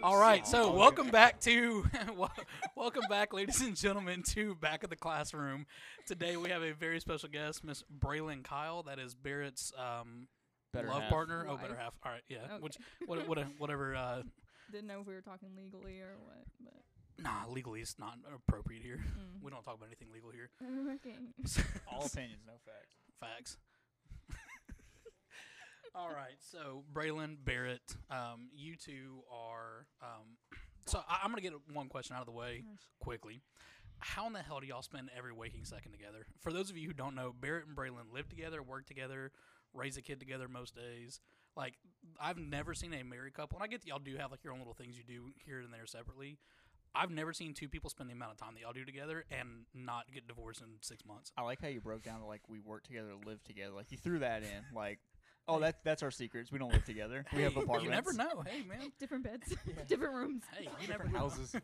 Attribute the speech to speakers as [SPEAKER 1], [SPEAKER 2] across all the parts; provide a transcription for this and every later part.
[SPEAKER 1] All right, so welcome back to wel- welcome back, ladies and gentlemen, to back of the classroom. Today we have a very special guest, Miss Braylon Kyle. That is Barrett's um,
[SPEAKER 2] Better
[SPEAKER 1] love
[SPEAKER 2] half.
[SPEAKER 1] partner. Oh,
[SPEAKER 3] Wife.
[SPEAKER 1] better half. All right, yeah.
[SPEAKER 3] Okay.
[SPEAKER 1] Which what, what whatever. Uh,
[SPEAKER 3] Didn't know if we were talking legally or what, but
[SPEAKER 1] nah, legally it's not appropriate here. We don't talk about anything legal here.
[SPEAKER 3] mm. okay.
[SPEAKER 4] All opinions, no facts.
[SPEAKER 1] Facts. All right, so Braylon Barrett, um, you two are. Um, so I, I'm gonna get one question out of the way quickly. How in the hell do y'all spend every waking second together? For those of you who don't know, Barrett and Braylon live together, work together, raise a kid together most days. Like I've never seen a married couple, and I get that y'all do have like your own little things you do here and there separately. I've never seen two people spend the amount of time that y'all do together and not get divorced in six months.
[SPEAKER 2] I like how you broke down that like we work together, live together. Like you threw that in. Like, oh, that's that's our secrets. We don't live together. We have
[SPEAKER 1] Hey,
[SPEAKER 2] apartments.
[SPEAKER 1] You never know. Hey man.
[SPEAKER 3] Different beds, different rooms.
[SPEAKER 1] Hey, you never
[SPEAKER 4] Different
[SPEAKER 1] know.
[SPEAKER 4] houses.
[SPEAKER 1] We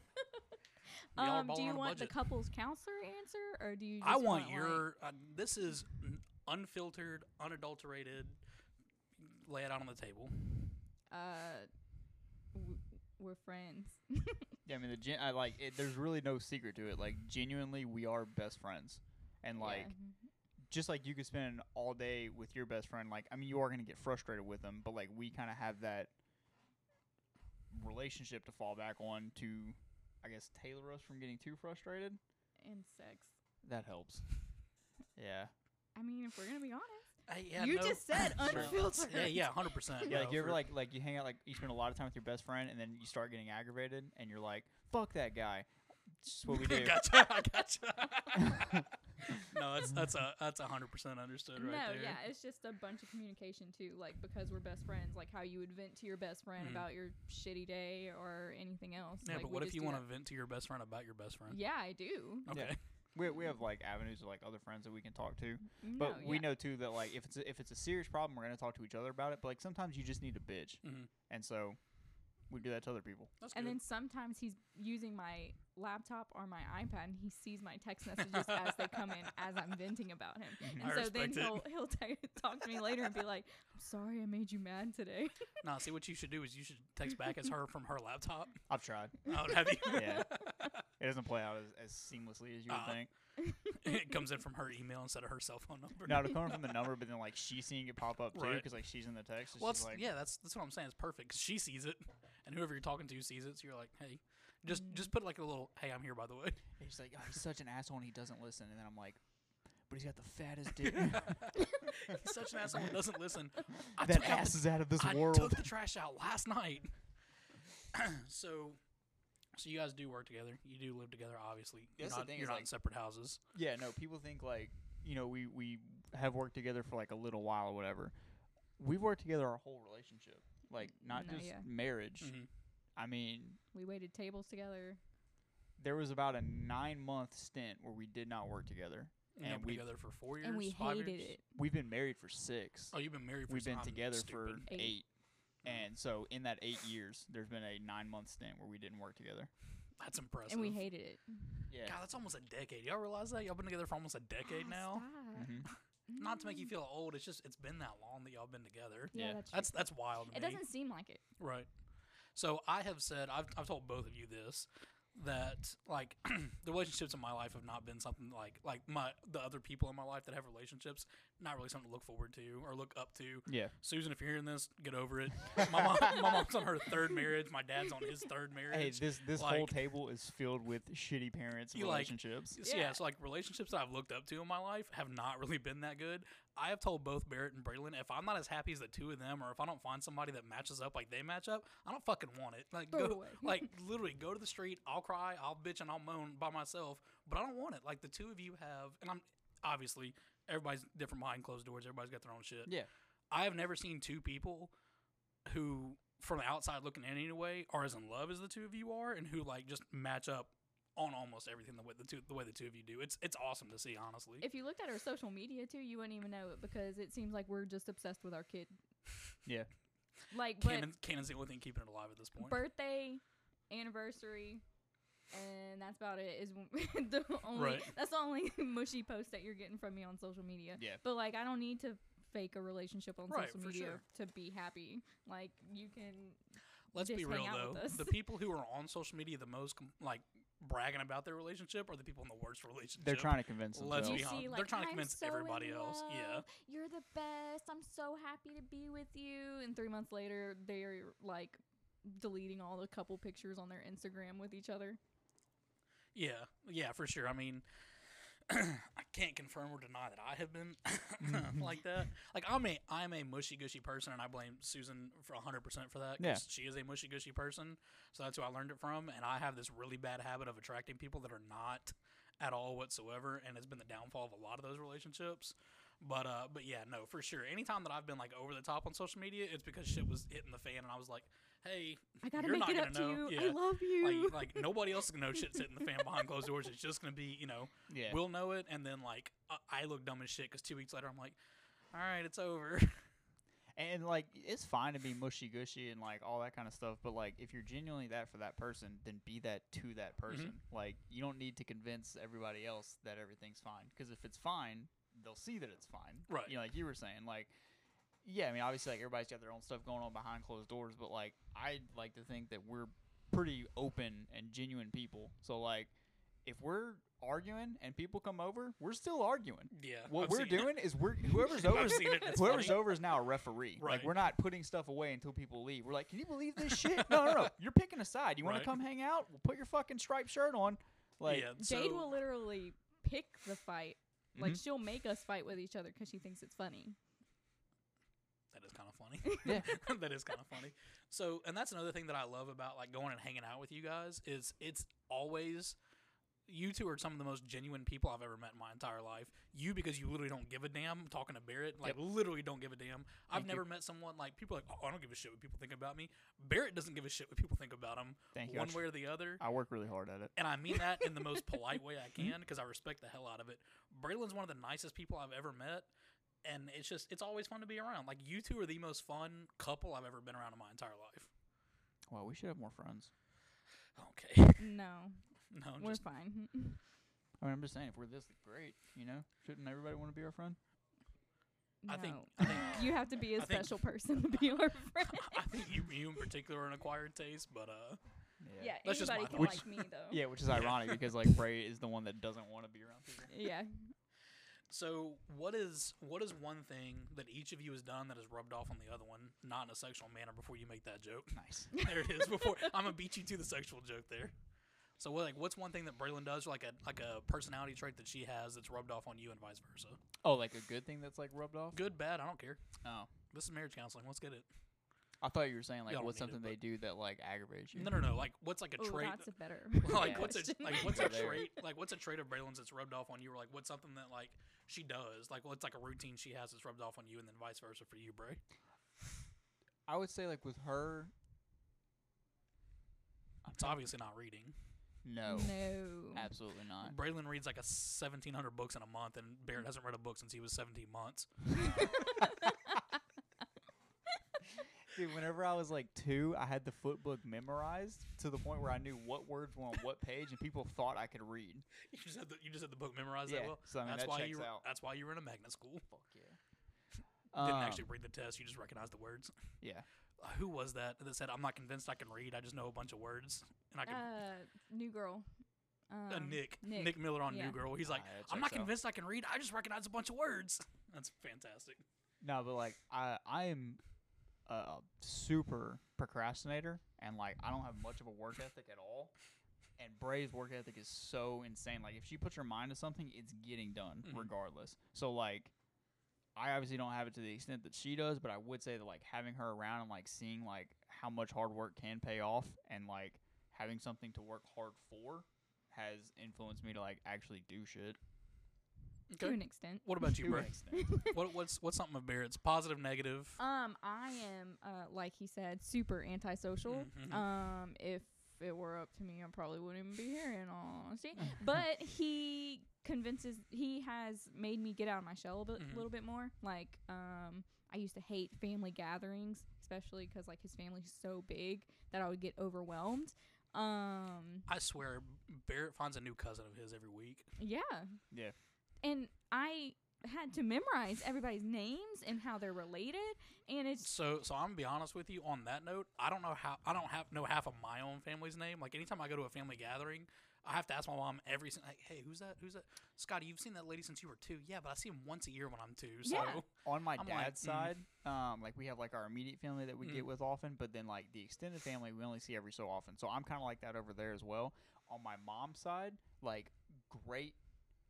[SPEAKER 1] all
[SPEAKER 3] um,
[SPEAKER 1] ball
[SPEAKER 3] do you
[SPEAKER 1] on a
[SPEAKER 3] want
[SPEAKER 1] budget.
[SPEAKER 3] the couple's counselor answer, or do you? Just
[SPEAKER 1] I want
[SPEAKER 3] like-
[SPEAKER 1] your. Uh, this is n- unfiltered, unadulterated. Lay it out on the table.
[SPEAKER 3] uh, w- we're friends.
[SPEAKER 2] Yeah, I mean the gen- I like it, there's really no secret to it. Like genuinely, we are best friends, and
[SPEAKER 3] Yeah.
[SPEAKER 2] like just like you could spend all day with your best friend. Like I mean, you are gonna get frustrated with them, but like we kind of have that relationship to fall back on to, I guess, tailor us from getting too frustrated.
[SPEAKER 3] and sex.
[SPEAKER 2] That helps. yeah.
[SPEAKER 3] I mean, if we're gonna be honest,
[SPEAKER 1] Hey, yeah,
[SPEAKER 3] you
[SPEAKER 1] no-
[SPEAKER 3] just said
[SPEAKER 1] Sure.
[SPEAKER 3] unfiltered.
[SPEAKER 1] Yeah, yeah, hundred percent.
[SPEAKER 2] Yeah, like you ever like like you hang out like you spend a lot of time with your best friend and then you start getting aggravated and you're like, fuck that guy. It's just what we do.
[SPEAKER 1] gotcha, I gotcha. no, that's that's a that's a hundred percent understood right
[SPEAKER 3] no,
[SPEAKER 1] there.
[SPEAKER 3] yeah, it's just a bunch of communication too. Like because we're best friends, like how you would vent to your best friend
[SPEAKER 1] Mhm.
[SPEAKER 3] about your shitty day or anything else.
[SPEAKER 1] Yeah,
[SPEAKER 3] like,
[SPEAKER 1] but
[SPEAKER 3] we
[SPEAKER 1] what if
[SPEAKER 3] just
[SPEAKER 1] you
[SPEAKER 3] do
[SPEAKER 1] want to
[SPEAKER 3] that.
[SPEAKER 1] vent to your best friend about your best friend?
[SPEAKER 3] Yeah, I do.
[SPEAKER 1] Okay.
[SPEAKER 2] we we have like avenues of like other friends that we can talk to.
[SPEAKER 3] No,
[SPEAKER 2] But we
[SPEAKER 3] yeah.
[SPEAKER 2] know too that like if it's a, if it's a serious problem, we're gonna talk to each other about it. But like sometimes you just need a bitch,
[SPEAKER 1] Mhm.
[SPEAKER 2] and so we do that to other people.
[SPEAKER 1] That's
[SPEAKER 3] And
[SPEAKER 1] good.
[SPEAKER 3] then sometimes he's using my laptop or my iPad, and he sees my text messages as they come in as I'm venting about him.
[SPEAKER 2] Mm-hmm.
[SPEAKER 3] And
[SPEAKER 1] I
[SPEAKER 3] so then
[SPEAKER 1] respect it.
[SPEAKER 3] he'll he'll ta talk to me later and be like, "I'm sorry, I made you mad today."
[SPEAKER 1] no, see what you should do is you should text back as her from her laptop.
[SPEAKER 2] I've tried.
[SPEAKER 1] Oh, have you?
[SPEAKER 2] Yeah, it doesn't play out as, as seamlessly as you would
[SPEAKER 1] Uh,
[SPEAKER 2] think.
[SPEAKER 1] it comes in from her email instead of her cell phone number.
[SPEAKER 2] No, it'll come from the number, but then like she's seeing it pop up too
[SPEAKER 1] Right.
[SPEAKER 2] because like she's in the text. And
[SPEAKER 1] Well,
[SPEAKER 2] she's
[SPEAKER 1] it's-
[SPEAKER 2] like,
[SPEAKER 1] yeah, that's that's what I'm saying. It's perfect because she sees it, and whoever you're talking to sees it. So you're like, hey, just just put like a little, hey, I'm here by the way.
[SPEAKER 2] And He's like, oh, he's such an asshole and he doesn't listen. And then I'm like, but he's got the fattest dick.
[SPEAKER 1] He's such an asshole who doesn't listen. I
[SPEAKER 2] that
[SPEAKER 1] took out
[SPEAKER 2] ass
[SPEAKER 1] the,
[SPEAKER 2] is out of this
[SPEAKER 1] I
[SPEAKER 2] world.
[SPEAKER 1] took the trash out last night. so, so you guys do work together. You do live together, obviously. You're
[SPEAKER 2] That's the
[SPEAKER 1] not,
[SPEAKER 2] thing
[SPEAKER 1] you're
[SPEAKER 2] is,
[SPEAKER 1] not in
[SPEAKER 2] like-
[SPEAKER 1] separate houses.
[SPEAKER 2] yeah, no, people think like, you know, we, we have worked together for like a little while or whatever. We've worked together our whole relationship. Like, not
[SPEAKER 3] No,
[SPEAKER 2] just
[SPEAKER 3] yeah.
[SPEAKER 2] marriage.
[SPEAKER 1] Mhm.
[SPEAKER 2] I mean,
[SPEAKER 3] We waited tables together.
[SPEAKER 2] there was about a nine month stint where we did not work together.
[SPEAKER 1] You've
[SPEAKER 2] And
[SPEAKER 1] been
[SPEAKER 2] we've,
[SPEAKER 1] together for four years,
[SPEAKER 3] and we
[SPEAKER 1] five
[SPEAKER 3] hated
[SPEAKER 1] years?
[SPEAKER 3] it.
[SPEAKER 2] we've been married for six.
[SPEAKER 1] Oh, you've been married. For
[SPEAKER 2] we've been
[SPEAKER 1] some- I'm
[SPEAKER 2] together
[SPEAKER 1] stupid.
[SPEAKER 2] for
[SPEAKER 3] Eight.
[SPEAKER 2] eight. And so in that eight years, there's been a nine month stint where we didn't work together.
[SPEAKER 1] That's impressive.
[SPEAKER 3] And we hated it.
[SPEAKER 2] Yeah.
[SPEAKER 1] God, that's almost a decade. Y'all realize that y'all been together for almost a decade
[SPEAKER 3] Ah,
[SPEAKER 1] now. Mm-hmm.
[SPEAKER 3] stop.
[SPEAKER 2] Mhm.
[SPEAKER 1] Not to make you feel old. It's just it's been that long that y'all been together.
[SPEAKER 3] Mm. Yeah,
[SPEAKER 2] Yeah.
[SPEAKER 3] that's true.
[SPEAKER 1] That's that's wild. To
[SPEAKER 3] it
[SPEAKER 1] me.
[SPEAKER 3] doesn't seem like it.
[SPEAKER 1] Right. So I have said I've I've told both of you this that like the relationships in my life have not been something like like my the other people in my life that have relationships not really something to look forward to or look up to.
[SPEAKER 2] Yeah.
[SPEAKER 1] Susan, if you're hearing this, get over it. My, mom, my mom's on her third marriage. My dad's on his third
[SPEAKER 2] Hey,
[SPEAKER 1] marriage.
[SPEAKER 2] this this whole
[SPEAKER 1] like-
[SPEAKER 2] table is filled with shitty parents and
[SPEAKER 1] You, like-
[SPEAKER 2] relationships.
[SPEAKER 1] So, yeah.
[SPEAKER 3] Yeah.
[SPEAKER 1] so like relationships that I've looked up to in my life have not really been that good. I have told both Barrett and Braylon if I'm not as happy as the two of them, or if I don't find somebody that matches up like they match up, I don't fucking want it. Like
[SPEAKER 3] Throw it
[SPEAKER 1] go,
[SPEAKER 3] away.
[SPEAKER 1] like literally go to the street. I'll cry, I'll bitch, and I'll moan by myself. But I don't want it. Like the two of you have, and I'm obviously everybody's different behind closed doors. Everybody's got their own shit.
[SPEAKER 2] yeah.
[SPEAKER 1] I have never seen two people who, from the outside looking in anyway, are as in love as the two of you are, and who like just match up on almost everything the way the two the way the two of you do. It's it's awesome to see, honestly.
[SPEAKER 3] If you looked at our social media too, you wouldn't even know it because it seems like we're just obsessed with our kid.
[SPEAKER 2] Yeah.
[SPEAKER 3] Like, but
[SPEAKER 1] Canon, Canon's the only thing keeping it alive at this point.
[SPEAKER 3] birthday, anniversary, and that's about it. Is when- the only
[SPEAKER 1] Right.
[SPEAKER 3] that's the only mushy post that you're getting from me on social media.
[SPEAKER 2] Yeah.
[SPEAKER 3] But like, I don't need to fake a relationship on
[SPEAKER 1] Right,
[SPEAKER 3] social
[SPEAKER 1] for
[SPEAKER 3] media
[SPEAKER 1] sure.
[SPEAKER 3] to be happy. Like, you can
[SPEAKER 1] Let's
[SPEAKER 3] just
[SPEAKER 1] be
[SPEAKER 3] hang
[SPEAKER 1] real
[SPEAKER 3] out
[SPEAKER 1] though.
[SPEAKER 3] with us.
[SPEAKER 1] The people who are on social media the most com- like bragging about their relationship are the people in the worst relationship.
[SPEAKER 2] They're trying to convince
[SPEAKER 1] Let's
[SPEAKER 2] themselves.
[SPEAKER 1] be
[SPEAKER 3] You
[SPEAKER 1] honest.
[SPEAKER 3] see,
[SPEAKER 1] They're
[SPEAKER 3] like,
[SPEAKER 1] trying to
[SPEAKER 3] "I'm
[SPEAKER 1] convince
[SPEAKER 3] so in
[SPEAKER 1] everybody else. Yeah.
[SPEAKER 3] love. You're the best. I'm so happy to be with you. And three months later, they're like deleting all the couple pictures on their Instagram with each other.
[SPEAKER 1] Yeah. Yeah, for sure. I mean I can't confirm or deny that I have been like that. Like I'm a I'm a mushy gushy person, and I blame Susan for 100 percent for that. 'cause
[SPEAKER 2] Yeah.
[SPEAKER 1] she is a mushy gushy person, so that's who I learned it from. And I have this really bad habit of attracting people that are not at all whatsoever, and it's been the downfall of a lot of those relationships. But uh, but yeah, no, for sure. Anytime that I've been like over the top on social media, it's because shit was hitting the fan, and I was like, hey,
[SPEAKER 3] I gotta
[SPEAKER 1] You're
[SPEAKER 3] make it
[SPEAKER 1] not
[SPEAKER 3] up to
[SPEAKER 1] gonna know.
[SPEAKER 3] you.
[SPEAKER 1] Yeah.
[SPEAKER 3] I love you.
[SPEAKER 1] like like nobody else is gonna know shit's hitting the fan behind closed doors. It's just gonna be you know
[SPEAKER 2] Yeah.
[SPEAKER 1] we'll know it, and then like uh, I I look dumb as shit because two weeks later I'm like, all right, it's over.
[SPEAKER 2] And like it's fine to be mushy gushy and like all that kind of stuff, but like if you're genuinely that for that person, then be that to
[SPEAKER 1] Mm-hmm.
[SPEAKER 2] that person. Like you don't need to convince everybody else that everything's fine because if it's fine, they'll see that it's fine.
[SPEAKER 1] Right.
[SPEAKER 2] You know, like you were saying, like yeah, I mean obviously like everybody's got their own stuff going on behind closed doors, but like I like to think that we're pretty open and genuine people. So like if we're arguing and people come over, we're still arguing.
[SPEAKER 1] Yeah,
[SPEAKER 2] What
[SPEAKER 1] I've
[SPEAKER 2] we're
[SPEAKER 1] seen it.
[SPEAKER 2] doing is we're whoever's over
[SPEAKER 1] I've seen it. It's
[SPEAKER 2] whoever's
[SPEAKER 1] funny.
[SPEAKER 2] over is now a referee.
[SPEAKER 1] Right.
[SPEAKER 2] Like we're not putting stuff away until people leave. We're like, can you believe this shit? No, no, no. You're picking a side. You want
[SPEAKER 1] Right.
[SPEAKER 2] to come hang out? Well, put your fucking striped shirt on. Like,
[SPEAKER 1] yeah,
[SPEAKER 3] Jade
[SPEAKER 1] so- Mm-hmm.
[SPEAKER 3] will literally pick the fight. Like she'll make us fight with each other because she thinks it's funny.
[SPEAKER 1] That is kind of funny.
[SPEAKER 2] Yeah.
[SPEAKER 1] that is kind of funny. So, and that's another thing that I love about like going and hanging out with you guys is it's always you two are some of the most genuine people I've ever met in my entire life. You because you literally don't give a damn. Talking to Barrett, like literally don't give a damn. I've
[SPEAKER 2] Thank you.
[SPEAKER 1] never met someone like people are like oh I don't give a shit what people think about me. Barrett doesn't give a shit what people think about him.
[SPEAKER 2] Thank you. I
[SPEAKER 1] One
[SPEAKER 2] tr-
[SPEAKER 1] way or the other.
[SPEAKER 2] I work really hard at it.
[SPEAKER 1] and I mean that in the most polite way I can because I respect the hell out of it. Braylon's one of the nicest people I've ever met, and it's just it's always fun to be around. Like you two are the most fun couple I've ever been around in my entire life.
[SPEAKER 2] Well, we should have more friends.
[SPEAKER 1] Okay,
[SPEAKER 3] No,
[SPEAKER 1] no, I'm
[SPEAKER 3] we're
[SPEAKER 1] just
[SPEAKER 3] fine.
[SPEAKER 2] I mean, I'm just saying, if we're this great, you know, shouldn't everybody want to be our friend?
[SPEAKER 1] I think-
[SPEAKER 3] No.
[SPEAKER 1] I think-
[SPEAKER 3] you have to be a
[SPEAKER 1] I think-
[SPEAKER 3] special person to be our friend.
[SPEAKER 1] I think you, you in particular are an acquired taste, but uh,
[SPEAKER 3] yeah,
[SPEAKER 1] That's just my
[SPEAKER 3] anybody can
[SPEAKER 2] thoughts.
[SPEAKER 3] like me though.
[SPEAKER 2] Yeah, which is
[SPEAKER 1] Yeah.
[SPEAKER 2] ironic because like Bray is the one that doesn't want to be around people.
[SPEAKER 3] yeah.
[SPEAKER 1] so what is what is one thing that each of you has done that has rubbed off on the other one, not in a sexual manner? Before you make that joke,
[SPEAKER 2] Nice.
[SPEAKER 1] there it is. Before I'm gonna beat you to the sexual joke there. So what, like, what's one thing that Braylon does, like a like a personality trait that she has that's rubbed off on you, and vice versa?
[SPEAKER 2] Oh, like a good thing that's like rubbed off.
[SPEAKER 1] Good, bad, I don't care.
[SPEAKER 2] Oh,
[SPEAKER 1] This is marriage counseling. Let's get it.
[SPEAKER 2] I thought you were saying
[SPEAKER 1] Y'all
[SPEAKER 2] like
[SPEAKER 1] don't
[SPEAKER 2] what's
[SPEAKER 1] need it,
[SPEAKER 2] something they do that like aggravates you.
[SPEAKER 1] No, no, no. Like, what's like a
[SPEAKER 3] Oh,
[SPEAKER 1] trait?
[SPEAKER 3] that's a better.
[SPEAKER 1] like,
[SPEAKER 2] Yeah.
[SPEAKER 1] what's a
[SPEAKER 3] question.
[SPEAKER 1] like what's a
[SPEAKER 2] Yeah, there.
[SPEAKER 1] trait? Like, what's a trait of Braylon's that's rubbed off on you? Or like, what's something that like she does? Like, what's like a routine she has that's rubbed off on you, and then vice versa for you, Bray?
[SPEAKER 2] I would say like with her.
[SPEAKER 1] It's obviously not reading.
[SPEAKER 2] No,
[SPEAKER 3] No.
[SPEAKER 2] absolutely not.
[SPEAKER 1] Braylon reads like a seventeen hundred books in a month, and
[SPEAKER 2] Mm.
[SPEAKER 1] Barrett hasn't read a book since he was seventeen months.
[SPEAKER 2] Dude, whenever I was like two, I had the foot book memorized to the point where I knew what words were on what page, and people thought I could read.
[SPEAKER 1] You just had the, you just had the book memorized that
[SPEAKER 2] Yeah,
[SPEAKER 1] well.
[SPEAKER 2] so, I mean,
[SPEAKER 1] that's
[SPEAKER 2] that
[SPEAKER 1] why
[SPEAKER 2] checks
[SPEAKER 1] you were-
[SPEAKER 2] out.
[SPEAKER 1] that's why you were in a magnet school.
[SPEAKER 2] Fuck yeah.
[SPEAKER 1] Didn't
[SPEAKER 2] Um,
[SPEAKER 1] actually read the test. You just recognized the words.
[SPEAKER 2] Yeah.
[SPEAKER 1] Uh, who was that that said, "I'm not convinced I can read. I just know a bunch of words and I can."
[SPEAKER 3] Uh, new girl. Um,
[SPEAKER 1] uh, Nick, Nick
[SPEAKER 3] Nick.
[SPEAKER 1] Miller on New
[SPEAKER 3] yeah.
[SPEAKER 1] Girl. He's like,
[SPEAKER 2] Ah, that
[SPEAKER 1] I'm not
[SPEAKER 2] checks out.
[SPEAKER 1] convinced I can read. I just recognize a bunch of words. That's fantastic.
[SPEAKER 2] No, but like I, I am a super procrastinator, and like I don't have much of a work ethic at all. And Bray's work ethic is so insane. Like if she puts her mind to something, it's getting done
[SPEAKER 1] Mhm.
[SPEAKER 2] regardless. So like. I obviously don't have it to the extent that she does, but I would say that like having her around and like seeing like how much hard work can pay off and like having something to work hard for has influenced me to like actually do shit.
[SPEAKER 3] To an extent.
[SPEAKER 1] What about
[SPEAKER 2] To
[SPEAKER 1] you,
[SPEAKER 2] an
[SPEAKER 1] bro?
[SPEAKER 2] extent.
[SPEAKER 1] what, what's what's something of Barrett's positive, negative?
[SPEAKER 3] Um, I am, uh, like he said, super antisocial.
[SPEAKER 1] Mhm.
[SPEAKER 2] Mm.
[SPEAKER 3] Um, if it were up to me, I probably wouldn't even be here in all honesty.
[SPEAKER 2] Mm.
[SPEAKER 3] but he convinces, he has made me get out of my shell a bit,
[SPEAKER 2] Mm-hmm.
[SPEAKER 1] Mhm.
[SPEAKER 3] little bit more. Like, um, I used to hate family gatherings, especially 'cause like his family's so big that I would get overwhelmed. Um,
[SPEAKER 1] I swear, Barrett finds a new cousin of his every week.
[SPEAKER 3] Yeah.
[SPEAKER 2] Yeah.
[SPEAKER 3] And I had to memorize everybody's names and how they're related, and it's
[SPEAKER 1] So, so I'm gonna be honest with you. On that note, I don't know how I don't have know half of my own family's name. Like anytime I go to a family gathering, I have to ask my mom every sin- like, "Hey, who's that? Who's that? Scotty, you've seen that lady since you were two? Yeah, but I see him once a year when I'm two. So,
[SPEAKER 3] Yeah.
[SPEAKER 2] on my
[SPEAKER 1] I'm like,
[SPEAKER 2] dad's
[SPEAKER 1] mm.
[SPEAKER 2] side, um, like we have like our immediate family that we get with often, but then like the extended family we only see every so often. So I'm kind of like that over there as well. On my mom's side, like great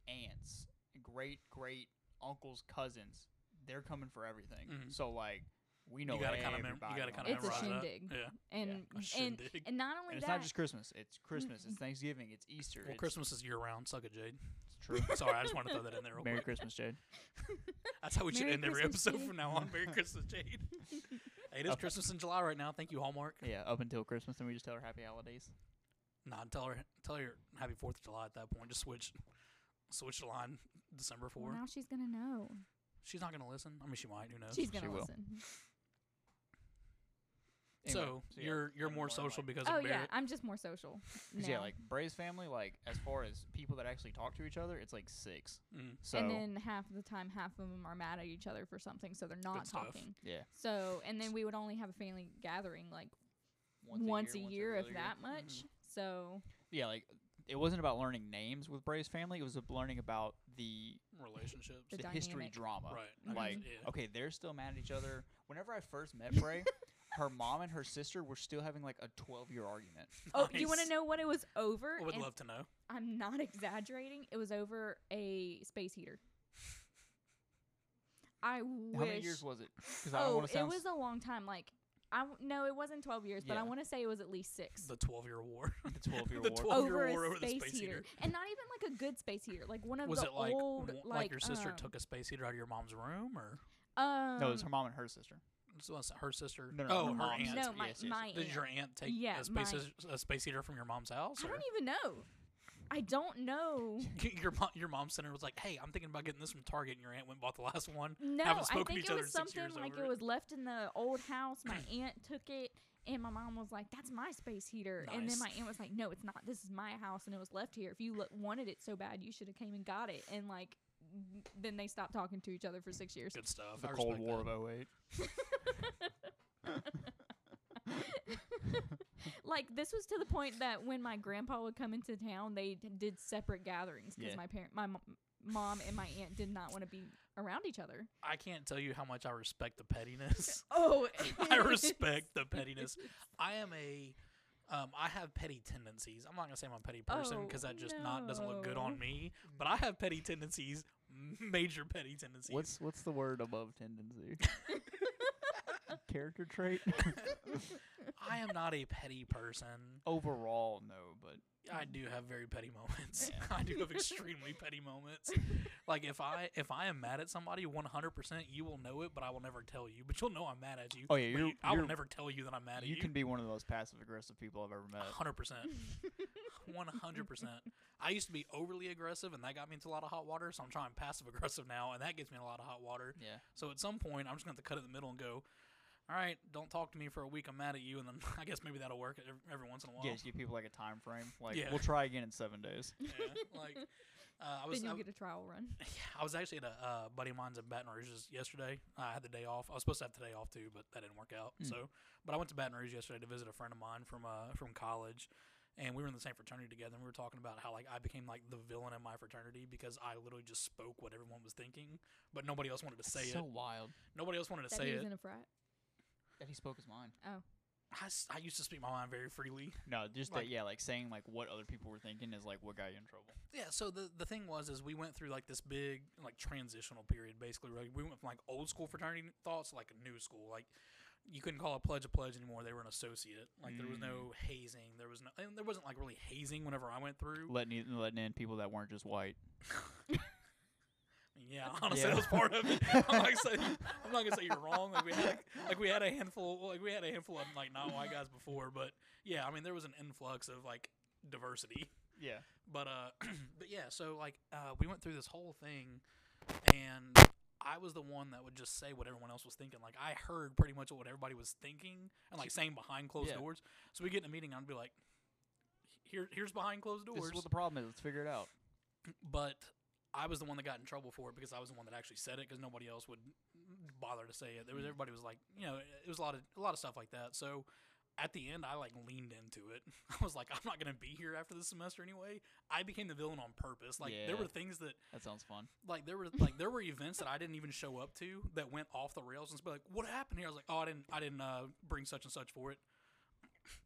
[SPEAKER 2] aunts, great great uncles, cousins, they're coming for everything.
[SPEAKER 1] Mhm.
[SPEAKER 2] So like we know
[SPEAKER 1] you gotta
[SPEAKER 2] everybody.
[SPEAKER 1] kind of mem- you gotta
[SPEAKER 2] on
[SPEAKER 1] kind
[SPEAKER 2] our
[SPEAKER 1] of
[SPEAKER 3] It's a
[SPEAKER 1] memorize
[SPEAKER 2] side.
[SPEAKER 1] that.
[SPEAKER 3] shindig.
[SPEAKER 1] Yeah.
[SPEAKER 3] and
[SPEAKER 1] A
[SPEAKER 3] and,
[SPEAKER 1] shindig.
[SPEAKER 3] and not only
[SPEAKER 2] And it's
[SPEAKER 3] that,
[SPEAKER 2] not just Christmas. It's Christmas. It's Thanksgiving. It's Easter.
[SPEAKER 1] Well,
[SPEAKER 2] it's,
[SPEAKER 1] Christmas is year round. Suck it, Jade.
[SPEAKER 2] It's true.
[SPEAKER 1] Sorry, I just wanted to throw that in there. Real
[SPEAKER 2] Merry
[SPEAKER 1] quick.
[SPEAKER 2] Christmas, Jade.
[SPEAKER 1] That's how we should
[SPEAKER 3] Merry
[SPEAKER 1] end every
[SPEAKER 3] Christmas,
[SPEAKER 1] episode
[SPEAKER 3] Jade.
[SPEAKER 1] from now on. Merry Christmas, Jade. hey, it is
[SPEAKER 2] Okay.
[SPEAKER 1] Christmas in July right now. Thank you, Hallmark.
[SPEAKER 2] Yeah, up until Christmas, and we just tell her happy holidays.
[SPEAKER 1] Nah, tell her tell her happy Fourth of July at that point. Just switch switch the line December
[SPEAKER 3] well,
[SPEAKER 1] four.
[SPEAKER 3] now she's gonna know.
[SPEAKER 1] She's not gonna listen. I mean, she might. Who knows?
[SPEAKER 3] She's
[SPEAKER 2] she
[SPEAKER 3] gonna
[SPEAKER 2] will.
[SPEAKER 3] listen.
[SPEAKER 2] Anyway,
[SPEAKER 1] so,
[SPEAKER 2] yeah,
[SPEAKER 1] you're you're
[SPEAKER 2] I'm
[SPEAKER 1] more
[SPEAKER 2] more
[SPEAKER 1] social
[SPEAKER 2] like-
[SPEAKER 1] because
[SPEAKER 3] Oh
[SPEAKER 1] of
[SPEAKER 3] yeah,
[SPEAKER 1] Barrett.
[SPEAKER 3] I'm just more social.
[SPEAKER 2] 'Cause yeah,
[SPEAKER 3] now.
[SPEAKER 2] like Bray's family, like as far as people that actually talk to each other, it's like six.
[SPEAKER 1] Mm.
[SPEAKER 2] So
[SPEAKER 3] and then half of the time, half of them are mad at each other for something, so they're not
[SPEAKER 1] stuff.
[SPEAKER 3] talking.
[SPEAKER 2] yeah,
[SPEAKER 3] So, and then we would only have a family gathering like once, a year,
[SPEAKER 2] every
[SPEAKER 3] if
[SPEAKER 2] other Mm-hmm.
[SPEAKER 3] that much. So,
[SPEAKER 2] Yeah, like it wasn't about learning names with Bray's family. It was ab- learning about the
[SPEAKER 1] relationships.
[SPEAKER 3] The
[SPEAKER 2] the, history
[SPEAKER 3] dynamic.
[SPEAKER 2] drama.
[SPEAKER 1] Right. I mean,
[SPEAKER 2] Like,
[SPEAKER 1] yeah.
[SPEAKER 2] okay, they're still mad at each other. Whenever I first met Bray, her mom and her sister were still having like a twelve-year argument.
[SPEAKER 3] oh, you want to
[SPEAKER 1] Nice.
[SPEAKER 3] know what it was over?
[SPEAKER 1] I would
[SPEAKER 3] And
[SPEAKER 1] love to know.
[SPEAKER 3] I'm not exaggerating. It was over a space heater. I wish.
[SPEAKER 2] How many years was it? Because I don't
[SPEAKER 3] oh,
[SPEAKER 2] want to sound.
[SPEAKER 3] it was a long time. Like, I w- no, it wasn't 12 years, but I
[SPEAKER 2] Yeah.
[SPEAKER 3] want to say it was at least six.
[SPEAKER 1] The twelve year war.
[SPEAKER 2] the twelve-year
[SPEAKER 1] the
[SPEAKER 2] war.
[SPEAKER 1] 12
[SPEAKER 3] over
[SPEAKER 1] Over
[SPEAKER 3] a
[SPEAKER 1] war over the
[SPEAKER 3] space,
[SPEAKER 1] space
[SPEAKER 3] heater.
[SPEAKER 1] heater.
[SPEAKER 3] and not even like a good space heater, like one of
[SPEAKER 1] Was
[SPEAKER 3] the
[SPEAKER 1] it like
[SPEAKER 3] old,
[SPEAKER 1] w-
[SPEAKER 3] like,
[SPEAKER 1] your sister
[SPEAKER 3] um,
[SPEAKER 1] took a space heater out of your mom's room, or
[SPEAKER 3] Um,
[SPEAKER 2] no, it was her mom and her sister.
[SPEAKER 1] so that's her sister?
[SPEAKER 2] No, no,
[SPEAKER 1] oh,
[SPEAKER 2] her
[SPEAKER 1] her
[SPEAKER 2] mom's
[SPEAKER 1] aunt.
[SPEAKER 3] No, my,
[SPEAKER 2] Yes, yes,
[SPEAKER 3] my
[SPEAKER 1] Did
[SPEAKER 3] aunt.
[SPEAKER 1] your aunt take
[SPEAKER 3] Yeah,
[SPEAKER 1] a space
[SPEAKER 3] my-
[SPEAKER 1] his- a space heater from your mom's house?
[SPEAKER 3] I
[SPEAKER 1] or-
[SPEAKER 3] don't even know. I don't know.
[SPEAKER 1] your mom, your mom sent her was like, "Hey, I'm thinking about getting this from Target," and your aunt went and bought the last one.
[SPEAKER 3] No,
[SPEAKER 1] Haven't
[SPEAKER 3] I
[SPEAKER 1] spoken to
[SPEAKER 3] think
[SPEAKER 1] each
[SPEAKER 3] it
[SPEAKER 1] other
[SPEAKER 3] was
[SPEAKER 1] in six
[SPEAKER 3] something
[SPEAKER 1] years
[SPEAKER 3] like
[SPEAKER 1] over
[SPEAKER 3] it
[SPEAKER 1] it.
[SPEAKER 3] was left in the old house. My aunt took it, and my mom was like, "That's my space heater." And then
[SPEAKER 1] Nice.
[SPEAKER 3] my aunt was like, "No, it's not. This is my house, and it was left here. If you lo- wanted it so bad, you should have came and got it." And like, n- then they stopped talking to each other for six years.
[SPEAKER 1] Good stuff.
[SPEAKER 2] The
[SPEAKER 1] I
[SPEAKER 2] Cold
[SPEAKER 1] respect
[SPEAKER 2] War
[SPEAKER 1] that.
[SPEAKER 2] of 08.
[SPEAKER 3] like this was to the point that when my grandpa would come into town, they d- did separate gatherings because
[SPEAKER 2] Yeah.
[SPEAKER 3] my parent, my mo- mom, and my aunt did not want to be around each other.
[SPEAKER 1] I can't tell you how much I respect the pettiness.
[SPEAKER 3] Oh,
[SPEAKER 1] I respect the pettiness. I am a, um, I have petty tendencies. I'm not gonna say I'm a petty person
[SPEAKER 3] Oh,
[SPEAKER 1] because that just not doesn't look good
[SPEAKER 3] no.
[SPEAKER 1] on me. But I have petty tendencies, major petty tendencies.
[SPEAKER 2] What's what's the word above tendency? Character trait?
[SPEAKER 1] I am not a petty person.
[SPEAKER 2] Overall, no, but
[SPEAKER 1] I do have very petty moments. I do have extremely petty moments. Like if I if I am mad at somebody 100%, you will know it, but I will never tell you. But you'll know I'm mad at you.
[SPEAKER 2] Oh, yeah,
[SPEAKER 1] but
[SPEAKER 2] you're-
[SPEAKER 1] you- I will
[SPEAKER 2] you're-
[SPEAKER 1] never tell you that I'm mad at
[SPEAKER 2] you
[SPEAKER 1] you.
[SPEAKER 2] can be one of the most passive aggressive people I've ever met.
[SPEAKER 1] 100%. 100%. I used to be overly aggressive and that got me into a lot of hot water, so I'm trying passive aggressive now and that gets me in a lot of hot water.
[SPEAKER 2] Yeah.
[SPEAKER 1] So at some point, I'm just going to cut it in the middle and go, "All right, don't talk to me for a week. I'm mad at you." And then I guess maybe that'll work ev- every once in a while.
[SPEAKER 2] Yeah, just give people like a time frame. Like
[SPEAKER 1] Yeah.
[SPEAKER 2] we'll try again in seven days.
[SPEAKER 1] Yeah, like uh, I was
[SPEAKER 3] then
[SPEAKER 1] I w-
[SPEAKER 3] you'll get a trial run.
[SPEAKER 1] Yeah, I was actually at a uh, buddy of mine's in Baton Rouge just yesterday. I had the day off. I was supposed to have today off too, but that didn't work out.
[SPEAKER 3] Hmm.
[SPEAKER 2] Mm.
[SPEAKER 1] So, but I went to Baton Rouge yesterday to visit a friend of mine from uh, from college, and we were in the same fraternity together. And we were talking about how like I became like the villain in my fraternity because I literally just spoke what everyone was thinking, but nobody else wanted to say it.
[SPEAKER 2] wild
[SPEAKER 1] Nobody else wanted to
[SPEAKER 3] That
[SPEAKER 1] say
[SPEAKER 3] he was
[SPEAKER 1] it.
[SPEAKER 3] in a frat.
[SPEAKER 2] that he spoke his mind.
[SPEAKER 1] I, s- I used to speak my mind very freely.
[SPEAKER 2] No, just
[SPEAKER 1] Like-
[SPEAKER 2] that. Yeah, like saying like what other people were thinking is like what got you in trouble.
[SPEAKER 1] Yeah, so the the thing was is we went through like this big like transitional period basically. Like we went from like old school fraternity thoughts to, like a new school. Like you couldn't call a pledge a pledge anymore. They were an associate. Like there was no hazing. There was no and there wasn't like really hazing whenever I went through.
[SPEAKER 2] Letting in- letting in people that weren't just white.
[SPEAKER 1] I mean, yeah, honestly,
[SPEAKER 2] Yeah.
[SPEAKER 1] that was part of it. I'm not, gonna say, I'm not gonna say you're wrong. Like we had like we had a handful like we had a handful of like not white guys before, but yeah, I mean there was an influx of like diversity.
[SPEAKER 2] Yeah.
[SPEAKER 1] But uh, but yeah. So like, uh, we went through this whole thing, and I was the one that would just say what everyone else was thinking. Like I heard pretty much what everybody was thinking and like saying behind closed
[SPEAKER 2] Yeah.
[SPEAKER 1] doors. So we get in a meeting, and I'd be like, "Here, here's behind closed
[SPEAKER 2] This
[SPEAKER 1] doors."
[SPEAKER 2] is what the problem is. Let's figure it out.
[SPEAKER 1] but I was the one that got in trouble for it because I was the one that actually said it because nobody else would bother to say it. There was everybody was like, you know, it was a lot of a lot of stuff like that. So at the end, I like leaned into it. I was like, I'm not going to be here after this semester anyway. I became the villain on purpose. Like there
[SPEAKER 2] Yeah.
[SPEAKER 1] were things that
[SPEAKER 2] That sounds fun.
[SPEAKER 1] like there were like there were events that I didn't even show up to that went off the rails and it's like, what happened here? I was like, oh, I didn't I didn't uh, bring such and such for it.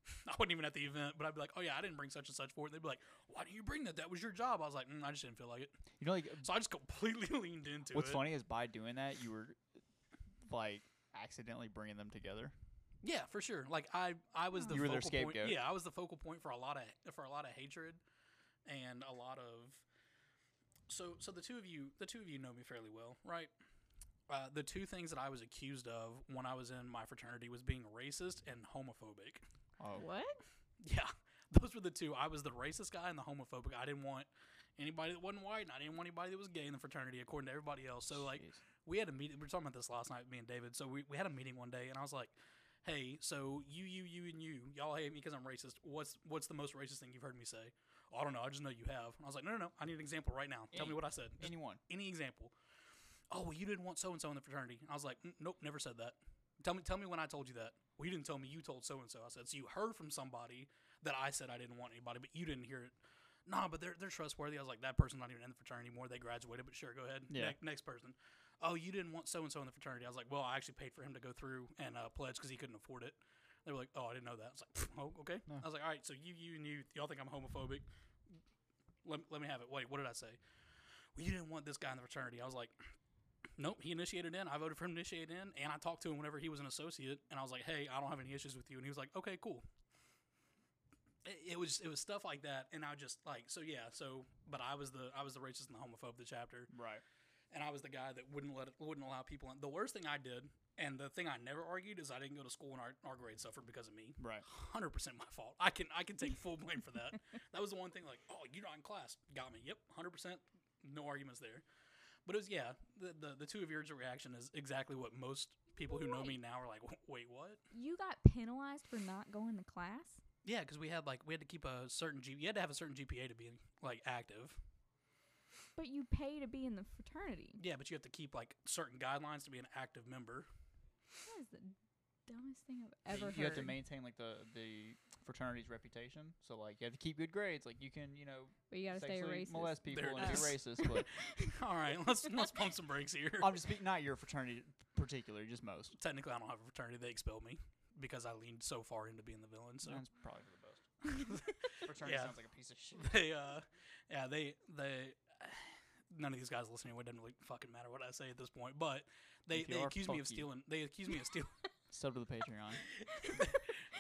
[SPEAKER 1] I wasn't even at the event, but I'd be like, oh yeah, I didn't bring such and such for it. they'd be like, why didn't you bring that? That was your job. I was like, mm, I just didn't feel like it.
[SPEAKER 2] You know, like
[SPEAKER 1] So I just completely leaned into
[SPEAKER 2] what's
[SPEAKER 1] it.
[SPEAKER 2] funny is by doing that, you were like accidentally bringing them together.
[SPEAKER 1] Yeah, for sure. Like I, I was the
[SPEAKER 2] You were their
[SPEAKER 1] focal
[SPEAKER 2] scapegoat.
[SPEAKER 1] Point. Yeah, I was the focal point for a lot of for a lot of hatred and a lot of. So so the two of you the two of you know me fairly well, right? Uh, the two things that I was accused of when I was in my fraternity was being racist and homophobic.
[SPEAKER 2] Oh,
[SPEAKER 3] What?
[SPEAKER 1] Yeah, those were the two. I was the racist guy and the homophobic. I didn't want anybody that wasn't white, and I didn't want anybody that was gay in the fraternity, according to everybody else. So like,
[SPEAKER 2] jeez.
[SPEAKER 1] we had a meeting. We were talking about this last night, me and David. So we, we had a meeting one day, and I was like, "Hey, so you, you, you, and you, y'all hate me because I'm racist. What's what's the most racist thing you've heard me say? "Oh, I don't know. I just know you have." And I was like, "No, no, no. I need an example right now. Tell me
[SPEAKER 2] Any-
[SPEAKER 1] what I said. Just
[SPEAKER 2] anyone?
[SPEAKER 1] any example." Oh, well, you didn't want so and so in the fraternity. And I was like, "N- "Nope, never said that. Tell me, tell me when I told you that. Well, you didn't tell me. You told so and so. I said so. You heard from somebody that I said I didn't want anybody, but you didn't hear it." Nah, but they're, they're trustworthy. I was like, that person's not even in the fraternity anymore. They graduated, but sure, go ahead.
[SPEAKER 2] Yeah.
[SPEAKER 1] Ne- next person oh, you didn't want so and so in the fraternity. I was like, well, I actually paid for him to go through and uh, pledge because he couldn't afford it. They were like, oh, I didn't know that. I was like, oh, okay.
[SPEAKER 2] No.
[SPEAKER 1] I was like, all right, so you, you, and you, y'all think I'm homophobic? Let, let me have it. Wait, what did I say? Well, you didn't want this guy in the fraternity. I was like, nope, he initiated in. I voted for him to initiate in, and I talked to him whenever he was an associate, and I was like, hey, I don't have any issues with you. And he was like, okay, cool. It, it was it was stuff like that, and I just like so yeah so but I was the I was the racist and the homophobe of the chapter,
[SPEAKER 2] Right.
[SPEAKER 1] and I was the guy that wouldn't let wouldn't allow people in. The worst thing I did, and the thing I never argued, is I didn't go to school and our, our grade suffered because of me.
[SPEAKER 2] Right.
[SPEAKER 1] Hundred percent my fault. I can I can take full blame for that. that was the one thing like, oh, you're not in class, got me. Yep, hundred percent, no arguments there. But it was yeah, the, the the two of your reaction is exactly what most people who know me
[SPEAKER 3] Right.
[SPEAKER 1] now are like. Wait, what?
[SPEAKER 3] You got penalized for not going to class?
[SPEAKER 1] Yeah, because we had like we had to keep a certain G. You had to have a certain GPA to be like active.
[SPEAKER 3] But you pay to be in the fraternity.
[SPEAKER 1] Yeah, but you have to keep like certain guidelines to be an active member.
[SPEAKER 3] That is the dumbest thing
[SPEAKER 2] Yeah,
[SPEAKER 3] I've ever
[SPEAKER 2] you,
[SPEAKER 3] heard.
[SPEAKER 2] you have to maintain like the the fraternity's reputation. So like you have to keep good grades. Like you can you know
[SPEAKER 3] but you gotta stay
[SPEAKER 2] sexually
[SPEAKER 3] racist.
[SPEAKER 2] molest people
[SPEAKER 1] There it
[SPEAKER 2] and be
[SPEAKER 1] is.
[SPEAKER 2] racist. But
[SPEAKER 1] All right, let's let's pump some brakes here.
[SPEAKER 2] I'm just speaking not your fraternity particular, just most.
[SPEAKER 1] technically I don't have a fraternity. They expelled me because I leaned so far into being the villain. So
[SPEAKER 2] That's probably for the best. fraternity
[SPEAKER 1] Yeah.
[SPEAKER 2] sounds like a piece of shit.
[SPEAKER 1] they, uh, yeah, they they. None of these guys listening. It doesn't really fucking matter what I say at this point. But they,
[SPEAKER 2] If you
[SPEAKER 1] they
[SPEAKER 2] are,
[SPEAKER 1] accuse me
[SPEAKER 2] fuck
[SPEAKER 1] of
[SPEAKER 2] you.
[SPEAKER 1] stealing. They accuse me of stealing.
[SPEAKER 2] Sub to the Patreon.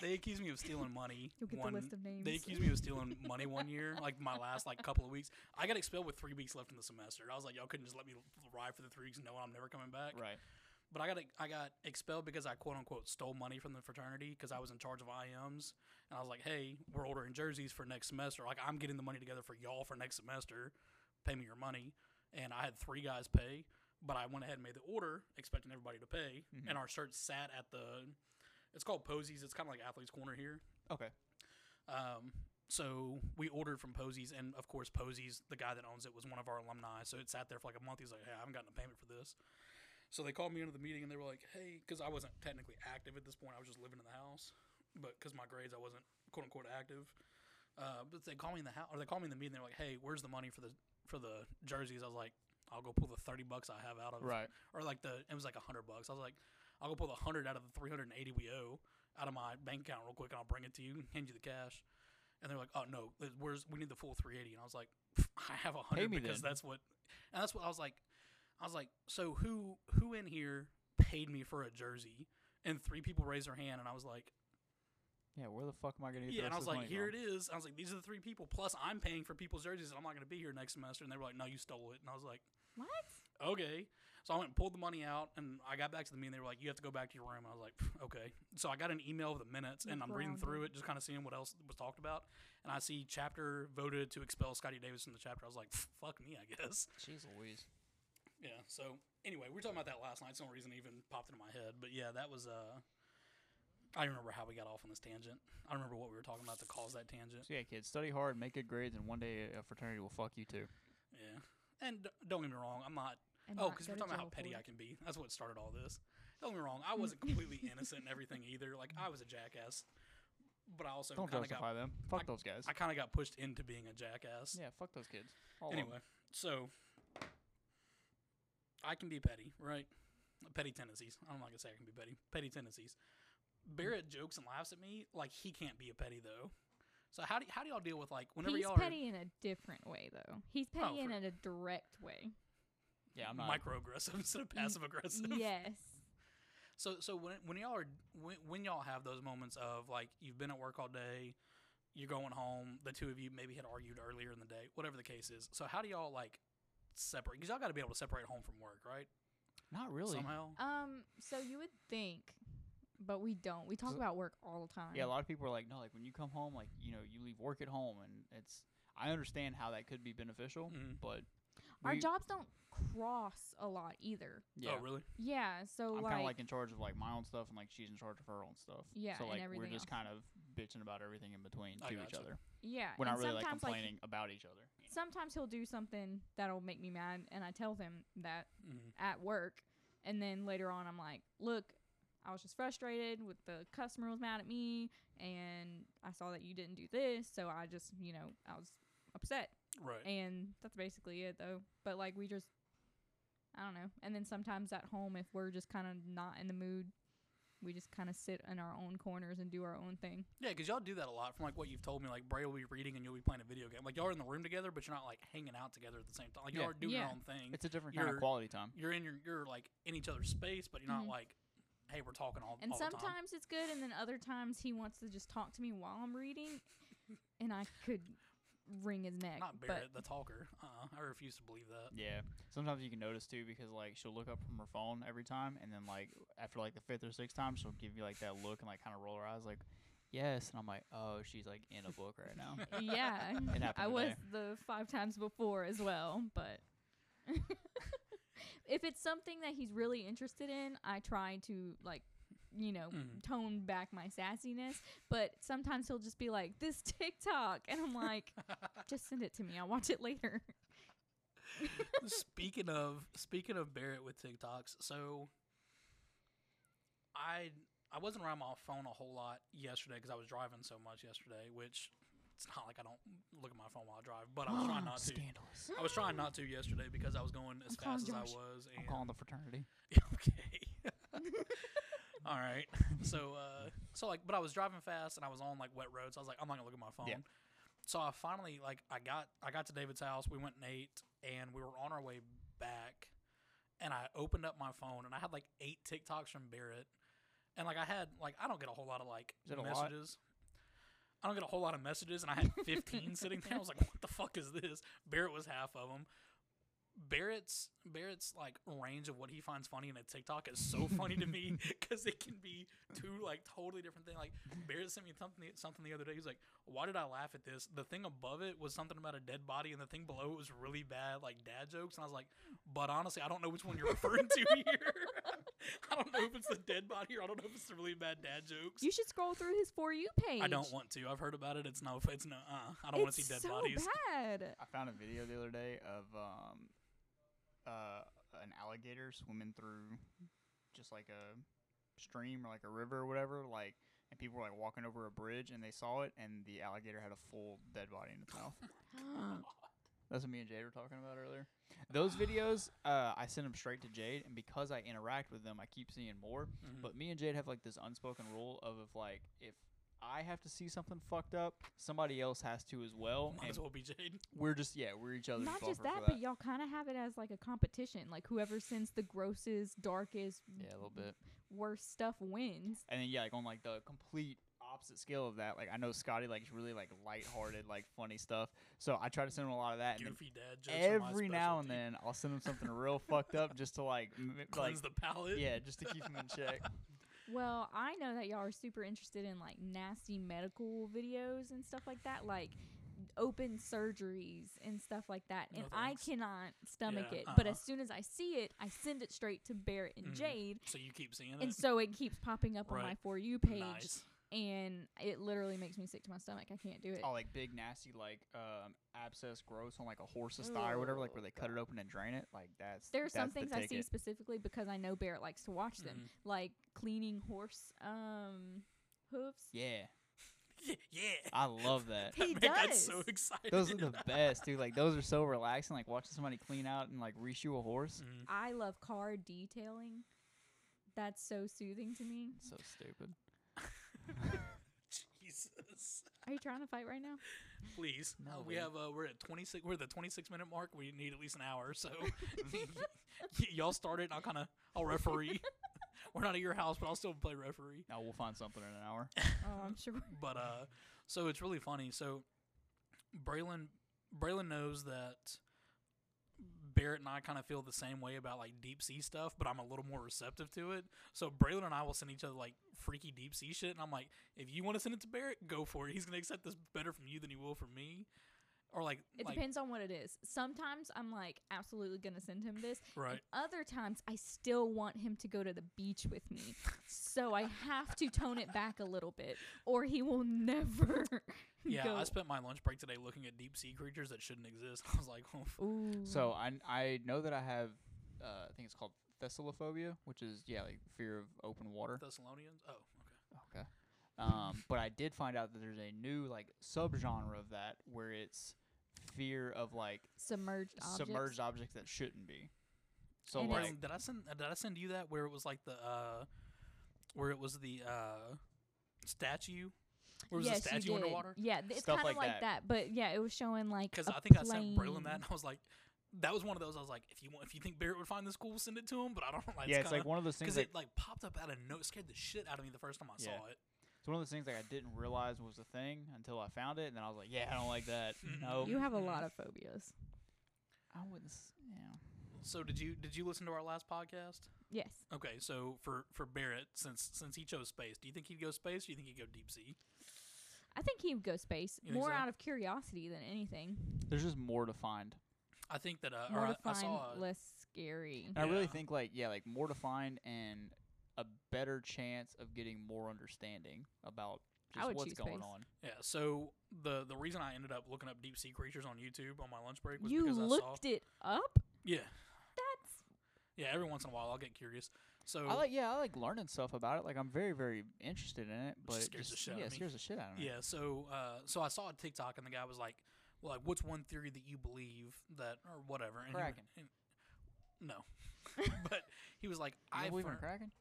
[SPEAKER 1] they accuse me of stealing money.
[SPEAKER 3] You'll get
[SPEAKER 1] one,
[SPEAKER 3] the list of names.
[SPEAKER 1] they accused me of stealing money one year, like my last like couple of weeks. I got expelled with three weeks left in the semester. I was like, y'all couldn't just let me ride for the three weeks, knowing I'm never coming back.
[SPEAKER 2] right.
[SPEAKER 1] But I got I got expelled because I quote unquote stole money from the fraternity because I was in charge of IMs and I was like, hey, we're ordering jerseys for next semester. Like I'm getting the money together for y'all for next semester. Pay me your money. And I had three guys pay, but I went ahead and made the order expecting everybody to pay.
[SPEAKER 2] Mhm.
[SPEAKER 1] And our shirts sat at the it's called Posey's. It's kind of like Athlete's Corner here.
[SPEAKER 2] Okay.
[SPEAKER 1] Um, so we ordered from Posey's, and of course, Posey's, the guy that owns it, was one of our alumni. So it sat there for like a month. He's like, "Hey, I haven't gotten a payment for this." So they called me into the meeting, and they were like, "Hey," because I wasn't technically active at this point. I was just living in the house, but because my grades, I wasn't quote unquote active. Uh, but they called me in the house, or they called me in the meeting. They're like, "Hey, where's the money for the for the jerseys?" I was like, "I'll go pull the thirty bucks I have out of
[SPEAKER 2] Right.
[SPEAKER 1] or like the it was like a hundred bucks. I was like, I'll go pull the hundred out of the three hundred and eighty we owe out of my bank account real quick, and I'll bring it to you, hand you the cash. And they're like, Oh no, th- where's we need the full three eighty? And I was like, I have a hundred
[SPEAKER 2] me
[SPEAKER 1] because
[SPEAKER 2] then.
[SPEAKER 1] that's what, and that's what I was like. I was like, so who who in here paid me for a jersey? And three people raised their hand, and I was like,
[SPEAKER 2] Yeah. Where the fuck am I gonna get?
[SPEAKER 1] yeah,
[SPEAKER 2] the
[SPEAKER 1] and I was
[SPEAKER 2] rest of this
[SPEAKER 1] like,
[SPEAKER 2] money
[SPEAKER 1] here
[SPEAKER 2] from?
[SPEAKER 1] it is. I was like, these are the three people. Plus, I'm paying for people's jerseys, and I'm not going to be here next semester. And they were like, no, you stole it. And I was like,
[SPEAKER 3] What?
[SPEAKER 1] okay. So I went and pulled the money out, and I got back to the meeting. They were like, "You have to go back to your room." I was like, "Okay." So I got an email of the minutes,
[SPEAKER 3] You're
[SPEAKER 1] and I'm reading through it,
[SPEAKER 3] grounded.
[SPEAKER 1] just kind of seeing what else was talked about. And I see chapter voted to expel Scotty Davis from the chapter. I was like, "Fuck me, I guess."
[SPEAKER 2] Jeez Louise.
[SPEAKER 1] Yeah. So anyway, we were talking about that last night. It's the only reason it even popped into my head. But yeah, that was. uh I don't remember how we got off on this tangent. I don't remember what we were talking about to cause that tangent.
[SPEAKER 2] So yeah, kids, study hard, make good grades, and one day a fraternity will fuck you too.
[SPEAKER 1] Yeah. And d- don't get me wrong, I'm not.
[SPEAKER 3] and
[SPEAKER 1] Oh,
[SPEAKER 3] not
[SPEAKER 1] because
[SPEAKER 3] go
[SPEAKER 1] we're
[SPEAKER 3] to
[SPEAKER 1] talking about how
[SPEAKER 3] jail
[SPEAKER 1] petty
[SPEAKER 3] for
[SPEAKER 1] I
[SPEAKER 3] it.
[SPEAKER 1] can be. That's what started all this. Don't get me wrong, I wasn't completely innocent in everything either. Like I was a jackass, but I also
[SPEAKER 2] Don't
[SPEAKER 1] kind of got
[SPEAKER 2] justify them. Fuck those guys.
[SPEAKER 1] I kind of got pushed into being a jackass.
[SPEAKER 2] yeah, fuck those kids. All of 'em.
[SPEAKER 1] Anyway, so I can be petty, right? Petty tendencies. I'm not gonna say I can be petty. Petty tendencies.
[SPEAKER 3] Hmm.
[SPEAKER 1] Barrett jokes and laughs at me like he can't be a petty though. So how do how do y'all deal with like whenever
[SPEAKER 3] He's
[SPEAKER 1] y'all
[SPEAKER 3] petty in a different way, though. He's petty
[SPEAKER 1] Oh,
[SPEAKER 3] in
[SPEAKER 1] for-
[SPEAKER 3] a direct way.
[SPEAKER 2] yeah,
[SPEAKER 1] are
[SPEAKER 2] I'm not.
[SPEAKER 1] microaggressive instead of passive aggressive?
[SPEAKER 3] yes.
[SPEAKER 1] So so when when y'all are when, when y'all have those moments of like you've been at work all day, you're going home, the two of you maybe had argued earlier in the day, whatever the case is. So how do y'all like separate? Because y'all got to be able to separate home from work, right?
[SPEAKER 2] not really.
[SPEAKER 1] Somehow.
[SPEAKER 3] Um. So you would think, but we don't. We talk
[SPEAKER 2] So-
[SPEAKER 3] about work all the time.
[SPEAKER 2] Yeah, a lot of people are like, no, like when you come home, like you know, you leave work at home, and it's. I understand how that could be beneficial,
[SPEAKER 1] Mhm.
[SPEAKER 2] but
[SPEAKER 3] Our
[SPEAKER 2] we-
[SPEAKER 3] jobs don't cross a lot either.
[SPEAKER 2] Yeah,
[SPEAKER 1] Oh really?
[SPEAKER 3] Yeah. So
[SPEAKER 2] I'm
[SPEAKER 3] like,
[SPEAKER 2] kind of like in charge of like my own stuff, and like she's in charge of her own stuff.
[SPEAKER 3] Yeah,
[SPEAKER 2] so
[SPEAKER 3] and
[SPEAKER 2] like we're
[SPEAKER 3] everything
[SPEAKER 2] just
[SPEAKER 3] else.
[SPEAKER 2] kind of bitching about everything in between
[SPEAKER 1] I
[SPEAKER 2] to each
[SPEAKER 1] gotcha.
[SPEAKER 2] other.
[SPEAKER 3] yeah.
[SPEAKER 2] We're not
[SPEAKER 3] and
[SPEAKER 2] really like
[SPEAKER 3] sometimes,
[SPEAKER 2] complaining about each other.
[SPEAKER 3] sometimes he'll do something that'll make me mad, and I tell him that
[SPEAKER 1] Mm-hmm.
[SPEAKER 3] at work, and then later on, I'm like, look. I was just frustrated with the customer was mad at me, and I saw that you didn't do this, so I just, you know, I was upset.
[SPEAKER 1] Right.
[SPEAKER 3] and that's basically it though but like we just i don't know and then sometimes at home if we're just kind of not in the mood we just kind of sit in our own corners and do our own thing
[SPEAKER 1] Yeah, because y'all do that a lot. From like what you've told me, like Bray will be reading and you'll be playing a video game. Like y'all are in the room together, but you're not like hanging out together at the same time. Like y'all
[SPEAKER 2] Yeah.
[SPEAKER 1] are doing your
[SPEAKER 3] Yeah.
[SPEAKER 1] own thing.
[SPEAKER 2] It's a different kind
[SPEAKER 1] You're-
[SPEAKER 2] of quality time.
[SPEAKER 1] you're in your you're like in each other's space, but you're not
[SPEAKER 3] Mhm.
[SPEAKER 1] like, hey, we're talking all.
[SPEAKER 3] and
[SPEAKER 1] all the time.
[SPEAKER 3] sometimes it's good and then other times he wants to just talk to me while i'm reading and i could wring his neck
[SPEAKER 1] not
[SPEAKER 3] but
[SPEAKER 1] Barrett, the talker. Uh, I refuse to believe that.
[SPEAKER 2] Yeah. Sometimes you can notice too because like she'll look up from her phone every time and then like after like the fifth or sixth time she'll give you like that look and like kind of roll her eyes like yes and I'm like oh she's like in a book right now.
[SPEAKER 3] yeah
[SPEAKER 2] It happened
[SPEAKER 3] i
[SPEAKER 2] today.
[SPEAKER 3] was the five times before as well but if it's something that he's really interested in i try to like you know
[SPEAKER 1] Mhm.
[SPEAKER 3] tone back my sassiness but sometimes he'll just be like this tiktok and i'm like just send it to me i'll watch it later
[SPEAKER 1] speaking of speaking of Barrett with TikToks, so I I wasn't around my phone a whole lot yesterday because I was driving so much yesterday, which it's not like I don't look at my phone while I drive, but I was
[SPEAKER 3] Oh,
[SPEAKER 1] trying not to.
[SPEAKER 2] Scandalous.
[SPEAKER 1] I was trying not to yesterday because I was going as
[SPEAKER 3] calling
[SPEAKER 1] fast as I
[SPEAKER 3] Josh.
[SPEAKER 1] was. And
[SPEAKER 2] I'm calling the fraternity.
[SPEAKER 1] okay. All right. So, uh, so like, but I was driving fast and I was on like wet roads. I was like, I'm not gonna look at my phone.
[SPEAKER 2] Yeah.
[SPEAKER 1] So I finally like I got I got to David's house. We went and ate, and we were on our way back. And I opened up my phone and I had like eight TikToks from Barrett, and like I had like I don't get a whole lot of like
[SPEAKER 2] Is it a lot?
[SPEAKER 1] messages. I don't get a whole lot of messages, and I had 15 sitting there. I was like, "What the fuck is this?" Barrett was half of them. Barrett's Barrett's like range of what he finds funny in a TikTok is so funny to me because it can be two like totally different things. Like Barrett sent me something something the other day. He's like, "Why did I laugh at this?" The thing above it was something about a dead body, and the thing below it was really bad, like dad jokes. And I was like, "But honestly, I don't know which one you're referring to here. I don't know if it's the dead body or I don't know if it's the really bad dad jokes."
[SPEAKER 3] you should scroll through his for you page
[SPEAKER 1] I don't want to. I've heard about it. It's no. It's no. Uh, I don't
[SPEAKER 3] it's
[SPEAKER 1] want to see dead
[SPEAKER 3] so
[SPEAKER 1] bodies.
[SPEAKER 3] bad
[SPEAKER 2] I found a video the other day of um uh an alligator swimming through just like a stream or like a river or whatever like and people were like walking over a bridge and they saw it and the alligator had a full dead body in its mouth. That's what me and Jade were talking about earlier. Those videos, uh, I send them straight to Jade, and because I interact with them, I keep seeing more.
[SPEAKER 3] Mm-hmm.
[SPEAKER 1] Mhm.
[SPEAKER 2] But me and Jade have like this unspoken rule of if like if I have to see something fucked up, somebody else has to as well.
[SPEAKER 1] Might
[SPEAKER 2] and
[SPEAKER 1] as well be Jade.
[SPEAKER 2] we're just yeah, we're each other's
[SPEAKER 3] not
[SPEAKER 2] buffer
[SPEAKER 3] just that,
[SPEAKER 2] for that.
[SPEAKER 3] but y'all kind of have it as like a competition like whoever sends the grossest darkest
[SPEAKER 2] yeah, a little bit.
[SPEAKER 3] worst stuff wins
[SPEAKER 2] Mm-hmm. And then yeah, like on like the complete opposite scale of that, like I know Scotty like is really like lighthearted, like funny stuff. So I try to send him a lot of that. And then
[SPEAKER 1] Goofy dad jokes. are my
[SPEAKER 2] every now and
[SPEAKER 1] specialty.
[SPEAKER 2] then, I'll send him something real fucked up just to like m- like
[SPEAKER 1] cleanse the palate.
[SPEAKER 2] yeah, just to keep him in check.
[SPEAKER 3] Well, I know that y'all are super interested in like nasty medical videos and stuff like that, like open surgeries and stuff like that.
[SPEAKER 1] No
[SPEAKER 3] And I
[SPEAKER 1] thanks.
[SPEAKER 3] cannot stomach
[SPEAKER 1] Yeah,
[SPEAKER 3] it. But
[SPEAKER 1] uh-uh.
[SPEAKER 3] as soon as I see it, I send it straight to Barrett and
[SPEAKER 1] Mhm.
[SPEAKER 3] Jade.
[SPEAKER 1] So you keep seeing it.
[SPEAKER 3] And so it keeps popping up on my
[SPEAKER 1] Right.
[SPEAKER 3] For You page.
[SPEAKER 1] Nice.
[SPEAKER 3] and it literally makes me sick to my stomach. I can't do it.
[SPEAKER 2] Oh, like big nasty like um abscess growths on like a horse's thigh or whatever, like where they cut it open and drain it. Like that's
[SPEAKER 3] there are some
[SPEAKER 2] that's the
[SPEAKER 3] things I see
[SPEAKER 2] ticket.
[SPEAKER 3] specifically because I know Barrett likes to watch them,
[SPEAKER 1] Mm-hmm.
[SPEAKER 3] like cleaning horse um hooves.
[SPEAKER 2] Yeah,
[SPEAKER 1] yeah,
[SPEAKER 2] I love that.
[SPEAKER 3] He
[SPEAKER 1] Man, That's so
[SPEAKER 3] does.
[SPEAKER 1] exciting.
[SPEAKER 2] Those are the best, dude. Like those are so relaxing. Like watching somebody clean out and like reshoe a horse.
[SPEAKER 1] Mhm.
[SPEAKER 3] I love car detailing. That's so soothing to me.
[SPEAKER 2] So stupid.
[SPEAKER 1] Jesus,
[SPEAKER 3] Are you trying to fight right now?
[SPEAKER 1] please.
[SPEAKER 2] No,
[SPEAKER 1] Uh, we
[SPEAKER 2] we-
[SPEAKER 1] have uh, we're at twenty six. We're at the twenty six minute mark. We need at least an hour. So y- y'all start it. and I'll kind of I'll referee. we're not at your house, but I'll still play referee.
[SPEAKER 2] No, we'll find something in an hour.
[SPEAKER 3] Oh, I'm sure.
[SPEAKER 1] But uh, so it's really funny. So Braylon Braylon knows that Barrett and I kind of feel the same way about like deep sea stuff, but I'm a little more receptive to it. So Braylon and I will send each other like freaky deep sea shit, and I'm like, if you want to send it to Barrett, go for it. He's gonna accept this better from you than he will from me. Or like,
[SPEAKER 3] It
[SPEAKER 1] like
[SPEAKER 3] depends on what it is. Sometimes I'm like absolutely gonna send him this.
[SPEAKER 1] right?
[SPEAKER 3] And other times I still want him to go to the beach with me. so I have to tone it back a little bit or he will never
[SPEAKER 1] Yeah,
[SPEAKER 3] go.
[SPEAKER 1] I spent my lunch break today looking at deep sea creatures that shouldn't exist. I was like, oh,
[SPEAKER 3] Ooh.
[SPEAKER 2] So I I know that I have uh, I think it's called thessalophobia, which is yeah like fear of open water.
[SPEAKER 1] Thessalonians. Oh, okay.
[SPEAKER 2] Okay. Um, but I did find out that there's a new like subgenre of that where it's fear of like
[SPEAKER 3] submerged objects.
[SPEAKER 2] submerged objects that shouldn't be. So
[SPEAKER 3] And
[SPEAKER 1] Braylon,
[SPEAKER 2] like
[SPEAKER 1] did I send uh, did I send you that where it was like the uh where it was the uh statue where it was
[SPEAKER 3] yes,
[SPEAKER 1] the statue
[SPEAKER 3] you did.
[SPEAKER 1] underwater?
[SPEAKER 3] Yeah, th- it's
[SPEAKER 2] Stuff
[SPEAKER 3] kind of like,
[SPEAKER 2] like
[SPEAKER 3] that. But yeah, it was showing like
[SPEAKER 1] Because
[SPEAKER 3] a
[SPEAKER 1] I think I sent Braylon that
[SPEAKER 3] plane.
[SPEAKER 1] and I was like that was one of those I was like, if you want if you think Barrett would find this cool, send it to him, but I don't like
[SPEAKER 2] yeah, it's like one of those
[SPEAKER 1] because
[SPEAKER 2] things. That,
[SPEAKER 1] it like popped up out of no it scared the shit out of me the first time I
[SPEAKER 2] Yeah.
[SPEAKER 1] saw it.
[SPEAKER 2] it's one of those things like I didn't realize was a thing until I found it, and then I was like, yeah, I don't like that. No,
[SPEAKER 3] You have a lot of phobias.
[SPEAKER 2] I wouldn't. s- Yeah.
[SPEAKER 1] So did you did you listen to our last podcast?
[SPEAKER 3] Yes.
[SPEAKER 1] Okay, so for for Barrett, since since he chose space, do you think he'd go space or do you think he'd go deep sea?
[SPEAKER 3] I think he would go space
[SPEAKER 1] You think
[SPEAKER 3] more
[SPEAKER 1] so?
[SPEAKER 3] out of curiosity than anything.
[SPEAKER 2] There's just more to find.
[SPEAKER 1] I think that uh,
[SPEAKER 3] More
[SPEAKER 1] or I,
[SPEAKER 3] to
[SPEAKER 1] I
[SPEAKER 3] find,
[SPEAKER 1] saw a-
[SPEAKER 3] less scary.
[SPEAKER 2] And I really
[SPEAKER 1] Yeah.
[SPEAKER 2] think like yeah, like more to find and a better chance of getting more understanding about
[SPEAKER 3] I
[SPEAKER 2] just
[SPEAKER 3] would
[SPEAKER 2] what's
[SPEAKER 3] choose
[SPEAKER 2] going
[SPEAKER 3] space.
[SPEAKER 2] on.
[SPEAKER 1] Yeah, so the the reason I ended up looking up deep sea creatures on YouTube on my lunch break was
[SPEAKER 3] You
[SPEAKER 1] because I saw
[SPEAKER 3] looked it up?
[SPEAKER 1] Yeah.
[SPEAKER 3] That's
[SPEAKER 1] Yeah, every once in a while I'll get curious. So
[SPEAKER 2] I like yeah, I like learning stuff about it. Like I'm very very interested in it, but it
[SPEAKER 1] scares the
[SPEAKER 2] just-
[SPEAKER 1] shit out of
[SPEAKER 2] yeah, it
[SPEAKER 1] me.
[SPEAKER 2] scares the shit out of me.
[SPEAKER 1] yeah, so uh so I saw a TikTok and the guy was like, well, like what's one theory that you believe that or whatever. And he-
[SPEAKER 2] Kraken.
[SPEAKER 1] and- no. but he was like
[SPEAKER 2] You
[SPEAKER 1] I
[SPEAKER 2] believe in
[SPEAKER 1] fir-
[SPEAKER 2] Kraken?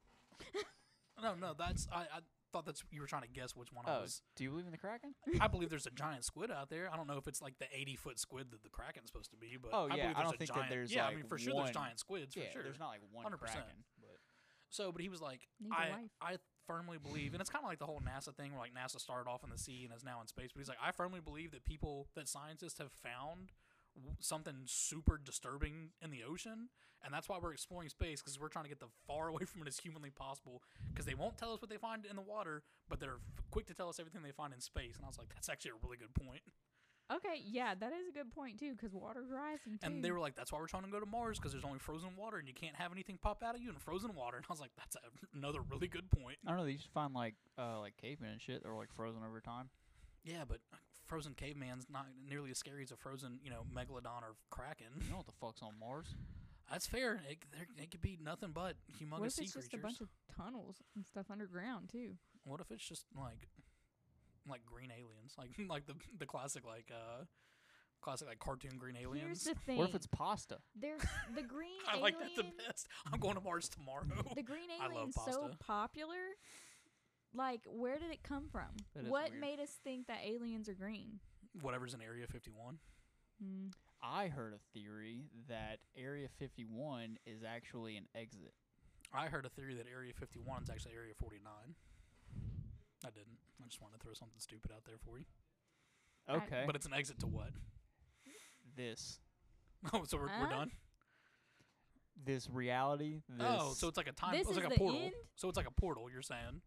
[SPEAKER 1] No, no, that's I, I thought that's you were trying to guess which one I
[SPEAKER 2] Oh,
[SPEAKER 1] was.
[SPEAKER 2] do you believe in the Kraken?
[SPEAKER 1] I believe there's a giant squid out there. I don't know if it's like the 80 foot squid that the Kraken's supposed to be, but
[SPEAKER 2] Oh,
[SPEAKER 1] I believe
[SPEAKER 2] yeah, I
[SPEAKER 1] there's
[SPEAKER 2] don't
[SPEAKER 1] a
[SPEAKER 2] think that
[SPEAKER 1] giant.
[SPEAKER 2] there's,
[SPEAKER 1] yeah, I
[SPEAKER 2] like,
[SPEAKER 1] mean for sure
[SPEAKER 2] one-
[SPEAKER 1] there's giant squids
[SPEAKER 2] yeah,
[SPEAKER 1] for sure.
[SPEAKER 2] there's not like one
[SPEAKER 1] 100%.
[SPEAKER 2] Kraken, but
[SPEAKER 1] So, but he was like,
[SPEAKER 3] Needs a
[SPEAKER 1] I,
[SPEAKER 3] wife.
[SPEAKER 1] I firmly believe, and it's kind of like the whole NASA thing where like NASA started off in the sea and is now in space. But he's like, I firmly believe that people, that scientists have found w- something super disturbing in the ocean. And that's why we're exploring space because we're trying to get the far away from it as humanly possible because they won't tell us what they find in the water, but they're f- quick to tell us everything they find in space. And I was like, that's actually a really good point.
[SPEAKER 3] Okay, yeah, that is a good point too, because water's rising too.
[SPEAKER 1] And they were like, that's why we're trying to go to Mars because there's only frozen water and you can't have anything pop out of you in frozen water. And I was like, that's a, another really good point.
[SPEAKER 2] I don't know. They used to find like uh like cavemen and shit, that were like frozen over time.
[SPEAKER 1] Yeah, but a frozen caveman's not nearly as scary as a frozen, you know, megalodon or kraken.
[SPEAKER 2] You know what the fuck's on Mars?
[SPEAKER 1] That's fair. It, there, it could be nothing but humongous
[SPEAKER 3] what if
[SPEAKER 1] sea
[SPEAKER 3] it's just
[SPEAKER 1] creatures.
[SPEAKER 3] a bunch of tunnels and stuff underground too?
[SPEAKER 1] what if it's just like, like green aliens, like like the the classic like uh, classic like cartoon green
[SPEAKER 3] Here's
[SPEAKER 1] aliens.
[SPEAKER 3] the thing.
[SPEAKER 2] What if it's pasta?
[SPEAKER 3] There's the green
[SPEAKER 1] I
[SPEAKER 3] alien.
[SPEAKER 1] like that the best. I'm going to Mars tomorrow.
[SPEAKER 3] the green
[SPEAKER 1] I love
[SPEAKER 3] alien's so
[SPEAKER 1] pasta.
[SPEAKER 3] popular. Like, where did it come from?
[SPEAKER 2] That is
[SPEAKER 3] What
[SPEAKER 2] weird.
[SPEAKER 3] made us think that aliens are green?
[SPEAKER 1] Whatever's in Area 51.
[SPEAKER 3] Hmm.
[SPEAKER 2] I heard a theory that Area 51 is actually an exit.
[SPEAKER 1] I heard a theory that Area 51 is actually Area 49. I didn't. I just wanted to throw something stupid out there for you.
[SPEAKER 3] I-
[SPEAKER 2] Okay.
[SPEAKER 1] But it's an exit to what?
[SPEAKER 2] this
[SPEAKER 1] Oh, so we're, we're
[SPEAKER 3] Huh?
[SPEAKER 1] done.
[SPEAKER 2] this reality. This
[SPEAKER 1] Oh, so it's like a time.
[SPEAKER 3] This
[SPEAKER 1] It's like
[SPEAKER 3] is
[SPEAKER 1] a
[SPEAKER 3] the
[SPEAKER 1] portal.
[SPEAKER 3] end?
[SPEAKER 1] So it's like a portal. You're saying?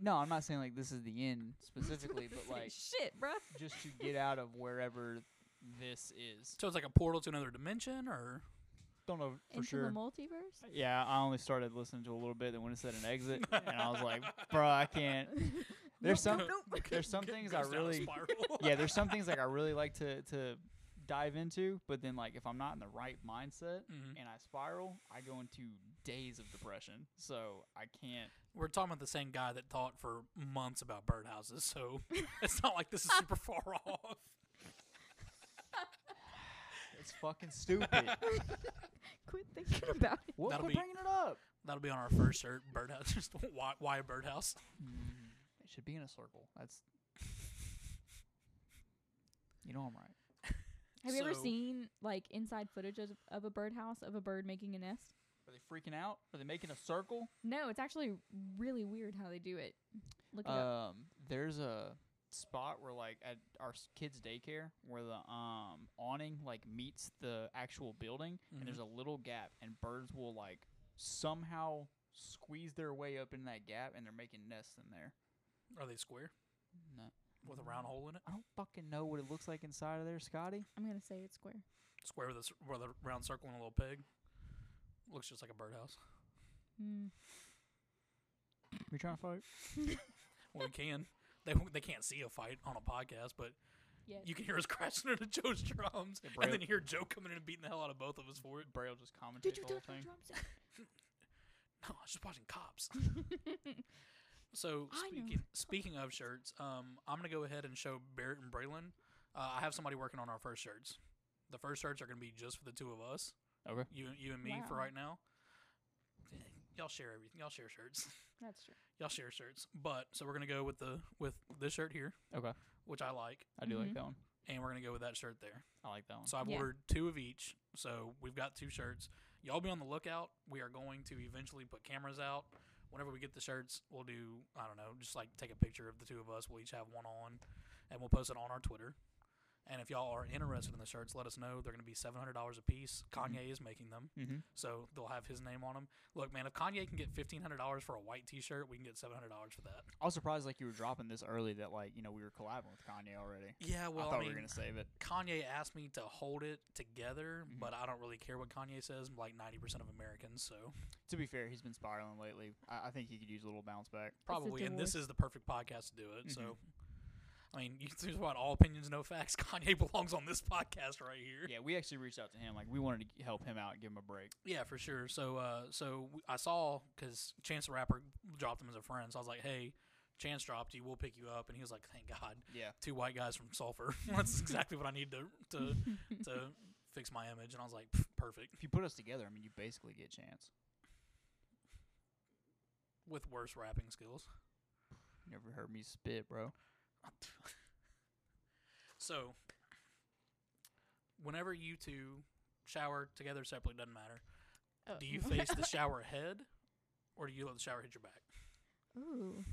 [SPEAKER 2] no, I'm not saying like this is the end specifically, but like
[SPEAKER 3] shit, bruh.
[SPEAKER 2] just to get out of wherever this is.
[SPEAKER 1] So it's like a portal to another dimension, or
[SPEAKER 2] Don't know for
[SPEAKER 3] Into the
[SPEAKER 2] sure.
[SPEAKER 3] multiverse.
[SPEAKER 2] Yeah, I only started listening to a little bit, and when it said an exit, and I was like, "Bro, I can't." There's some
[SPEAKER 1] Nope.
[SPEAKER 2] there's some
[SPEAKER 1] Goes
[SPEAKER 2] things I
[SPEAKER 1] down a
[SPEAKER 2] really
[SPEAKER 1] spiral.
[SPEAKER 2] yeah, there's some things like I really like to to dive into, but then like if I'm not in the right mindset
[SPEAKER 1] Mhm.
[SPEAKER 2] and I spiral, I go into days of depression. So I can't.
[SPEAKER 1] We're talking about the same guy that thought for months about birdhouses, so it's not like this is super far off.
[SPEAKER 2] It's fucking stupid.
[SPEAKER 3] Quit thinking about it.
[SPEAKER 2] what?
[SPEAKER 1] That'll
[SPEAKER 2] Quit
[SPEAKER 1] be-
[SPEAKER 2] bringing it up.
[SPEAKER 1] That'll be on our first shirt. Birdhouse. Just why, why a birdhouse?
[SPEAKER 2] It should be in a circle. That's. You know I'm right.
[SPEAKER 3] Have you ever
[SPEAKER 1] So-
[SPEAKER 3] seen like inside footage of, of a birdhouse of a bird making a nest?
[SPEAKER 2] Are they freaking out? Are they making a circle?
[SPEAKER 3] No, it's actually really weird how they do it. Look it up.
[SPEAKER 2] Um, there's a spot where like at our s- kids' daycare where the um awning like meets the actual building,
[SPEAKER 1] Mhm.
[SPEAKER 2] and there's a
[SPEAKER 3] Mm-hmm.
[SPEAKER 2] little gap, and birds will like somehow squeeze their way up in that gap, and they're making nests in there.
[SPEAKER 1] Are they square
[SPEAKER 2] No,
[SPEAKER 1] with a round hole in it?
[SPEAKER 2] I don't fucking know what it looks like inside of there, Scotty.
[SPEAKER 3] I'm gonna say it's square.
[SPEAKER 1] Square with a, cir- with a round circle and a little peg. Looks just like a birdhouse.
[SPEAKER 3] Mm.
[SPEAKER 2] We trying to fight?
[SPEAKER 1] Well, we can. They won't- they can't see a fight on a podcast, but
[SPEAKER 3] Yes.
[SPEAKER 1] you can hear us crashing into Joe's drums,
[SPEAKER 2] Yeah,
[SPEAKER 1] and
[SPEAKER 2] Braille-
[SPEAKER 1] then hear Joe coming in and beating the hell out of both of us for it.
[SPEAKER 2] Braille just commentates
[SPEAKER 3] Did you
[SPEAKER 2] the whole
[SPEAKER 3] touch my
[SPEAKER 2] thing.
[SPEAKER 3] drums?
[SPEAKER 1] No, I was just watching Cops. so
[SPEAKER 3] I know.
[SPEAKER 1] speaking speaking of shirts, um, I'm gonna go ahead and show Barrett and Braylon. Uh, I have somebody working on our first shirts. The first shirts are gonna be just for the two of us.
[SPEAKER 2] Okay.
[SPEAKER 1] You you and me for
[SPEAKER 3] Wow.
[SPEAKER 1] right now. Eh, Y'all share everything. Y'all share shirts.
[SPEAKER 3] That's true.
[SPEAKER 1] Y'all share shirts. But so we're gonna go with the with this shirt here,
[SPEAKER 2] Okay.
[SPEAKER 1] which I like,
[SPEAKER 2] I do
[SPEAKER 3] Mhm.
[SPEAKER 2] like that one.
[SPEAKER 1] and we're gonna go with that shirt there.
[SPEAKER 2] I like that one.
[SPEAKER 1] So I've
[SPEAKER 3] Yeah.
[SPEAKER 1] ordered two of each. So we've got two shirts. Y'all be on the lookout. We are going to eventually put cameras out. Whenever we get the shirts, we'll do I don't know, just like take a picture of the two of us. We'll each have one on, and we'll post it on our Twitter. And if y'all are interested in the shirts, let us know. They're going to be seven hundred dollars a piece. Kanye is making them,
[SPEAKER 2] Mhm.
[SPEAKER 1] so they'll have his name on them. Look, man, if Kanye can get fifteen hundred dollars for a white T-shirt, we can get seven hundred dollars for that.
[SPEAKER 2] I was surprised like you were dropping this early that like you know we were collabing with Kanye already.
[SPEAKER 1] Yeah, well,
[SPEAKER 2] I
[SPEAKER 1] I,
[SPEAKER 2] thought
[SPEAKER 1] mean,
[SPEAKER 2] we were gonna save it.
[SPEAKER 1] Kanye asked me to hold it together,
[SPEAKER 2] Mhm.
[SPEAKER 1] but I don't really care what Kanye says. Like ninety percent of Americans, so
[SPEAKER 2] To be fair, he's been spiraling lately. I, I think he could use a little bounce back.
[SPEAKER 1] probably. And this
[SPEAKER 3] divorce.
[SPEAKER 1] is the perfect podcast to do it. So,
[SPEAKER 2] Mhm.
[SPEAKER 1] I mean, you can about all opinions, no facts. Kanye belongs on this podcast right here.
[SPEAKER 2] Yeah, we actually reached out to him. Like we wanted to help him out and give him a break.
[SPEAKER 1] Yeah, for sure. So, uh, so w- I saw because Chance the Rapper dropped him as a friend. So I was like, hey. Chance dropped you. We'll pick you up, and he was like, "Thank God,
[SPEAKER 2] Yeah.
[SPEAKER 1] two white guys from Sulphur. That's exactly what I need to to to fix my image." And I was like, "Pff, "Perfect."
[SPEAKER 2] If you put us together, I mean, you basically get chance.
[SPEAKER 1] With worse rapping skills.
[SPEAKER 2] You never heard me spit, bro.
[SPEAKER 1] so, whenever you two shower together separately, doesn't matter.
[SPEAKER 3] Oh.
[SPEAKER 1] Do you face the shower head, or do you let the shower hit your back?
[SPEAKER 3] Ooh.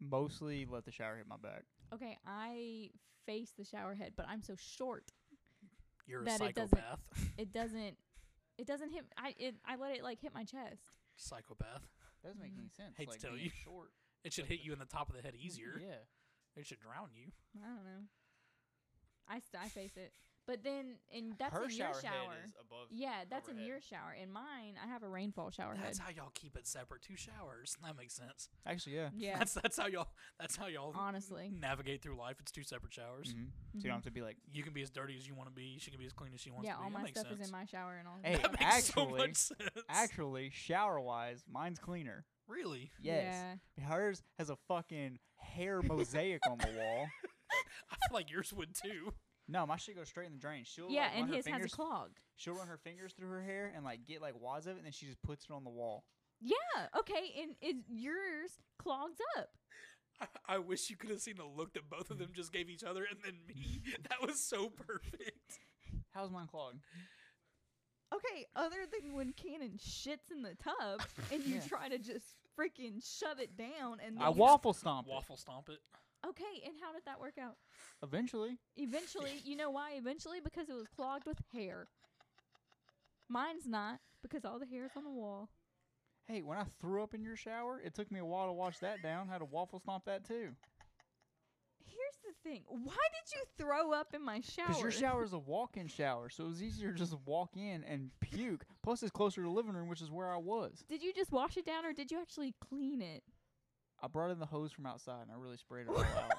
[SPEAKER 2] Mostly let the shower hit my back.
[SPEAKER 3] Okay, I face the shower head, but I'm so short.
[SPEAKER 1] You're a
[SPEAKER 3] That it doesn't-
[SPEAKER 1] psychopath.
[SPEAKER 3] It doesn't. It doesn't hit. I it. I let it like hit my chest.
[SPEAKER 1] psychopath.
[SPEAKER 2] That doesn't make any sense.
[SPEAKER 1] Hate to
[SPEAKER 2] like
[SPEAKER 1] tell
[SPEAKER 2] being
[SPEAKER 1] you.
[SPEAKER 2] short.
[SPEAKER 1] It should hit you in the top of the head easier.
[SPEAKER 2] Yeah.
[SPEAKER 1] It should drown you.
[SPEAKER 3] I don't know. I st- I face it, but then and that's
[SPEAKER 2] Her
[SPEAKER 3] in
[SPEAKER 2] shower,
[SPEAKER 3] your shower.
[SPEAKER 2] head is above.
[SPEAKER 3] yeah, that's in
[SPEAKER 2] overhead.
[SPEAKER 3] your shower. In mine, I have a rainfall shower
[SPEAKER 1] That's
[SPEAKER 3] head.
[SPEAKER 1] how y'all keep it separate. Two showers. That makes sense.
[SPEAKER 2] Actually, yeah.
[SPEAKER 3] Yeah,
[SPEAKER 1] That's that's how y'all. That's how y'all
[SPEAKER 3] honestly. Mm-hmm.
[SPEAKER 1] navigate through life. It's two separate showers.
[SPEAKER 2] Mhm. So you don't have to be like,
[SPEAKER 1] You can be as dirty as you want to be. She can be as clean as she wants
[SPEAKER 3] Yeah,
[SPEAKER 1] to be.
[SPEAKER 3] all
[SPEAKER 1] that
[SPEAKER 3] my
[SPEAKER 1] makes
[SPEAKER 3] stuff
[SPEAKER 1] sense.
[SPEAKER 3] is in my shower and all.
[SPEAKER 2] Hey,
[SPEAKER 1] that makes so
[SPEAKER 2] actually-
[SPEAKER 1] much sense.
[SPEAKER 2] actually, shower wise, mine's cleaner.
[SPEAKER 1] really,
[SPEAKER 2] Yes.
[SPEAKER 3] Yeah.
[SPEAKER 2] Hers has a fucking hair mosaic on the wall.
[SPEAKER 1] I feel like yours would too.
[SPEAKER 2] No, my shit goes straight in the drain. She'll
[SPEAKER 3] Yeah,
[SPEAKER 2] like, run
[SPEAKER 3] and
[SPEAKER 2] her
[SPEAKER 3] his has
[SPEAKER 2] fingers,
[SPEAKER 3] a clog.
[SPEAKER 2] She'll run her fingers through her hair and like get like wads of it, and then she just puts it on the wall.
[SPEAKER 3] Yeah. Okay, and it yours clogs up.
[SPEAKER 1] I, I wish you could have seen the look that both of them just gave each other and then me. That was so perfect.
[SPEAKER 2] How's mine clogged?
[SPEAKER 3] Okay, other than when Cannon shits in the tub and you
[SPEAKER 2] Yeah.
[SPEAKER 3] try to just freaking shove it down and
[SPEAKER 2] I
[SPEAKER 3] then-
[SPEAKER 2] waffle stomp.
[SPEAKER 1] Waffle stomp it.
[SPEAKER 3] Okay, and how did that work out?
[SPEAKER 2] Eventually,
[SPEAKER 3] Eventually, you know why? Eventually, because it was clogged with hair. Mine's not because all the hair's on the wall.
[SPEAKER 2] hey, when I threw up in your shower, it took me a while to wash that down. Had to waffle stomp that too.
[SPEAKER 3] Here's the thing: Why did you throw up in my
[SPEAKER 2] Because
[SPEAKER 3] shower?
[SPEAKER 2] your shower is a walk-in shower, so it was easier to just walk in and puke. Plus, it's closer to the living room, which is where I was.
[SPEAKER 3] did you just wash it down, or did you actually clean it?
[SPEAKER 2] I brought in the hose from outside and I really sprayed it all out.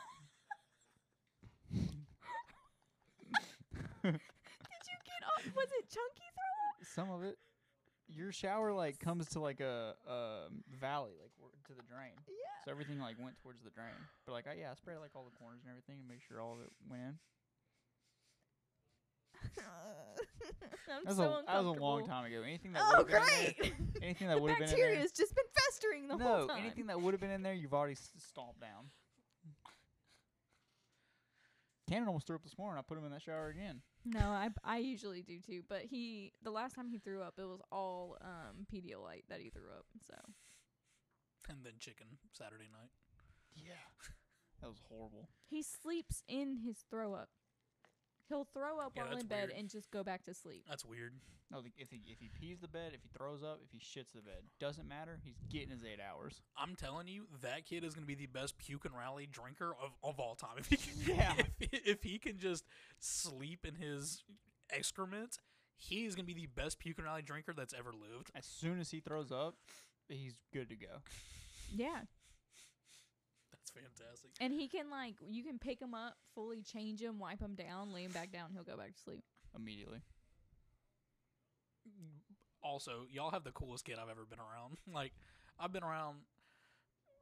[SPEAKER 3] Did you get on? Was it chunky throw up?
[SPEAKER 2] Some of it. Your shower like comes to like a, a valley, like where- to the drain.
[SPEAKER 3] Yeah.
[SPEAKER 2] So everything like went towards the drain. But like, I, yeah, I sprayed like all the corners and everything and make sure all of it went in.
[SPEAKER 3] I'm
[SPEAKER 2] That was,
[SPEAKER 3] so
[SPEAKER 2] a, that was a long
[SPEAKER 3] uncomfortable.
[SPEAKER 2] time ago. Anything that
[SPEAKER 3] Oh
[SPEAKER 2] would have been in
[SPEAKER 3] great!
[SPEAKER 2] there, anything
[SPEAKER 3] the
[SPEAKER 2] that would have been in
[SPEAKER 3] bacteria
[SPEAKER 2] there,
[SPEAKER 3] has just been festering the
[SPEAKER 2] no,
[SPEAKER 3] whole time.
[SPEAKER 2] anything that would have been in there, you've already s- stomped down. Cannon almost threw up this morning. I put him in that shower again.
[SPEAKER 3] No, I I usually do too, but he the last time he threw up, it was all um Pedialyte that he threw up. So
[SPEAKER 1] and then chicken Saturday night.
[SPEAKER 2] Yeah, that was horrible.
[SPEAKER 3] he sleeps in his throw up. He'll throw up
[SPEAKER 1] Yeah,
[SPEAKER 3] while
[SPEAKER 1] that's
[SPEAKER 3] in bed
[SPEAKER 1] weird.
[SPEAKER 3] and just go back to sleep.
[SPEAKER 1] That's weird.
[SPEAKER 2] No, the, if he if he pees the bed, if he throws up, if he shits the bed, doesn't matter. He's getting his eight hours.
[SPEAKER 1] I'm telling you, that kid is going to be the best puke and rally drinker of, of all time. If he, can,
[SPEAKER 2] Yeah.
[SPEAKER 1] if, he- if he can just sleep in his excrement, he is going to be the best puke and rally drinker that's ever lived.
[SPEAKER 2] As soon as he throws up, he's good to go.
[SPEAKER 3] Yeah,
[SPEAKER 1] That's fantastic.
[SPEAKER 3] and he can like you can pick him up, fully change him, wipe him down, lay him back down. He'll go back to sleep.
[SPEAKER 2] Immediately.
[SPEAKER 1] Also, y'all have the coolest kid I've ever been around. Like, I've been around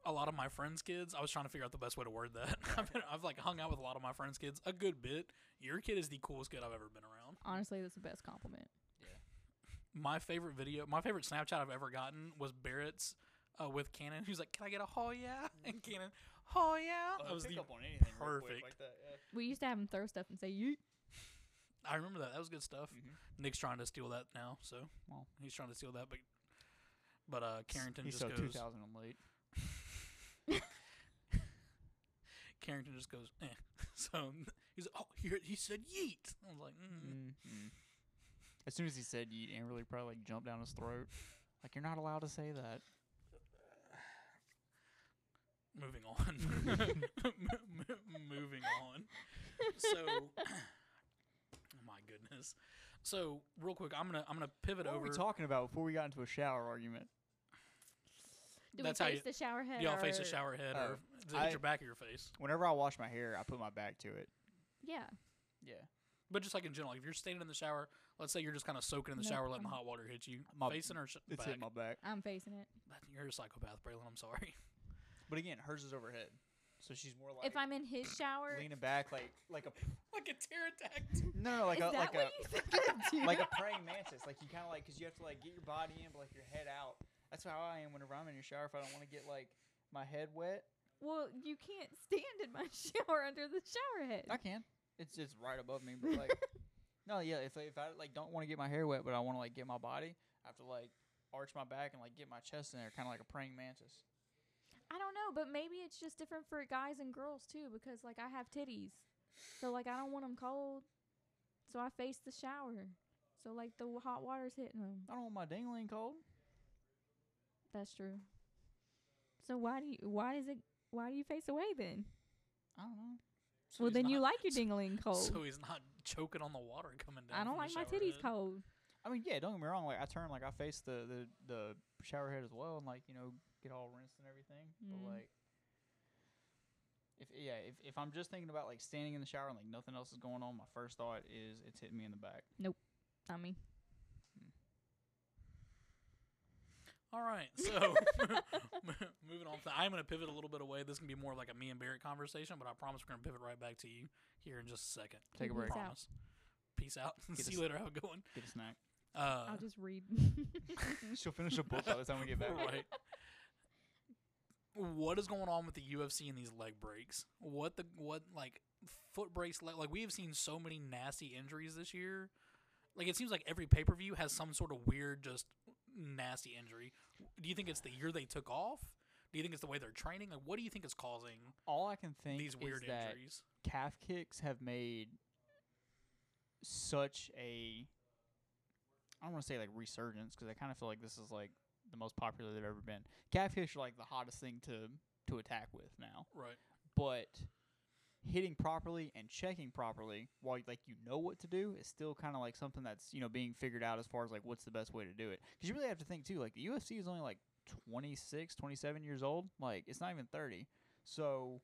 [SPEAKER 1] a lot of my friends' kids. I was trying to figure out the best way to word that. I've, been, I've like hung out with a lot of my friends' kids a good bit. Your kid is the coolest kid I've ever been around.
[SPEAKER 3] Honestly, that's the best compliment.
[SPEAKER 1] my favorite video, my favorite Snapchat I've ever gotten was Barrett's uh, with Cannon. Who's like, "Can I get a oh yeah?" And Cannon, "Oh yeah."
[SPEAKER 2] Uh,
[SPEAKER 1] that was the.
[SPEAKER 2] on anything
[SPEAKER 1] real quick like
[SPEAKER 2] that.
[SPEAKER 3] We used to have him throw stuff and say yeet.
[SPEAKER 1] I remember that. That was good stuff.
[SPEAKER 2] Mhm.
[SPEAKER 1] Nick's trying to steal that now, so
[SPEAKER 2] Well.
[SPEAKER 1] he's trying to steal that. But but uh, Carrington
[SPEAKER 2] he's
[SPEAKER 1] just
[SPEAKER 2] so
[SPEAKER 1] goes.
[SPEAKER 2] 2000 and late.
[SPEAKER 1] Carrington just goes. Eh. So he's like, "Oh, he, he said yeet." I was like, mm.
[SPEAKER 2] Mm-hmm. As soon as he said yeet, Amberly probably like jumped down his throat. Like you're not allowed to say that.
[SPEAKER 1] moving on. Mo- mo- moving on. So, my goodness. So real quick, I'm gonna I'm gonna pivot
[SPEAKER 2] What
[SPEAKER 1] over.
[SPEAKER 2] were we talking about before we got into a shower argument?
[SPEAKER 3] Do
[SPEAKER 1] That's how
[SPEAKER 3] we face
[SPEAKER 1] you-
[SPEAKER 3] the shower head?
[SPEAKER 1] Y'all face the
[SPEAKER 3] or-
[SPEAKER 1] shower head
[SPEAKER 2] Oh.
[SPEAKER 1] or is it
[SPEAKER 2] I-
[SPEAKER 1] your back of your face.
[SPEAKER 2] Whenever I wash my hair, I put my back to it.
[SPEAKER 3] Yeah,
[SPEAKER 2] Yeah.
[SPEAKER 1] But just like in general, if you're standing in the shower, let's say you're just kind of soaking in the
[SPEAKER 3] No,
[SPEAKER 1] shower, letting the
[SPEAKER 3] I'm-
[SPEAKER 1] hot water hit you,
[SPEAKER 2] My-
[SPEAKER 1] facing or sh-
[SPEAKER 2] It's
[SPEAKER 1] back.
[SPEAKER 2] hit my back.
[SPEAKER 3] I'm facing it.
[SPEAKER 1] you're a psychopath, Braylon. I'm sorry.
[SPEAKER 2] But again, hers is overhead. So she's more like
[SPEAKER 3] if I'm in his shower,
[SPEAKER 2] leaning back like like a
[SPEAKER 1] like a pterodactyl.
[SPEAKER 2] no, no like
[SPEAKER 3] is
[SPEAKER 2] a
[SPEAKER 3] that
[SPEAKER 2] like
[SPEAKER 3] what
[SPEAKER 2] a
[SPEAKER 3] you think I do?
[SPEAKER 2] like a praying mantis. Like you kind of like because you have to like get your body in, but like your head out. That's how I am whenever I'm in your shower. If I don't want to get like my head wet,
[SPEAKER 3] Well, you can't stand in my shower under the shower head.
[SPEAKER 2] I can. It's just right above me, but like no, yeah. If if I like don't want to get my hair wet, but I want to like get my body, I have to like arch my back and like get my chest in there, kind of like a praying mantis.
[SPEAKER 3] I don't know, but maybe it's just different for guys and girls too, because like I have titties, so like I don't want 'em cold, so I face the shower, so like the w- hot water's hitting 'em.
[SPEAKER 2] I don't want my dingling cold.
[SPEAKER 3] That's true. So why do you why is it why do you face away then?
[SPEAKER 2] I don't know.
[SPEAKER 3] well, then you like your dingling cold.
[SPEAKER 1] So he's not choking on the water coming down.
[SPEAKER 3] Oh. I don't
[SPEAKER 1] from
[SPEAKER 3] like
[SPEAKER 1] the
[SPEAKER 3] my
[SPEAKER 1] shower
[SPEAKER 3] titties
[SPEAKER 1] head.
[SPEAKER 3] cold.
[SPEAKER 2] I mean, yeah. Don't get me wrong. Like I turn like I face the the the shower head as well, and like you know get all rinsed and everything.
[SPEAKER 3] Mm.
[SPEAKER 2] But like. If, yeah, if, if I'm just thinking about like standing in the shower and like nothing else is going on, my first thought is it's hitting me in the back.
[SPEAKER 3] I mean,
[SPEAKER 1] All right, so moving on. I'm going to pivot a little bit away. This can be more of like a me and Barrett conversation, but I promise we're going to pivot right back to you here in just a second.
[SPEAKER 2] Take a
[SPEAKER 3] Peace
[SPEAKER 2] break.
[SPEAKER 3] out.
[SPEAKER 1] Promise. Peace out.
[SPEAKER 2] Get
[SPEAKER 1] See
[SPEAKER 2] us-
[SPEAKER 1] you later. How it going?
[SPEAKER 2] Get a snack.
[SPEAKER 1] Uh,
[SPEAKER 3] I'll just read.
[SPEAKER 2] She'll finish a book by the time we get back.
[SPEAKER 1] Right. What is going on with the UFC and these leg breaks? What the what like foot breaks? Leg, like we have seen so many nasty injuries this year. Like it seems like every pay per view has some sort of weird, just nasty injury. Do you think it's the year they took off? Do you think it's the way they're training? Like, what do you think is causing
[SPEAKER 2] All I can think
[SPEAKER 1] these weird
[SPEAKER 2] is that
[SPEAKER 1] injuries?
[SPEAKER 2] calf kicks have made such a I don't want to say like resurgence because I kind of feel like this is like the most popular they've ever been. Calf kicks are like the hottest thing to to attack with now,
[SPEAKER 1] Right.
[SPEAKER 2] but hitting properly and checking properly while like you know what to do is still kind of like something that's you know being figured out as far as like what's the best way to do it because you really have to think too like the ufc is only like 26, 27 years old. Like it's not even 30. So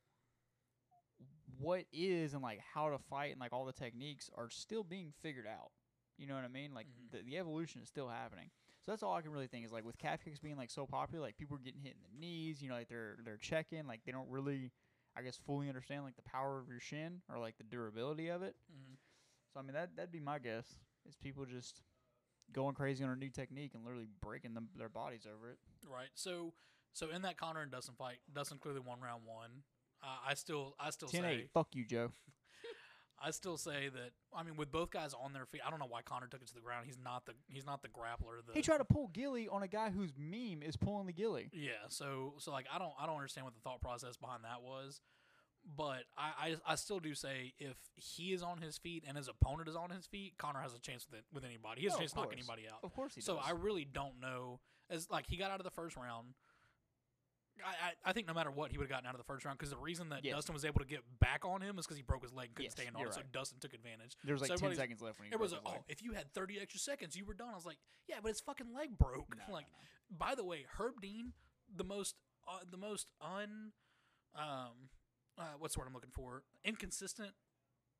[SPEAKER 2] what is and like how to fight and like all the techniques are still being figured out. You know what I mean? Like
[SPEAKER 1] Mhm.
[SPEAKER 2] the, the evolution is still happening. So that's all I can really think is like with calf kicks being like so popular, like people are getting hit in the knees, you know, like they're they're checking, like they don't really I guess fully understand like the power of your shin or like the durability of it.
[SPEAKER 1] Mhm.
[SPEAKER 2] So I mean that that'd be my guess is people just going crazy on a new technique and literally breaking them, their bodies over it.
[SPEAKER 1] Right. So, so in that Connor and Dustin fight, Dustin clearly won round one. Uh, I still, I still
[SPEAKER 2] 10
[SPEAKER 1] say,
[SPEAKER 2] 8. Fuck you, Joe.
[SPEAKER 1] I still say that. I mean, with both guys on their feet, I don't know why Connor took it to the ground. He's not the, he's not the grappler. The
[SPEAKER 2] He tried to pull Gilly on a guy whose meme is pulling the Gilly.
[SPEAKER 1] Yeah, so so like I don't I don't understand what the thought process behind that was, but I I, I still do say if he is on his feet and his opponent is on his feet, Connor has a chance with it, with anybody. He has
[SPEAKER 2] Oh,
[SPEAKER 1] a
[SPEAKER 2] of
[SPEAKER 1] chance to knock
[SPEAKER 2] course.
[SPEAKER 1] anybody out.
[SPEAKER 2] Of course he
[SPEAKER 1] So
[SPEAKER 2] does.
[SPEAKER 1] I really don't know. As like he got out of the first round. I, I, I think no matter what he would have gotten out of the first round because the reason that
[SPEAKER 2] Yes.
[SPEAKER 1] Dustin was able to get back on him is because he broke his leg and couldn't
[SPEAKER 2] Yes,
[SPEAKER 1] stand on it
[SPEAKER 2] you're
[SPEAKER 1] so
[SPEAKER 2] right.
[SPEAKER 1] Dustin took advantage
[SPEAKER 2] there was like
[SPEAKER 1] so
[SPEAKER 2] 10
[SPEAKER 1] everybody's-
[SPEAKER 2] seconds left when he
[SPEAKER 1] it was like,
[SPEAKER 2] broke his
[SPEAKER 1] oh
[SPEAKER 2] leg.
[SPEAKER 1] if you had 30 extra seconds you were done I was like yeah but his fucking leg broke
[SPEAKER 2] No,
[SPEAKER 1] like
[SPEAKER 2] no, no.
[SPEAKER 1] by the way, Herb Dean, the most uh, the most un um uh, what's the word I'm looking for? Inconsistent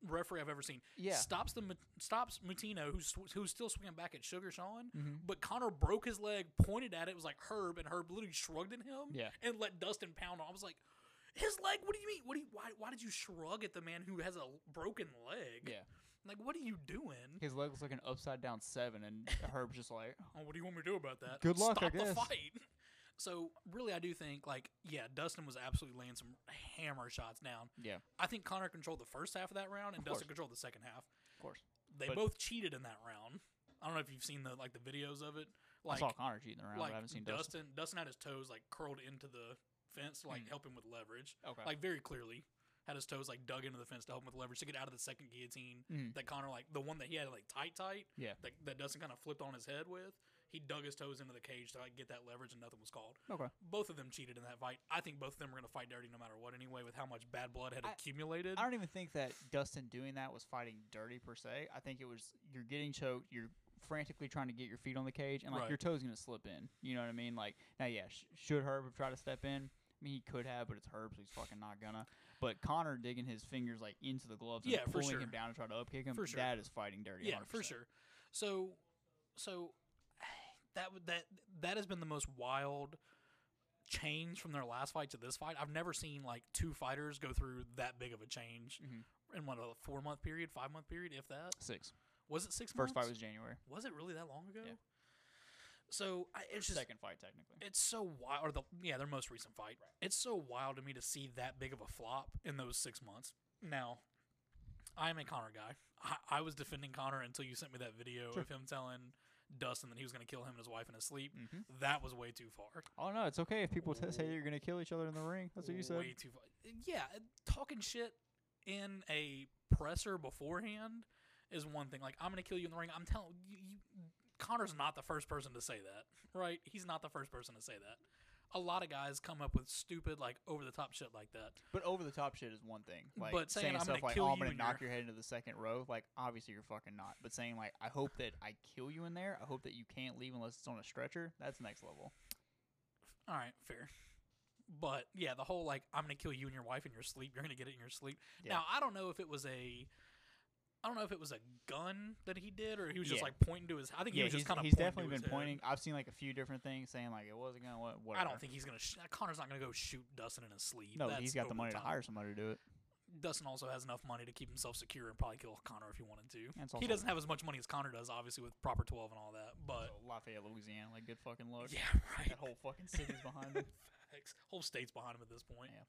[SPEAKER 1] referee I've ever seen.
[SPEAKER 2] Yeah.
[SPEAKER 1] stops the Mu- stops Mutino who's sw- who's still swinging back at Sugar Sean,
[SPEAKER 2] Mhm.
[SPEAKER 1] but Connor broke his leg, pointed at it, was like Herb, and Herb literally shrugged at him
[SPEAKER 2] Yeah.
[SPEAKER 1] and let Dustin pound on. I was like. His leg? What do you mean? What do you, why? Why did you shrug at the man who has a broken leg?
[SPEAKER 2] Yeah.
[SPEAKER 1] Like, what are you doing?
[SPEAKER 2] His leg was like an upside down seven, and Herb's just like,
[SPEAKER 1] Oh, what do you want me to do about that?
[SPEAKER 2] Good luck, I
[SPEAKER 1] Stop the
[SPEAKER 2] guess.
[SPEAKER 1] fight. So really, I do think like yeah, Dustin was absolutely laying some hammer shots down.
[SPEAKER 2] yeah,
[SPEAKER 1] I think Connor controlled the first half of that round, and
[SPEAKER 2] Of course.
[SPEAKER 1] Dustin controlled the second half.
[SPEAKER 2] of course.
[SPEAKER 1] They
[SPEAKER 2] But-
[SPEAKER 1] both cheated in that round. I don't know if you've seen the like the videos of it.
[SPEAKER 2] I
[SPEAKER 1] Like
[SPEAKER 2] saw Connor cheating around, but I haven't seen
[SPEAKER 1] Dustin,
[SPEAKER 2] Dustin. Hmm.
[SPEAKER 1] Dustin. had his toes like curled into the fence to like help him with leverage.
[SPEAKER 2] Okay.
[SPEAKER 1] Like very clearly had his toes like dug into the fence to help him with leverage to get out of the second guillotine
[SPEAKER 2] Mm.
[SPEAKER 1] that Connor like the one that he had like tight tight.
[SPEAKER 2] Yeah.
[SPEAKER 1] That that Dustin kind of flipped on his head with. He dug his toes into the cage to like get that leverage and nothing was called.
[SPEAKER 2] okay.
[SPEAKER 1] Both of them cheated in that fight. I think both of them were gonna fight dirty no matter what anyway with how much bad blood had
[SPEAKER 2] I-
[SPEAKER 1] accumulated.
[SPEAKER 2] I don't even think that Dustin doing that was fighting dirty per se. I think it was you're getting choked, you're frantically trying to get your feet on the cage, and like
[SPEAKER 1] Right.
[SPEAKER 2] your toes gonna slip in. You know what I mean? Like now, yeah, sh- should Herb have tried to step in? I mean, he could have, but it's Herb, so he's fucking not gonna. But Connor digging his fingers like into the gloves and
[SPEAKER 1] Yeah, for
[SPEAKER 2] pulling
[SPEAKER 1] sure.
[SPEAKER 2] him down and trying to upkick him.
[SPEAKER 1] For sure.
[SPEAKER 2] That is fighting dirty.
[SPEAKER 1] yeah,
[SPEAKER 2] 100%.
[SPEAKER 1] for sure. So so that w- that that has been the most wild change from their last fight to this fight. I've never seen like two fighters go through that big of a change
[SPEAKER 2] Mhm.
[SPEAKER 1] in what a four month period, five month period, if that.
[SPEAKER 2] Six.
[SPEAKER 1] Was it six
[SPEAKER 2] First
[SPEAKER 1] months?
[SPEAKER 2] fight was January.
[SPEAKER 1] was it really that long ago?
[SPEAKER 2] Yeah.
[SPEAKER 1] So I, it's just
[SPEAKER 2] Second fight technically.
[SPEAKER 1] it's so wild. Or the yeah, their most recent fight. It's so wild to me to see that big of a flop in those six months. Now, I am a Connor guy. I, I was defending Connor until you sent me that video of him telling Dustin that he was going to kill him and his wife in his sleep.
[SPEAKER 2] Mhm.
[SPEAKER 1] That was way too far.
[SPEAKER 2] Oh no, it's okay if people t- say you're gonna kill each other in the ring. That's what you said.
[SPEAKER 1] Way too far. Yeah, talking shit in a presser beforehand is one thing. Like I'm gonna kill you in the ring. I'm telling you, you, Connor's not the first person to say that, right? He's not the first person to say that. A lot of guys come up with stupid, like over the top shit like that.
[SPEAKER 2] But over the top shit is one thing. Like
[SPEAKER 1] But saying,
[SPEAKER 2] saying,
[SPEAKER 1] "I'm
[SPEAKER 2] stuff
[SPEAKER 1] gonna
[SPEAKER 2] like,
[SPEAKER 1] kill
[SPEAKER 2] "Oh, I'm
[SPEAKER 1] you
[SPEAKER 2] gonna
[SPEAKER 1] in
[SPEAKER 2] knock
[SPEAKER 1] your-"
[SPEAKER 2] your head into the second row," like obviously you're fucking not. But saying like, "I hope that I kill you in there. I hope that you can't leave unless it's on a stretcher." That's next level.
[SPEAKER 1] All right, fair. But yeah, the whole like I'm gonna kill you and your wife in your sleep. You're gonna get it in your sleep.
[SPEAKER 2] Yeah.
[SPEAKER 1] Now I don't know if it was a. I don't know if it was a gun that he did, or he was just
[SPEAKER 2] Yeah.
[SPEAKER 1] like pointing to his. I think he
[SPEAKER 2] yeah,
[SPEAKER 1] was
[SPEAKER 2] he's,
[SPEAKER 1] just kind of.
[SPEAKER 2] he's definitely been pointing. I've seen like a few different things saying like it wasn't gonna what. Whatever.
[SPEAKER 1] I don't think he's gonna. Sh- Connor's not gonna go shoot Dustin in his sleep.
[SPEAKER 2] No,
[SPEAKER 1] That's
[SPEAKER 2] he's got
[SPEAKER 1] over
[SPEAKER 2] the money to
[SPEAKER 1] top.
[SPEAKER 2] hire somebody to do it.
[SPEAKER 1] Dustin also has enough money to keep himself secure and probably kill Connor if he wanted to.
[SPEAKER 2] And it's also-
[SPEAKER 1] He doesn't have as much money as Connor does, obviously, with Proper Twelve and all that. But
[SPEAKER 2] So, Lafayette, Louisiana, like good fucking luck.
[SPEAKER 1] yeah, right.
[SPEAKER 2] That whole fucking city's behind him.
[SPEAKER 1] Facts. Whole state's behind him at this point.
[SPEAKER 2] Yeah.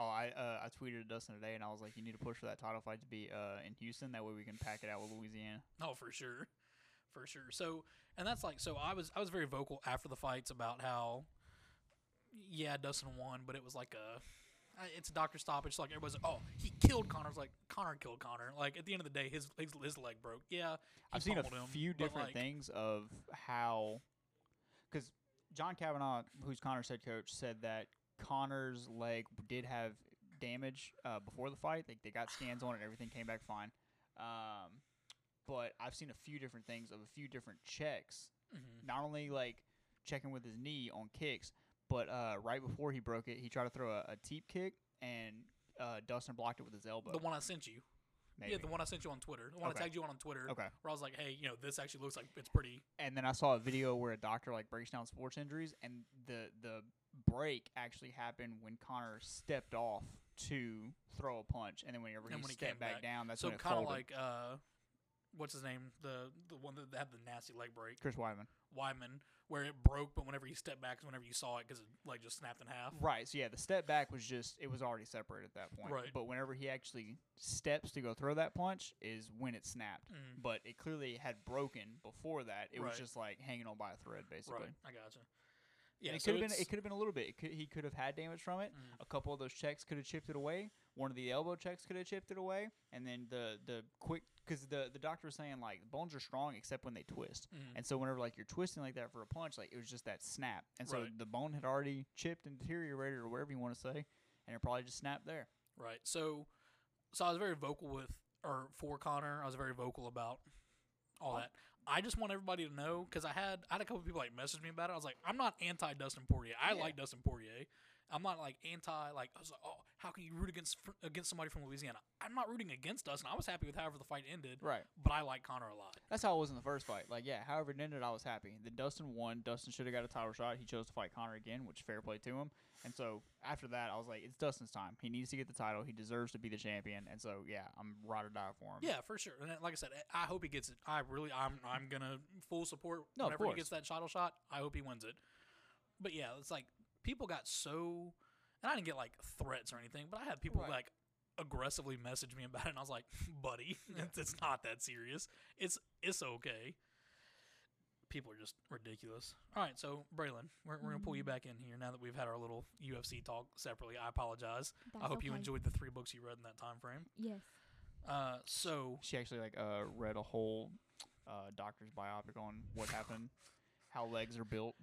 [SPEAKER 2] Oh, I uh, I tweeted to Dustin today, and I was like, "You need to push for that title fight to be uh, in Houston. That way we can pack it out with Louisiana."
[SPEAKER 1] Oh, for sure, for sure. So, and that's like, so I was I was very vocal after the fights about how, yeah, Dustin won, but it was like a, I- it's a doctor stoppage. Like everybody's like, oh, he killed Connor. It's like Connor killed Connor. Like at the end of the day, his his, his leg broke. Yeah, he
[SPEAKER 2] I've seen a
[SPEAKER 1] pummeled him,
[SPEAKER 2] few
[SPEAKER 1] but,
[SPEAKER 2] different
[SPEAKER 1] like,
[SPEAKER 2] things of how, because John Kavanaugh, who's Connor's head coach, said that Connor's leg did have damage uh, before the fight. Like they got scans on it, everything came back fine. Um, but I've seen a few different things of a few different checks,
[SPEAKER 1] mhm.
[SPEAKER 2] not only like checking with his knee on kicks, but uh, right before he broke it, he tried to throw a, a teep kick and uh, Dustin blocked it with his elbow.
[SPEAKER 1] The one I sent you.
[SPEAKER 2] maybe.
[SPEAKER 1] Yeah, the one I sent you on Twitter. The one
[SPEAKER 2] Okay.
[SPEAKER 1] I tagged you on on Twitter.
[SPEAKER 2] Okay.
[SPEAKER 1] Where I was like, hey, you know, this actually looks like it's pretty.
[SPEAKER 2] and then I saw a video where a doctor like breaks down sports injuries, and the the break actually happened when Connor stepped off to throw a punch, and then whenever
[SPEAKER 1] And
[SPEAKER 2] he
[SPEAKER 1] when he
[SPEAKER 2] stepped
[SPEAKER 1] came back.
[SPEAKER 2] back, down, that's
[SPEAKER 1] so
[SPEAKER 2] when it
[SPEAKER 1] kind of
[SPEAKER 2] folded.
[SPEAKER 1] like, uh, what's his name? The the one that had the nasty leg break,
[SPEAKER 2] Chris Wyman.
[SPEAKER 1] Wyman, where it broke, but whenever you stepped back, is whenever you saw it because it like just snapped in half.
[SPEAKER 2] Right. So yeah, the step back was just it was already separated at that point.
[SPEAKER 1] Right.
[SPEAKER 2] But whenever he actually steps to go throw that punch is when it snapped.
[SPEAKER 1] Mm.
[SPEAKER 2] But it clearly had broken before that. It
[SPEAKER 1] Right.
[SPEAKER 2] was just like hanging on by a thread, basically.
[SPEAKER 1] Right. I gotcha. Yeah.
[SPEAKER 2] and it
[SPEAKER 1] so
[SPEAKER 2] could have been
[SPEAKER 1] it's-
[SPEAKER 2] it could have been a little bit. It could, he could have had damage from it.
[SPEAKER 1] Mm.
[SPEAKER 2] A couple of those checks could have chipped it away. One of the elbow checks could have chipped it away. And then the the quick because the the doctor was saying like bones are strong except when they twist.
[SPEAKER 1] Mhm.
[SPEAKER 2] And so whenever like you're twisting like that for a punch, like it was just that snap. And so
[SPEAKER 1] Right.
[SPEAKER 2] the bone had already chipped and deteriorated or whatever you want to say, and it probably just snapped there.
[SPEAKER 1] Right. So, so I was very vocal with or for Connor. I was very vocal about all that. I just want everybody to know because I had I had a couple people like message me about it. I was like, I'm not anti Dustin Poirier. I
[SPEAKER 2] Yeah.
[SPEAKER 1] like Dustin Poirier. I'm not like anti like I was like, oh, how can you root against fr- against somebody from Louisiana? I'm not rooting against Dustin. I was happy with however the fight ended,
[SPEAKER 2] Right.
[SPEAKER 1] but I like Connor a lot.
[SPEAKER 2] That's how I was in the first fight. Like, yeah, however it ended, I was happy. Then Dustin won. Dustin should have got a title shot. He chose to fight Connor again, which fair play to him. And so after that, I was like, it's Dustin's time. He needs to get the title. He deserves to be the champion. And so yeah, I'm ride or die for him.
[SPEAKER 1] Yeah, for sure. And uh, like I said, I I hope he gets it. I really, I'm, I'm gonna full support
[SPEAKER 2] No, of
[SPEAKER 1] whenever he
[SPEAKER 2] course.
[SPEAKER 1] gets that title shot. I hope he wins it. But yeah, it's like people got so, and I didn't get like threats or anything, but I had people
[SPEAKER 2] Right.
[SPEAKER 1] like aggressively message me about it, and I was like, buddy, it's, it's not that serious. It's it's okay. People are just ridiculous. All right, so Braylon, we're, we're gonna pull you
[SPEAKER 2] Mm-hmm.
[SPEAKER 3] Mhm.
[SPEAKER 1] back in here now that we've had our little UFC talk separately. I apologize. I hope you
[SPEAKER 3] okay.
[SPEAKER 1] enjoyed the three books you read in that time frame.
[SPEAKER 3] Yes.
[SPEAKER 1] Uh, so
[SPEAKER 2] She actually like uh read a whole uh doctor's biopic on what happened, how legs are built.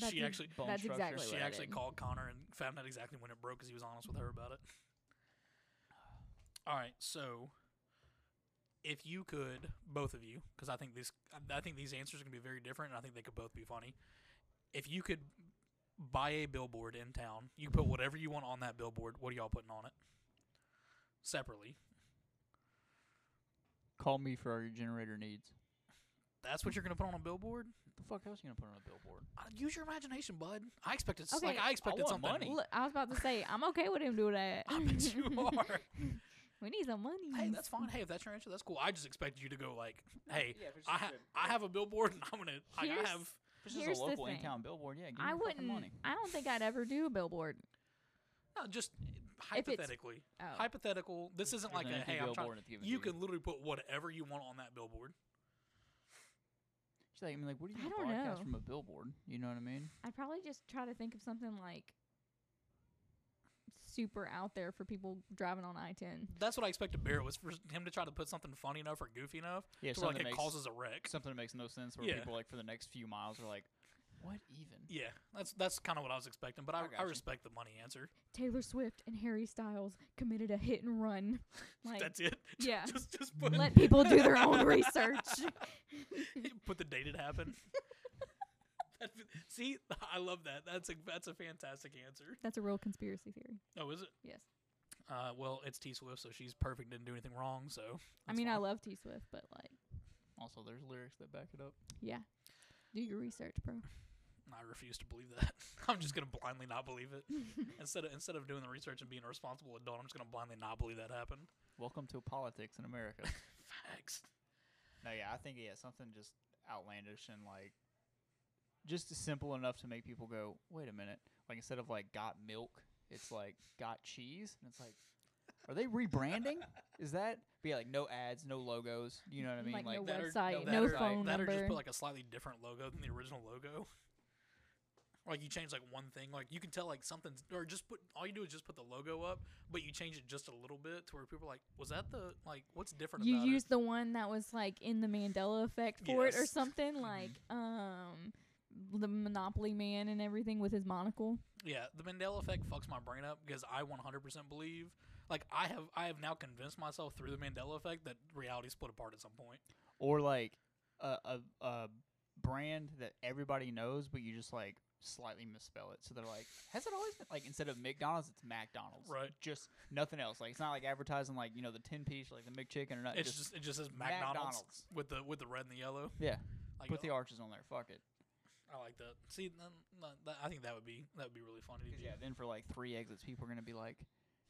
[SPEAKER 3] That's
[SPEAKER 1] she
[SPEAKER 3] ex-
[SPEAKER 1] actually
[SPEAKER 2] bone
[SPEAKER 3] that's
[SPEAKER 2] structure.
[SPEAKER 3] exactly
[SPEAKER 1] she
[SPEAKER 3] what I
[SPEAKER 1] actually
[SPEAKER 3] did.
[SPEAKER 1] called Connor and found out exactly when it broke because he was honest with her about it. All right, so if you could, both of you, because I think these, I think these answers are gonna be very different, and I think they could both be funny. If you could buy a billboard in town, you put whatever you want on that billboard. What are y'all putting on it? Separately,
[SPEAKER 2] Call me for our generator needs.
[SPEAKER 1] that's what you're gonna put on a billboard.
[SPEAKER 2] What the fuck else you gonna put on a billboard?
[SPEAKER 1] Uh, use your imagination, bud. I expected, s-
[SPEAKER 3] Okay,
[SPEAKER 1] like
[SPEAKER 3] I
[SPEAKER 1] I expected
[SPEAKER 2] want
[SPEAKER 1] something.
[SPEAKER 2] money.
[SPEAKER 3] Look, I was about to say I'm okay with him doing that.
[SPEAKER 1] I bet you are.
[SPEAKER 3] we need some money.
[SPEAKER 1] hey, that's fine. Hey, if that's your answer, that's cool. I just expected you to go like, hey, I ha- I have a billboard and I'm gonna like, I
[SPEAKER 3] Here's-
[SPEAKER 1] have
[SPEAKER 2] This is
[SPEAKER 3] Here's
[SPEAKER 2] a
[SPEAKER 3] the
[SPEAKER 2] local
[SPEAKER 3] thing.
[SPEAKER 2] in town billboard. Yeah, give me
[SPEAKER 3] I
[SPEAKER 2] your fucking
[SPEAKER 3] wouldn't.
[SPEAKER 2] money.
[SPEAKER 3] I don't think I'd ever do a billboard.
[SPEAKER 1] no, just
[SPEAKER 3] it's-
[SPEAKER 1] hypothetically.
[SPEAKER 3] Oh,
[SPEAKER 1] Hypothetical. This isn't
[SPEAKER 2] There's
[SPEAKER 1] like
[SPEAKER 2] an
[SPEAKER 1] a
[SPEAKER 2] empty
[SPEAKER 1] hey, I'm trying.
[SPEAKER 2] billboard at the given
[SPEAKER 1] You
[SPEAKER 2] TV.
[SPEAKER 1] can literally put whatever you want on that billboard.
[SPEAKER 2] She's like, I mean, like, what do you
[SPEAKER 3] I
[SPEAKER 2] gonna
[SPEAKER 3] don't
[SPEAKER 2] broadcast
[SPEAKER 3] know.
[SPEAKER 2] from a billboard? You know what I mean?
[SPEAKER 3] I'd probably just try to think of something like super out there for people driving on I-10.
[SPEAKER 1] That's what I expected Barrett was for him to try to put something funny enough or goofy enough
[SPEAKER 2] Yeah,
[SPEAKER 1] to where, like it causes a wreck.
[SPEAKER 2] something that makes no sense. Where
[SPEAKER 1] Yeah.
[SPEAKER 2] people like for the next few miles are like, what even?
[SPEAKER 1] Yeah, that's that's kind of what I was expecting, but I,
[SPEAKER 2] I
[SPEAKER 1] I
[SPEAKER 2] gotcha.
[SPEAKER 1] respect the money answer.
[SPEAKER 3] Taylor Swift and Harry Styles committed a hit and run. Like,
[SPEAKER 1] that's it.
[SPEAKER 3] yeah.
[SPEAKER 1] just just put
[SPEAKER 3] Let people do their own research.
[SPEAKER 1] put the date it happened. That'd be- See, I love that. That's a that's a fantastic answer.
[SPEAKER 3] That's a real conspiracy theory.
[SPEAKER 1] Oh, is it?
[SPEAKER 3] Yes.
[SPEAKER 1] Uh, well, it's T Swift, so she's perfect. Didn't do anything wrong. So
[SPEAKER 3] I
[SPEAKER 1] that's
[SPEAKER 3] mean, I
[SPEAKER 1] fine.
[SPEAKER 3] love T Swift, but like,
[SPEAKER 2] Also, there's lyrics that back it up.
[SPEAKER 3] yeah. Do your research, bro.
[SPEAKER 1] I refuse to believe that. I'm just gonna blindly not believe it. instead of instead of doing the research and being a responsible adult, I'm just gonna blindly not believe that happened.
[SPEAKER 2] Welcome to politics in America.
[SPEAKER 1] Facts.
[SPEAKER 2] no, yeah, I think yeah, something just outlandish and like just simple enough to make people go, wait a minute. Like instead of like got milk, it's like got cheese, and it's like. Are they rebranding? Is that be like no ads, no logos? You know what I mean?
[SPEAKER 3] Like, no
[SPEAKER 1] that or-
[SPEAKER 3] website,
[SPEAKER 1] that
[SPEAKER 3] no
[SPEAKER 1] or-
[SPEAKER 3] phone
[SPEAKER 1] That or just
[SPEAKER 3] number.
[SPEAKER 1] put like a slightly different logo than the original logo. Like you change like one thing, like you can tell like something's or just put all you do is just put the logo up, but you change it just a little bit to where people are like, was that the like what's different
[SPEAKER 3] You
[SPEAKER 1] about
[SPEAKER 3] used
[SPEAKER 1] it?
[SPEAKER 3] the one that was like in the Mandela effect for it or
[SPEAKER 1] Yes.
[SPEAKER 3] something, like um the Monopoly Man and everything with his monocle.
[SPEAKER 1] Yeah, the Mandela effect fucks my brain up because I 100% believe like I have I have now convinced myself through the Mandela effect that reality split apart at some point.
[SPEAKER 2] or like a, a, a brand that everybody knows, but you just like slightly misspell it. So they're like, has it always been like instead of McDonald's, it's McDonald's,
[SPEAKER 1] Right.
[SPEAKER 2] Just nothing else. Like it's not like advertising like you know the ten piece like the McChicken or not.
[SPEAKER 1] It's
[SPEAKER 2] just,
[SPEAKER 1] just it just says McDonald's,
[SPEAKER 2] McDonald's.
[SPEAKER 1] with the with the red and the yellow.
[SPEAKER 2] Yeah,
[SPEAKER 1] Like, oh,
[SPEAKER 2] put the arches on there. Fuck it.
[SPEAKER 1] I like that. See, then, then- that, I think that would be that would be really funny. to
[SPEAKER 2] 'Cause,
[SPEAKER 1] do.
[SPEAKER 2] Yeah. Then for like three exits, people are gonna be like,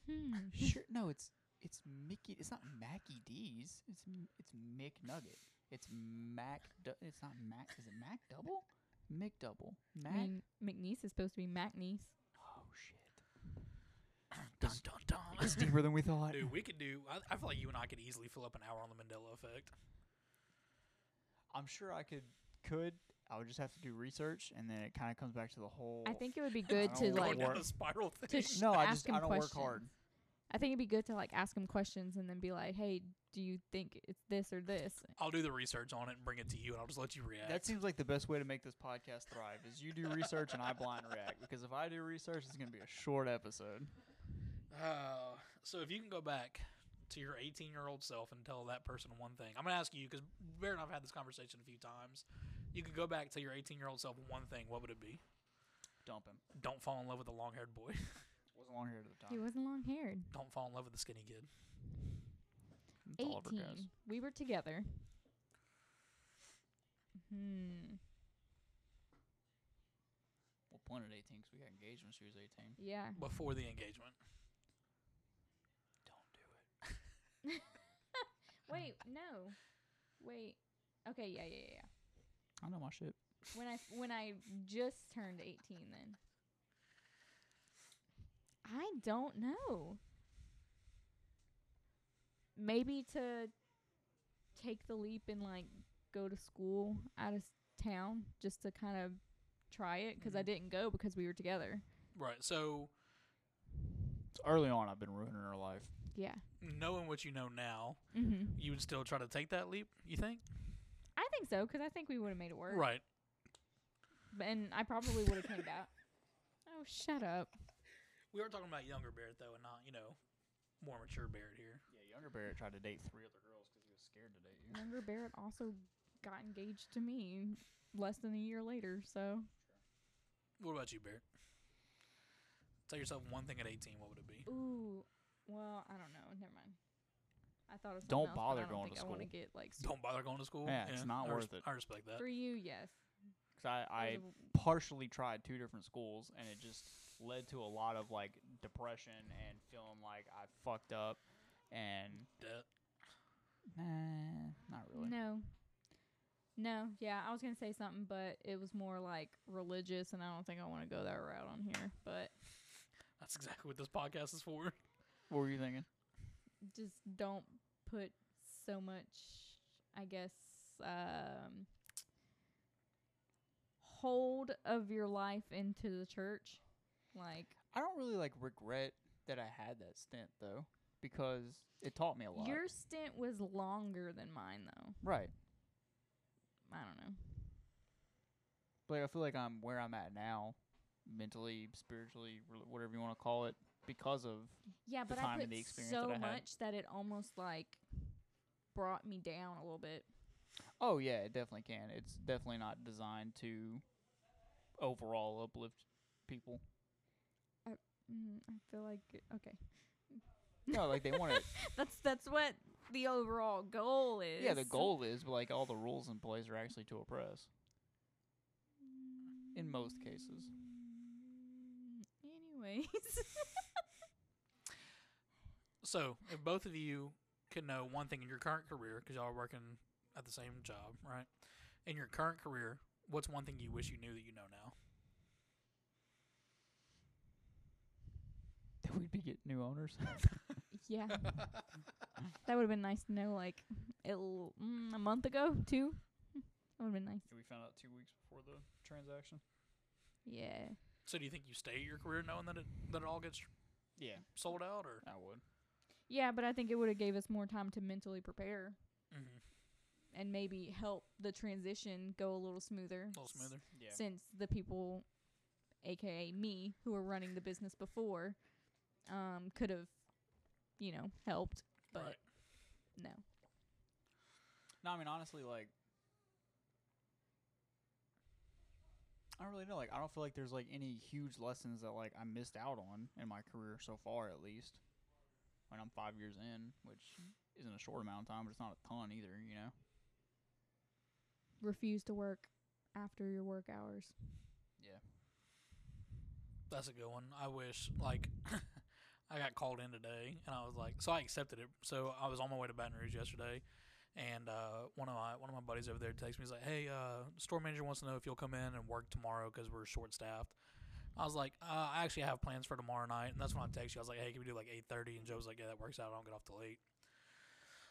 [SPEAKER 3] Hmm.
[SPEAKER 2] sure, no, it's it's Mickey. It's not Mackie D's. It's M- it's Mick Nugget. It's Mac. Du- it's not Mac. Is it Mac Double? Mick Double.
[SPEAKER 3] I
[SPEAKER 2] Mac.
[SPEAKER 3] mean, McNeese is supposed to be MacNeese.
[SPEAKER 2] Oh shit!
[SPEAKER 1] Dun,
[SPEAKER 2] It's-
[SPEAKER 1] dun, dun.
[SPEAKER 2] It's deeper than we thought.
[SPEAKER 1] Dude, we could do. I, I feel like you and I could easily fill up an hour on the Mandela effect.
[SPEAKER 2] I'm sure I could could. I would just have to do research, and then it kind of comes back to the whole.
[SPEAKER 3] I think it would be
[SPEAKER 1] Oh.
[SPEAKER 3] good
[SPEAKER 2] I
[SPEAKER 3] to
[SPEAKER 2] don't
[SPEAKER 1] Going
[SPEAKER 3] like.
[SPEAKER 2] know.
[SPEAKER 1] down
[SPEAKER 2] work-
[SPEAKER 1] the spiral
[SPEAKER 3] To
[SPEAKER 1] thing.
[SPEAKER 3] sh-
[SPEAKER 2] No, I
[SPEAKER 3] ask
[SPEAKER 2] just-
[SPEAKER 3] him
[SPEAKER 2] I don't work
[SPEAKER 3] questions.
[SPEAKER 2] hard.
[SPEAKER 3] I think it'd be good to like ask him questions and then be like, "Hey, do you think it's this or this?"
[SPEAKER 1] I'll do the research on it and bring it to you, and I'll just let you react.
[SPEAKER 2] that seems like the best way to make this podcast thrive is you do research and I blind react because if I do research, it's gonna be a short episode.
[SPEAKER 1] Uh, so if you can go back to your 18 year old self and tell that person one thing, I'm gonna ask you because Bear and I've had this conversation a few times. You could go back to your 18 year old self one thing. What would it be?
[SPEAKER 2] Dump him.
[SPEAKER 1] Don't fall in love with the long haired boy.
[SPEAKER 2] Wasn't long haired at the
[SPEAKER 3] He
[SPEAKER 2] time.
[SPEAKER 3] wasn't long haired.
[SPEAKER 1] Don't fall in love with the skinny kid.
[SPEAKER 2] It's Oliver
[SPEAKER 3] Eighteen.
[SPEAKER 2] Gross.
[SPEAKER 3] We were together. Hmm.
[SPEAKER 2] Well, point at 18 because we got engaged when she was 18.
[SPEAKER 3] Yeah.
[SPEAKER 1] Before the engagement,
[SPEAKER 2] Don't do it.
[SPEAKER 3] Wait. No. Wait. Okay. Yeah. Yeah. Yeah. yeah.
[SPEAKER 2] I know my shit.
[SPEAKER 3] When I when I just turned eighteen, then. I don't know. Maybe to take the leap and like go to school out of s- town just to kind of try it because I
[SPEAKER 1] Mhm.
[SPEAKER 3] didn't go because we were together.
[SPEAKER 1] right? So
[SPEAKER 2] It's early on. I've been ruining her life.
[SPEAKER 3] Yeah.
[SPEAKER 1] knowing what you know now,
[SPEAKER 3] Mm-hmm.
[SPEAKER 1] you would still try to take that leap. You think?
[SPEAKER 3] I think so because I think we would have made it work.
[SPEAKER 1] Right.
[SPEAKER 3] B- And I probably would have came back. Oh, shut up.
[SPEAKER 1] We are talking about younger Barrett though, and not you know more mature Barrett here.
[SPEAKER 2] Yeah, younger Barrett tried to date three other girls because he was scared to date you.
[SPEAKER 3] Amber Barrett also got engaged to me less than a year later. So
[SPEAKER 1] What about you, Barrett? Tell yourself one thing at 18. What would it be?
[SPEAKER 3] ooh, well, I don't know. Never mind. I thought of something
[SPEAKER 2] Don't
[SPEAKER 3] else, but
[SPEAKER 2] bother
[SPEAKER 3] I don't
[SPEAKER 2] going
[SPEAKER 3] think
[SPEAKER 2] to
[SPEAKER 3] I want to
[SPEAKER 2] school.
[SPEAKER 3] get like
[SPEAKER 1] Don't bother going to school.
[SPEAKER 2] Yeah, it's not
[SPEAKER 1] I
[SPEAKER 2] worth it.
[SPEAKER 1] I respect that.
[SPEAKER 3] for you. Yes,
[SPEAKER 2] Because I, I
[SPEAKER 3] There's a-
[SPEAKER 2] partially tried two different schools, and it just led to a lot of like depression and feeling like I fucked up. And
[SPEAKER 1] Debt.
[SPEAKER 2] nah, Eh, not really.
[SPEAKER 3] no, no. Yeah, I was gonna say something, but it was more like religious, and I don't think I want to go that route on here. But
[SPEAKER 1] That's exactly what this podcast is for.
[SPEAKER 2] What were you thinking?
[SPEAKER 3] just don't put so much i guess um hold of your life into the church like
[SPEAKER 2] I don't really like regret that I had that stint though, because it taught me a lot.
[SPEAKER 3] your stint was longer than mine though
[SPEAKER 2] right.
[SPEAKER 3] i don't know
[SPEAKER 2] But like, I feel like I'm where I'm at now, mentally, spiritually, rel- whatever you want to call it, because of
[SPEAKER 3] yeah
[SPEAKER 2] The
[SPEAKER 3] but i
[SPEAKER 2] time and
[SPEAKER 3] put
[SPEAKER 2] the experience
[SPEAKER 3] so
[SPEAKER 2] that I had.
[SPEAKER 3] much that it almost like brought me down a little bit
[SPEAKER 2] Oh yeah, it definitely can. It's definitely not designed to overall uplift people.
[SPEAKER 3] mm, i feel like okay
[SPEAKER 2] No, like they want it.
[SPEAKER 3] that's that's what the overall goal is
[SPEAKER 2] Yeah, the goal is, but like all the rules in place are actually to oppress. In most cases,
[SPEAKER 3] Mm, anyways
[SPEAKER 1] So, if both of you could know one thing in your current career, because y'all are working at the same job, right? In your current career, what's one thing you wish you knew that you know now?
[SPEAKER 2] that we'd be getting new owners.
[SPEAKER 3] yeah That would have been nice to know, like it'll, mm, a month ago, too. That would have been nice.
[SPEAKER 2] we found out two weeks before the transaction.
[SPEAKER 3] Yeah.
[SPEAKER 1] So, do you think you stay at your career knowing that it that it all gets
[SPEAKER 2] Yeah,
[SPEAKER 1] sold out, or
[SPEAKER 2] I would.
[SPEAKER 3] Yeah, but I think it would have gave us more time to mentally prepare
[SPEAKER 1] Mhm.
[SPEAKER 3] and maybe help the transition go a little smoother.
[SPEAKER 1] a little smoother?
[SPEAKER 2] Yeah,
[SPEAKER 3] Since the people, aka me, who were running the business before, um, could have, you know, helped. But
[SPEAKER 1] Right.
[SPEAKER 3] no.
[SPEAKER 2] No, I mean honestly, like I don't really know. Like, I don't feel like there's like any huge lessons that like I missed out on in my career so far, at least. When I'm five years in, which isn't a short amount of time, but it's not a ton either. You know.
[SPEAKER 3] Refuse to work after your work hours.
[SPEAKER 1] That's a good one. I wish like I got called in today and I was like so I accepted it. So I was on my way to Baton Rouge yesterday and uh, one of my one of my buddies over there texts me he's like, "Hey, uh, store manager wants to know if you'll come in and work tomorrow cuz we're short staffed." I was like, uh, "I actually have plans for tomorrow night." And that's when I text you. I was like, "Hey, can we do like 8:30?" And Joe's like, "Yeah, that works out. I don't get off till 8."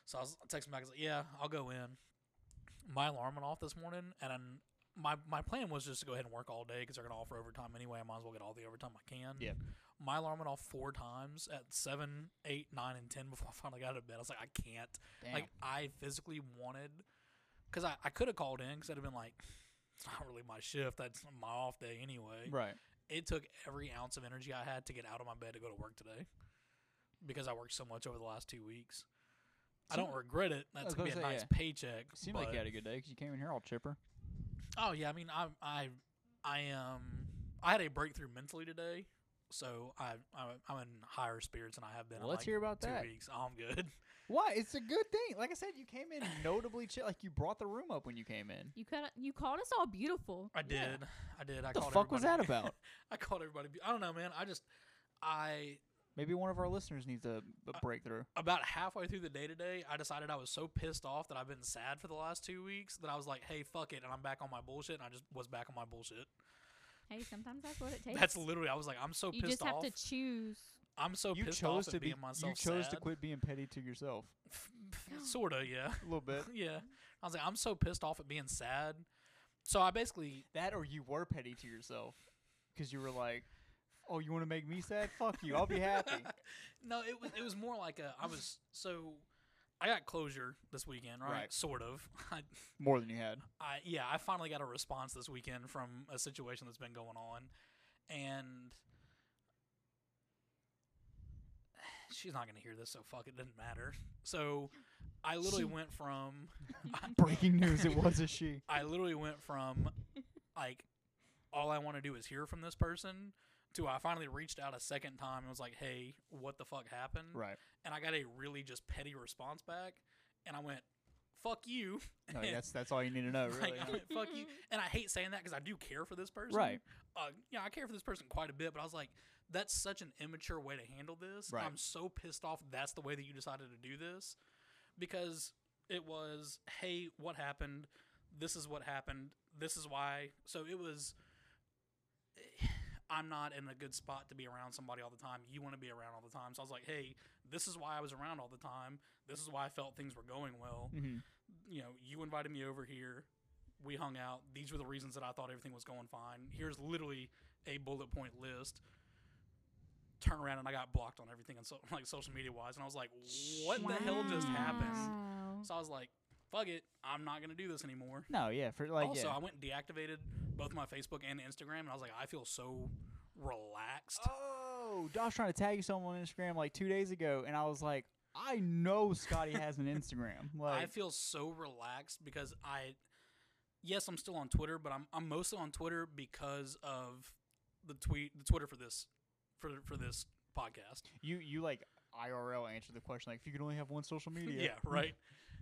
[SPEAKER 1] So I was I texted him back. I was like, "Yeah, I'll go in." My alarm went off this morning and i my my plan was just to go ahead and work all day because they're gonna offer overtime anyway. I might as well get all the overtime I can.
[SPEAKER 2] Yep.
[SPEAKER 1] My alarm went off four times at seven, eight, nine, and ten before I finally got out of bed. I was like, I can't.
[SPEAKER 2] Damn.
[SPEAKER 1] Like I physically wanted, because I, I could have called in because I'd have been like, it's not really my shift. That's my off day anyway.
[SPEAKER 2] right.
[SPEAKER 1] It took every ounce of energy I had to get out of my bed to go to work today, because I worked so much over the last two weeks. I
[SPEAKER 2] Seem-
[SPEAKER 1] don't regret it. That's
[SPEAKER 2] was
[SPEAKER 1] gonna be a
[SPEAKER 2] gonna say,
[SPEAKER 1] nice
[SPEAKER 2] yeah.
[SPEAKER 1] paycheck.
[SPEAKER 2] Seemed like
[SPEAKER 1] but-
[SPEAKER 2] you had a good day 'cause you came in here all chipper.
[SPEAKER 1] Oh yeah, I mean, I I I um I had a breakthrough mentally today, so I, I I'm in higher spirits than I have been. in
[SPEAKER 2] Let's
[SPEAKER 1] like
[SPEAKER 2] hear about
[SPEAKER 1] two
[SPEAKER 2] that.
[SPEAKER 1] weeks. Oh, I'm good.
[SPEAKER 2] Why? It's a good thing. Like I said, you came in notably chill. Like you brought the room up when you came in.
[SPEAKER 3] You kind you called us all beautiful.
[SPEAKER 1] I did.
[SPEAKER 2] Yeah.
[SPEAKER 1] I did. I
[SPEAKER 2] What the
[SPEAKER 1] called
[SPEAKER 2] fuck was that
[SPEAKER 1] everybody-
[SPEAKER 2] about?
[SPEAKER 1] I called everybody. be- I don't know, man. I just I
[SPEAKER 2] Maybe one of our listeners needs a, a
[SPEAKER 1] I-
[SPEAKER 2] breakthrough.
[SPEAKER 1] about halfway through the day today, I decided I was so pissed off that I've been sad for the last two weeks that I was like, hey, fuck it, and I'm back on my bullshit. And I just was back on my bullshit.
[SPEAKER 3] Hey, sometimes that's what it takes.
[SPEAKER 1] That's literally. I was like, I'm so
[SPEAKER 3] you
[SPEAKER 1] pissed
[SPEAKER 3] just have
[SPEAKER 1] off.
[SPEAKER 3] to choose.
[SPEAKER 1] I'm so
[SPEAKER 2] you
[SPEAKER 1] pissed
[SPEAKER 2] chose
[SPEAKER 1] off
[SPEAKER 2] to
[SPEAKER 1] at
[SPEAKER 2] be.
[SPEAKER 1] being myself.
[SPEAKER 2] You chose to
[SPEAKER 1] sad.
[SPEAKER 2] quit being petty to yourself.
[SPEAKER 1] Sorta, yeah.
[SPEAKER 2] A little bit.
[SPEAKER 1] yeah. I was like, I'm so pissed off at being sad. So I basically,
[SPEAKER 2] That or you were petty to yourself because you were like, "Oh, you want to make me sad? Fuck you! I'll be happy."
[SPEAKER 1] no, it was it was more like a, I was so I got closure this weekend, right?
[SPEAKER 2] Right.
[SPEAKER 1] Sort of. I,
[SPEAKER 2] More than you had.
[SPEAKER 1] I yeah, I finally got a response this weekend from a situation that's been going on, and she's not gonna hear this, so fuck it, doesn't matter. So I literally
[SPEAKER 2] She-
[SPEAKER 1] went from
[SPEAKER 2] Breaking news: It was a she.
[SPEAKER 1] I literally went from like all I want to do is hear from this person to I finally reached out a second time and was like, "Hey, what the fuck happened?"
[SPEAKER 2] Right.
[SPEAKER 1] And I got a really just petty response back, and I went, "Fuck you."
[SPEAKER 2] No, that's that's all you need to know,
[SPEAKER 1] Like,
[SPEAKER 2] really. Mm-hmm.
[SPEAKER 1] I went, "Fuck you." And I hate saying that because I do care for this person.
[SPEAKER 2] Right.
[SPEAKER 1] Uh, yeah, I care for this person quite a bit, but I was like, "That's such an immature way to handle this."
[SPEAKER 2] Right.
[SPEAKER 1] I'm so pissed off. That's the way that you decided to do this, because it was, "Hey, what happened? This is what happened. This is why." So it was. I'm not in a good spot to be around somebody all the time. You want to be around all the time. So I was like, hey, this is why I was around all the time. This is why I felt things were going well
[SPEAKER 2] hmm
[SPEAKER 1] you know, you invited me over here. We hung out. These were the reasons that I thought everything was going fine. Here's literally a bullet point list. Turn around and I got blocked on everything and so like social media wise, and I was like, "What the hell just happened?"
[SPEAKER 3] Wow.
[SPEAKER 1] So I was like, "Fuck it, I'm not gonna do this anymore."
[SPEAKER 2] No, yeah, for like
[SPEAKER 1] also,
[SPEAKER 2] yeah.
[SPEAKER 1] I went and deactivated both my Facebook and Instagram, and I was like, "I feel so relaxed."
[SPEAKER 2] Oh, Josh trying to tag you someone on Instagram like two days ago, and I was like, I know Scotty has an Instagram. Like,
[SPEAKER 1] I feel so relaxed because I, yes, I'm still on Twitter, but I'm I'm mostly on Twitter because of the tweet, the Twitter for this, for for this podcast.
[SPEAKER 2] you you like IRL answered the question like, if you could only have one social media.
[SPEAKER 1] Yeah, right.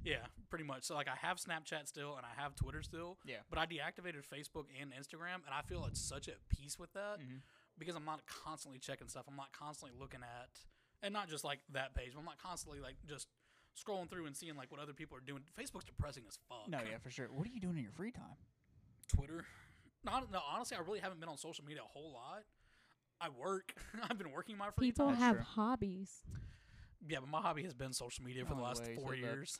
[SPEAKER 1] Yeah, pretty much. So like, I have Snapchat still, and I have Twitter still.
[SPEAKER 2] Yeah.
[SPEAKER 1] But I deactivated Facebook and Instagram, and I feel it's such at peace with that
[SPEAKER 2] Mhm.
[SPEAKER 1] because I'm not constantly checking stuff. I'm not constantly looking at, and not just like that page. But I'm not constantly like just scrolling through and seeing like what other people are doing. Facebook's depressing as fuck.
[SPEAKER 2] No, yeah, for sure. What are you doing in your free time?
[SPEAKER 1] Twitter. No, no, honestly, I really haven't been on social media a whole lot. I work. I've been working my free
[SPEAKER 3] People
[SPEAKER 1] time.
[SPEAKER 2] That's
[SPEAKER 3] have
[SPEAKER 2] true.
[SPEAKER 3] hobbies.
[SPEAKER 1] Yeah, but my hobby has been social media for
[SPEAKER 2] I
[SPEAKER 1] the
[SPEAKER 2] don't know
[SPEAKER 1] last
[SPEAKER 2] why you
[SPEAKER 1] four
[SPEAKER 2] said that.
[SPEAKER 1] years.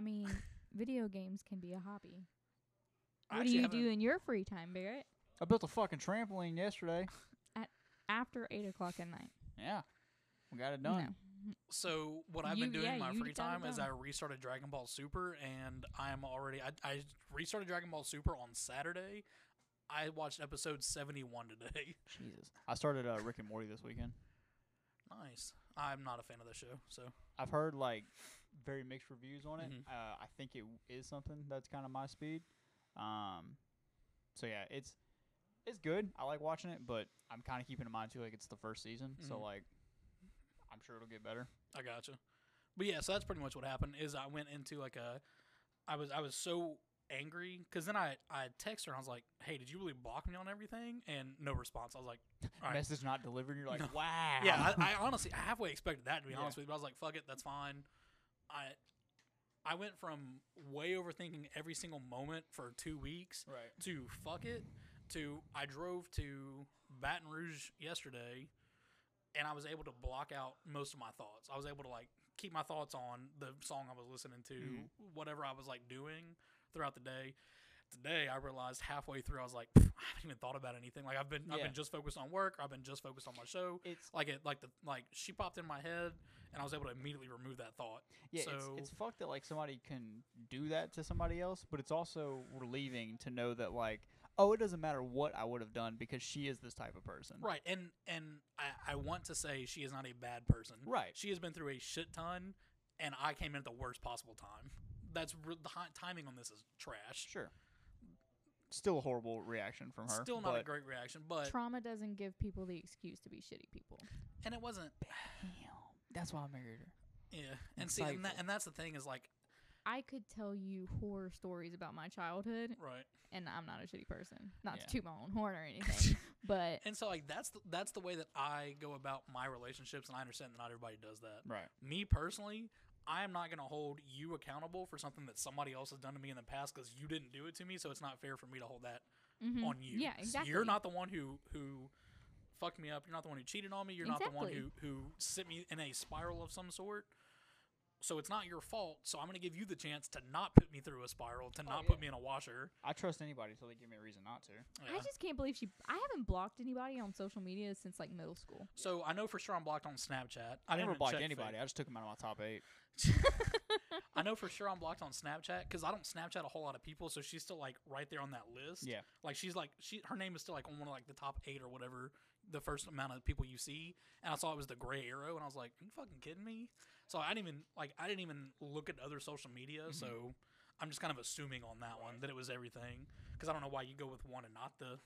[SPEAKER 3] mean, video games can be a hobby.
[SPEAKER 1] I
[SPEAKER 3] What do
[SPEAKER 1] actually
[SPEAKER 3] you
[SPEAKER 1] haven't-
[SPEAKER 3] do in your free time, Barrett?
[SPEAKER 2] I built a fucking trampoline yesterday.
[SPEAKER 3] After eight o'clock at night.
[SPEAKER 2] Yeah, we got it done.
[SPEAKER 1] So what I've been
[SPEAKER 3] You-
[SPEAKER 1] doing in
[SPEAKER 3] yeah,
[SPEAKER 1] my
[SPEAKER 3] you
[SPEAKER 1] free
[SPEAKER 3] got it
[SPEAKER 1] time is I
[SPEAKER 3] done.
[SPEAKER 1] restarted Dragon Ball Super, and I am already. I, I restarted Dragon Ball Super on Saturday. I watched episode seventy-one today.
[SPEAKER 2] Jesus, I started uh, Rick and Morty this weekend.
[SPEAKER 1] nice. I'm not a fan of the show, so
[SPEAKER 2] I've heard like very mixed reviews on it.
[SPEAKER 1] Mhm.
[SPEAKER 2] Uh, I think it w- is something that's kind of my speed. Um, so yeah, it's it's good. I like watching it, but I'm kind of keeping in mind too, like it's the first season, so
[SPEAKER 1] Mhm.
[SPEAKER 2] like I'm sure it'll get better.
[SPEAKER 1] I gotcha. But yeah, so that's pretty much what happened. Is I went into like a, I was I was so angry because then I I text her and I was like, hey, did you really block me on everything? And no response. I was like, all right.
[SPEAKER 2] Message not delivered. You're like,
[SPEAKER 1] No.
[SPEAKER 2] wow.
[SPEAKER 1] yeah. I, I honestly I halfway expected that to be
[SPEAKER 2] Yeah.
[SPEAKER 1] honest with you, but I was like, fuck it, that's fine. I I went from way overthinking every single moment for two weeks
[SPEAKER 2] right.
[SPEAKER 1] to fuck it to I drove to Baton Rouge yesterday and I was able to block out most of my thoughts. I was able to like keep my thoughts on the song I was listening to,
[SPEAKER 2] Mhm.
[SPEAKER 1] whatever I was like doing throughout the day. Today I realized halfway through I was like I haven't even thought about anything. Like I've been I've
[SPEAKER 2] Yeah.
[SPEAKER 1] been just focused on work, I've been just focused on my show.
[SPEAKER 2] It's
[SPEAKER 1] Like it like the like she popped in my head and I was able to immediately remove that thought.
[SPEAKER 2] Yeah,
[SPEAKER 1] So-
[SPEAKER 2] it's, it's fucked that like somebody can do that to somebody else, but it's also relieving to know that like, oh, it doesn't matter what I would have done because she is this type of person.
[SPEAKER 1] Right. And and I, I want to say she is not a bad person.
[SPEAKER 2] Right.
[SPEAKER 1] She has been through a shit ton, and I came in at the worst possible time. That's re- the hi- timing on this is trash.
[SPEAKER 2] Sure. Still a horrible reaction from her.
[SPEAKER 1] Still not a
[SPEAKER 2] but-
[SPEAKER 1] great reaction, but
[SPEAKER 3] Trauma doesn't give people the excuse to be shitty people.
[SPEAKER 1] and it wasn't.
[SPEAKER 2] Damn. That's why I married her.
[SPEAKER 1] Yeah, and see, and, that,
[SPEAKER 2] Insightful.
[SPEAKER 1] and that's the thing is like,
[SPEAKER 3] I could tell you horror stories about my childhood,
[SPEAKER 1] right,
[SPEAKER 3] and I'm not a shitty person. Not
[SPEAKER 2] Yeah.
[SPEAKER 3] to toot my own horn or anything, but
[SPEAKER 1] and so like that's the, that's the way that I go about my relationships, and I understand that not everybody does that.
[SPEAKER 2] Right.
[SPEAKER 1] Me personally, I am not going to hold you accountable for something that somebody else has done to me in the past because you didn't do it to me, so it's not fair for me to hold that
[SPEAKER 3] mhm.
[SPEAKER 1] on you.
[SPEAKER 3] Yeah,
[SPEAKER 1] S-
[SPEAKER 3] exactly.
[SPEAKER 1] You're not the one who who fucked me up. You're not the one who cheated on me. You're not the one who
[SPEAKER 3] Exactly.
[SPEAKER 1] who sent me in a spiral of some sort. So it's not your fault. So I'm going to give you the chance to not put me through a spiral,
[SPEAKER 3] Oh,
[SPEAKER 1] to not put
[SPEAKER 2] yeah.
[SPEAKER 1] me in a washer.
[SPEAKER 2] I trust anybody till they give me a reason not to.
[SPEAKER 1] Yeah.
[SPEAKER 3] I just can't believe she. I haven't blocked anybody on social media since like middle school.
[SPEAKER 1] so I know for sure I'm blocked on Snapchat. I,
[SPEAKER 2] I
[SPEAKER 1] didn't
[SPEAKER 2] never
[SPEAKER 1] even
[SPEAKER 2] blocked
[SPEAKER 1] check
[SPEAKER 2] anybody.
[SPEAKER 1] Fa-
[SPEAKER 2] I just took them out of my top eight.
[SPEAKER 1] I know for sure I'm blocked on Snapchat because I don't Snapchat a whole lot of people. So she's still like right there on that list.
[SPEAKER 2] Yeah.
[SPEAKER 1] Like she's like she her name is still like on one of like the top eight or whatever the first amount of people you see. And I saw it was the gray arrow and I was like, Are you fucking kidding me? So I didn't even like I didn't even look at other social media,
[SPEAKER 2] Mm-hmm.
[SPEAKER 1] so I'm just kind of assuming on that one that it was everything. Because I don't know why you go with one and not the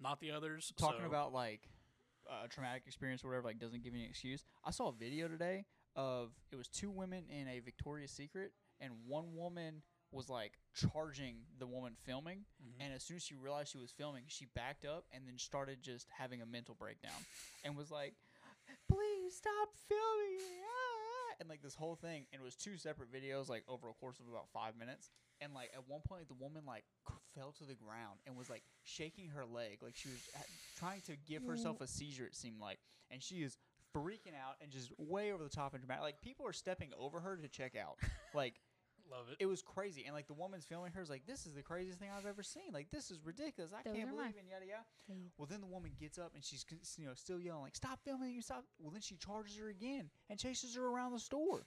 [SPEAKER 1] not the others.
[SPEAKER 2] talking
[SPEAKER 1] so-
[SPEAKER 2] about like a traumatic experience or whatever like doesn't give you an excuse i saw a video today of it was two women in a victoria's secret and one woman was like charging the woman filming
[SPEAKER 1] Mhm.
[SPEAKER 2] and as soon as she realized she was filming she backed up and then started just having a mental breakdown and was like please stop filming me, ah," and like this whole thing and it was two separate videos like over a course of about five minutes and like at one point the woman like c- fell to the ground and was like shaking her leg like she was ha- trying to give herself a seizure it seemed like and she is freaking out and just way over the top and dramatic like people are stepping over her to check out like
[SPEAKER 1] love it.
[SPEAKER 2] it was crazy and like the woman's filming her is like this is the craziest thing i've ever seen like this is ridiculous i
[SPEAKER 3] Those
[SPEAKER 2] can't
[SPEAKER 3] are
[SPEAKER 2] believe
[SPEAKER 3] my
[SPEAKER 2] it," and yada yada well, then the woman gets up and she's con- you know still yelling like "Stop filming! You stop!" Well, then she charges her again and chases her around the store.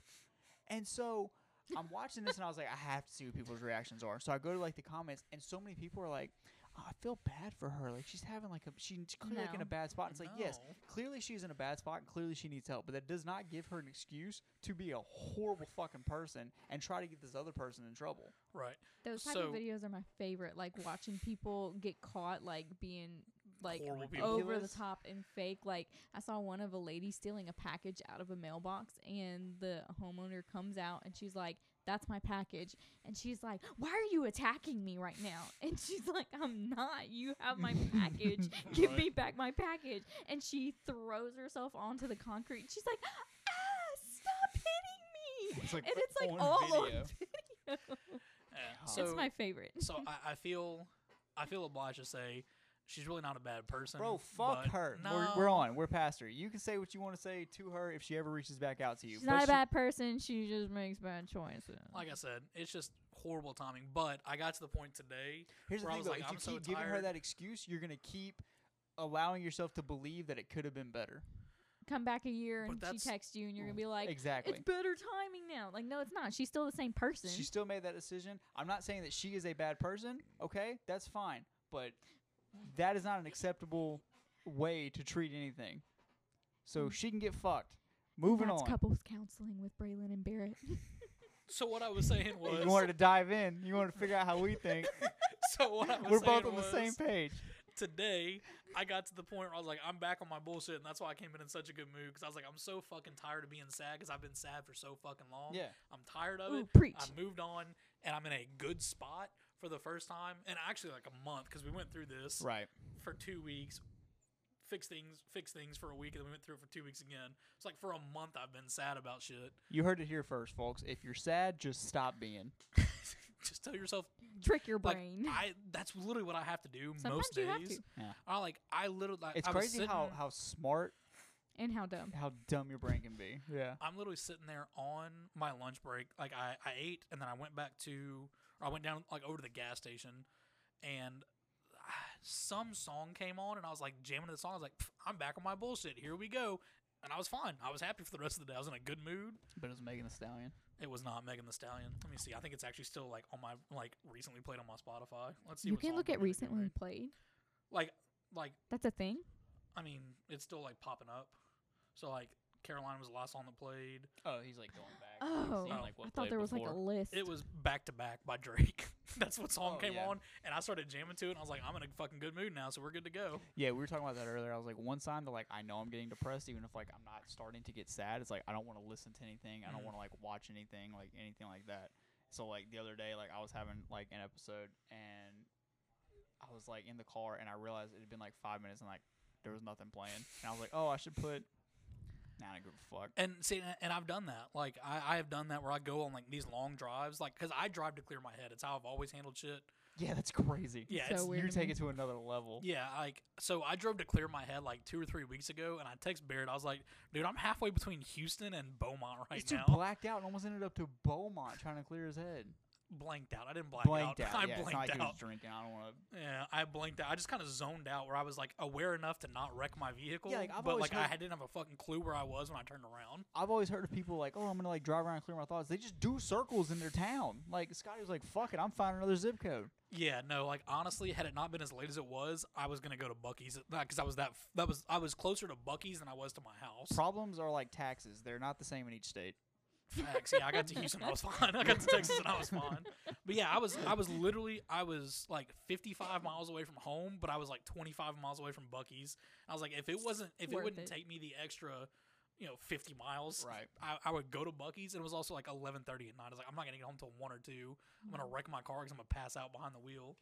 [SPEAKER 2] And so I'm watching this and I was like, I have to see what people's reactions are. So I go to like the comments and so many people are like, oh, "I feel bad for her. Like she's having like a she's clearly like in a
[SPEAKER 3] No.
[SPEAKER 2] bad spot." It's like yes,
[SPEAKER 1] No.
[SPEAKER 2] clearly she's in a bad spot and clearly she needs help, but that does not give her an excuse to be a horrible fucking person and try to get this other person in trouble.
[SPEAKER 1] Right.
[SPEAKER 3] Those type
[SPEAKER 1] So-
[SPEAKER 3] of videos are my favorite. Like watching people get caught, like being like
[SPEAKER 1] Horrible people.
[SPEAKER 3] over the
[SPEAKER 2] Ridiculous.
[SPEAKER 3] top and fake. Like I saw one of a lady stealing a package out of a mailbox, and the homeowner comes out and she's like, "That's my package," and she's like, "Why are you attacking me right now?" And she's like, "I'm not. You have my package. Give
[SPEAKER 1] Right.
[SPEAKER 3] me back my package." And she throws herself onto the concrete. She's like, "Ah, stop hitting me!"
[SPEAKER 2] It's like
[SPEAKER 3] and it's like
[SPEAKER 2] on
[SPEAKER 3] all
[SPEAKER 2] video.
[SPEAKER 3] on video.
[SPEAKER 1] Yeah.
[SPEAKER 2] God.
[SPEAKER 1] So
[SPEAKER 3] It's my favorite.
[SPEAKER 1] so I, I feel I feel obliged to say she's really not a bad person.
[SPEAKER 2] Bro, fuck
[SPEAKER 1] but
[SPEAKER 2] her.
[SPEAKER 1] No,
[SPEAKER 2] We're, we're on. We're past her. You can say what you want to say to her if she ever reaches back out to you.
[SPEAKER 3] She's
[SPEAKER 2] but
[SPEAKER 3] not a
[SPEAKER 2] she-
[SPEAKER 3] bad person. She just makes bad choices.
[SPEAKER 1] Like I said, it's just horrible timing. But I got to the point today
[SPEAKER 2] Here's the
[SPEAKER 1] where I
[SPEAKER 2] thing,
[SPEAKER 1] was
[SPEAKER 2] though.
[SPEAKER 1] like,
[SPEAKER 2] if
[SPEAKER 1] I'm
[SPEAKER 2] you
[SPEAKER 1] so
[SPEAKER 2] keep giving her
[SPEAKER 1] tired.
[SPEAKER 2] that excuse, you're gonna keep allowing yourself to believe that it could have been better.
[SPEAKER 3] Come back a year
[SPEAKER 1] But
[SPEAKER 3] and she
[SPEAKER 1] that's-
[SPEAKER 3] texts you, and you're gonna be like,
[SPEAKER 2] exactly.
[SPEAKER 3] "It's better timing now." Like, no, it's not. She's still the same person.
[SPEAKER 2] She still made that decision. I'm not saying that she is a bad person. Okay, that's fine, but that is not an acceptable way to treat anything. So she can get fucked. Moving
[SPEAKER 3] That's
[SPEAKER 2] on.
[SPEAKER 3] couples counseling with Braylon and Barrett.
[SPEAKER 1] So what I was saying
[SPEAKER 2] You
[SPEAKER 1] was,
[SPEAKER 2] wanted to dive in. You wanted to figure out how we think.
[SPEAKER 1] so what I was
[SPEAKER 2] We're
[SPEAKER 1] saying
[SPEAKER 2] both on the
[SPEAKER 1] was,
[SPEAKER 2] same page.
[SPEAKER 1] today I got to the point where I was like, I'm back on my bullshit, and that's why I came in in such a good mood because I was like, I'm so fucking tired of being sad because I've been sad for so fucking long.
[SPEAKER 2] Yeah.
[SPEAKER 1] I'm tired of
[SPEAKER 3] Ooh,
[SPEAKER 1] it.
[SPEAKER 3] preach.
[SPEAKER 1] I moved on, and I'm in a good spot for the first time, and actually like a month because we went through this
[SPEAKER 2] Right.
[SPEAKER 1] for two weeks, fixed things, fixed things for a week, and then we went through it for two weeks again. It's like for a month I've been sad about shit.
[SPEAKER 2] You heard it here first, folks. If you're sad, just stop being.
[SPEAKER 1] Just tell yourself,
[SPEAKER 3] Trick your
[SPEAKER 1] like,
[SPEAKER 3] brain.
[SPEAKER 1] I. That's literally what I have to do
[SPEAKER 3] Sometimes
[SPEAKER 1] most
[SPEAKER 3] you
[SPEAKER 1] days.
[SPEAKER 3] have to.
[SPEAKER 1] I like I literally. Like,
[SPEAKER 2] It's
[SPEAKER 1] I was
[SPEAKER 2] crazy how,
[SPEAKER 1] sitting-
[SPEAKER 2] how smart,
[SPEAKER 3] And how dumb.
[SPEAKER 2] how dumb your brain can be. Yeah.
[SPEAKER 1] I'm literally sitting there on my lunch break. Like I, I ate and then I went back to, or I went down like over to the gas station, and ah, some song came on and I was like jamming to the song. I was like, "Pff, I'm back on my bullshit. Here we go. And I was fine. I was happy for the rest of the day. I was in a good mood.
[SPEAKER 2] But it was Megan the Stallion.
[SPEAKER 1] It was not Megan the Stallion. Let me see. I think it's actually still like on my like recently played on my Spotify. Let's see.
[SPEAKER 3] You
[SPEAKER 1] what
[SPEAKER 3] can
[SPEAKER 1] song
[SPEAKER 3] look
[SPEAKER 1] I'm gonna
[SPEAKER 3] at
[SPEAKER 1] do
[SPEAKER 3] recently
[SPEAKER 1] right.
[SPEAKER 3] played.
[SPEAKER 1] Like, like
[SPEAKER 3] That's a thing.
[SPEAKER 1] I mean, it's still like popping up. So like Caroline was the last song that played.
[SPEAKER 2] Oh, he's like going back.
[SPEAKER 3] Oh, I thought there was like a list.
[SPEAKER 1] It was back to back by Drake. That's what song
[SPEAKER 2] Oh,
[SPEAKER 1] came
[SPEAKER 2] yeah.
[SPEAKER 1] on, and I started jamming to it. And I was like, I'm in a fucking good mood now, so we're good to go.
[SPEAKER 2] Yeah, we were talking about that earlier. I was like, one sign that like I know I'm getting depressed, even if like I'm not starting to get sad, it's like I don't want to listen to anything. I don't
[SPEAKER 1] Mhm.
[SPEAKER 2] want to like watch anything, like anything like that. So like the other day, like I was having like an episode and I was like in the car and I realized it had been like five minutes and like there was nothing playing. And I was like, oh, I should put. Nah, I don't give a fuck.
[SPEAKER 1] And see, and- and I've done that. Like I, I have done that where I go on like these long drives, like because I drive to clear my head. It's how I've always handled shit.
[SPEAKER 2] Yeah, that's crazy.
[SPEAKER 1] Yeah,
[SPEAKER 3] So
[SPEAKER 1] it's,
[SPEAKER 3] weird
[SPEAKER 2] you
[SPEAKER 3] to
[SPEAKER 2] take
[SPEAKER 3] me.
[SPEAKER 2] it to another level.
[SPEAKER 1] yeah. Like so, I drove to clear my head like two or three weeks ago, and I text Barrett. I was like, dude, I'm halfway between Houston and Beaumont right
[SPEAKER 2] This dude
[SPEAKER 1] now.
[SPEAKER 2] blacked out and almost ended up to Beaumont trying to clear his head.
[SPEAKER 1] blanked out. I didn't black
[SPEAKER 2] Blanked
[SPEAKER 1] out.
[SPEAKER 2] out.
[SPEAKER 1] I
[SPEAKER 2] yeah, it's not
[SPEAKER 1] blanked
[SPEAKER 2] like he
[SPEAKER 1] out.
[SPEAKER 2] was drinking. I don't want to
[SPEAKER 1] Yeah, I blanked out. I just kind of zoned out where I was like aware enough to not wreck my vehicle.
[SPEAKER 2] like, I've
[SPEAKER 1] but
[SPEAKER 2] always
[SPEAKER 1] like I
[SPEAKER 2] heard-
[SPEAKER 1] had- didn't have a fucking clue where I was when I turned around.
[SPEAKER 2] I've always heard of people like, oh, I'm gonna like drive around and clear my thoughts. They just do circles in their town. Like Scotty was like, fuck it, I'm finding another zip code.
[SPEAKER 1] Yeah, no, like honestly, had it not been as late as it was, I was gonna go to Bucky's because I was that f- that was I was closer to Bucky's than I was to my house.
[SPEAKER 2] Problems are like taxes; they're not the same in each state.
[SPEAKER 1] Facts. Yeah, I got to Houston, I was fine. I got to Texas, and I was fine. But yeah, I was I was literally I was like 55 miles away from home, but I was like 25 miles away from Bucky's. I was like, if it wasn't if it
[SPEAKER 3] Worth
[SPEAKER 1] wouldn't
[SPEAKER 3] it.
[SPEAKER 1] take me the extra, you know, 50 miles,
[SPEAKER 2] Right.
[SPEAKER 1] I, I would go to Bucky's, and it was also like 11:30 at night. I was like, I'm not gonna get home till one or two. I'm gonna wreck my car because I'm gonna pass out behind the wheel.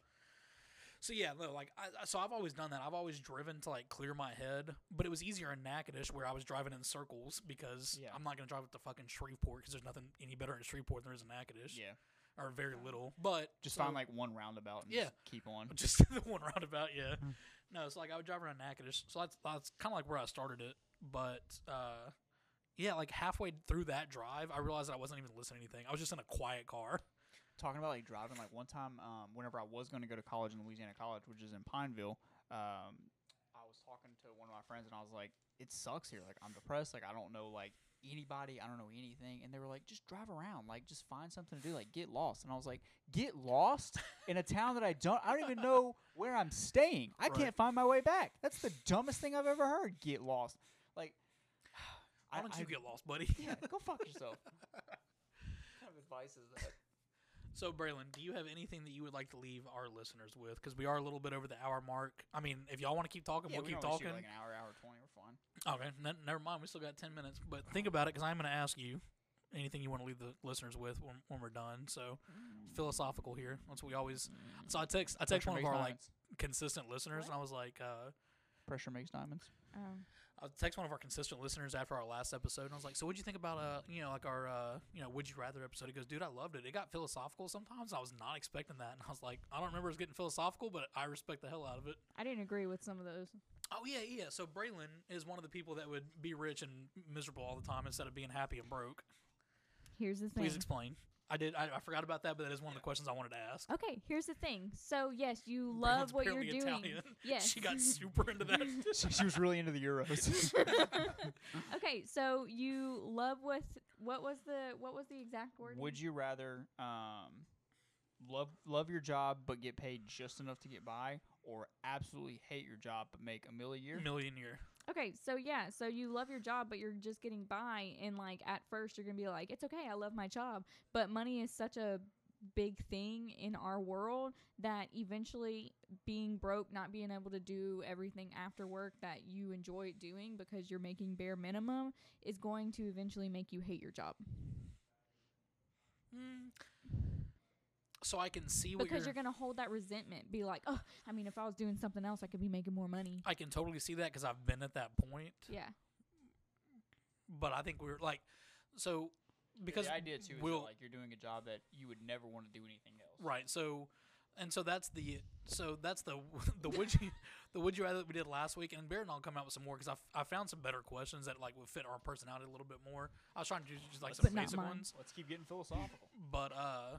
[SPEAKER 1] So yeah, no, like I, I- so I've always done that. I've always driven to like clear my head, but it was easier in Natchitoches where I was driving in circles because
[SPEAKER 2] Yeah.
[SPEAKER 1] I'm not gonna drive up to fucking Shreveport because there's nothing any better in Shreveport than there is in Natchitoches,
[SPEAKER 2] Yeah,
[SPEAKER 1] or very little. But
[SPEAKER 2] just
[SPEAKER 1] so-
[SPEAKER 2] find like one roundabout and
[SPEAKER 1] Yeah.
[SPEAKER 2] just keep on.
[SPEAKER 1] just the one roundabout, yeah.
[SPEAKER 2] Mm-hmm.
[SPEAKER 1] no, it's like I would drive around Natchitoches, so that's that's kind of like where I started it. But uh, yeah, like halfway through that drive, I realized that I wasn't even listening to anything. I was just in a quiet car.
[SPEAKER 2] Talking about like driving, like one time, um, whenever I was going to go to college in Louisiana College, which is in Pineville, um, I was talking to one of my friends and I was like, it sucks here. Like I'm depressed. Like I don't know like anybody. I don't know anything. And they were like, just drive around. Like just find something to do. Like get lost. And I was like, get lost in a town that I don't. I don't even know where I'm staying. I
[SPEAKER 1] Right.
[SPEAKER 2] can't find my way back. That's the dumbest thing I've ever heard. Get lost. Like
[SPEAKER 1] Why don't you get lost, buddy?
[SPEAKER 2] Yeah, go fuck yourself. what kind of advice is that?
[SPEAKER 1] So, Braylon, do you have anything that you would like to leave our listeners with? Because we are a little bit over the hour mark. I mean, if y'all want to keep talking,
[SPEAKER 2] Yeah,
[SPEAKER 1] we'll
[SPEAKER 2] we
[SPEAKER 1] keep
[SPEAKER 2] can always shoot,
[SPEAKER 1] talking.
[SPEAKER 2] Like an hour, hour twenty, we're fine.
[SPEAKER 1] okay, ne- never mind. We still got 10 minutes. But think about it because I'm going to ask you anything you want to leave the listeners with when, when we're done. So,
[SPEAKER 2] Mm.
[SPEAKER 1] philosophical here. That's what we always. So, I text, I text
[SPEAKER 2] Pressure
[SPEAKER 1] one of
[SPEAKER 2] makes
[SPEAKER 1] our like
[SPEAKER 2] diamonds.
[SPEAKER 1] consistent listeners, and I was like, uh,
[SPEAKER 2] pressure makes diamonds.
[SPEAKER 3] Um,
[SPEAKER 1] I text one of our consistent listeners after our last episode, and I was like, "So, what'd you think about uh, you know, like our uh, you know, would you rather episode?" He goes, "Dude, I loved it. It got philosophical sometimes. and I was not expecting that, and I was like, I don't remember us getting philosophical, but I respect the hell out of it."
[SPEAKER 3] I didn't agree with some of those.
[SPEAKER 1] Oh yeah, yeah. So Braylon is one of the people that would be rich and miserable all the time instead of being happy and broke.
[SPEAKER 3] Here's the thing.
[SPEAKER 1] Please explain. I did. I, I forgot about that, but that is one of the questions I wanted to ask.
[SPEAKER 3] Okay, here's the thing. So yes, you
[SPEAKER 1] Braylon's
[SPEAKER 3] love what you're
[SPEAKER 1] apparently
[SPEAKER 3] doing.
[SPEAKER 1] Italian.
[SPEAKER 3] Yes.
[SPEAKER 1] She got super into that.
[SPEAKER 2] she, she was really into the Euros.
[SPEAKER 3] okay, so you love with what was the what was the exact word?
[SPEAKER 2] Would you rather um, love love your job but get paid just enough to get by, or absolutely hate your job but make a million a year?
[SPEAKER 1] Millionaire.
[SPEAKER 3] Okay, so yeah, so you love your job, but you're just getting by, and like at first you're gonna be like, it's okay, I love my job, but money is such a big thing in our world that eventually being broke, not being able to do everything after work that you enjoy doing because you're making bare minimum is going to eventually make you hate your job
[SPEAKER 1] Mm. So I can see what you're
[SPEAKER 3] because you're going to hold that resentment. Be like, oh, I mean, if I was doing something else, I could be making more money.
[SPEAKER 1] I can totally see that because I've been at that point.
[SPEAKER 3] Yeah.
[SPEAKER 1] But I think we were like, so because
[SPEAKER 2] the idea too is
[SPEAKER 1] we'll-
[SPEAKER 2] that, like you're doing a job that you would never want to do anything else.
[SPEAKER 1] right. So and so that's the so that's the the would you the would you rather that we did last week and Barrett and I'll come out with some more because I, f- I found some better questions that like would fit our personality a little bit more. I was trying to do just like
[SPEAKER 2] But
[SPEAKER 1] some
[SPEAKER 3] not
[SPEAKER 1] basic
[SPEAKER 3] mine.
[SPEAKER 1] ones,
[SPEAKER 4] Let's keep getting philosophical.
[SPEAKER 1] but uh.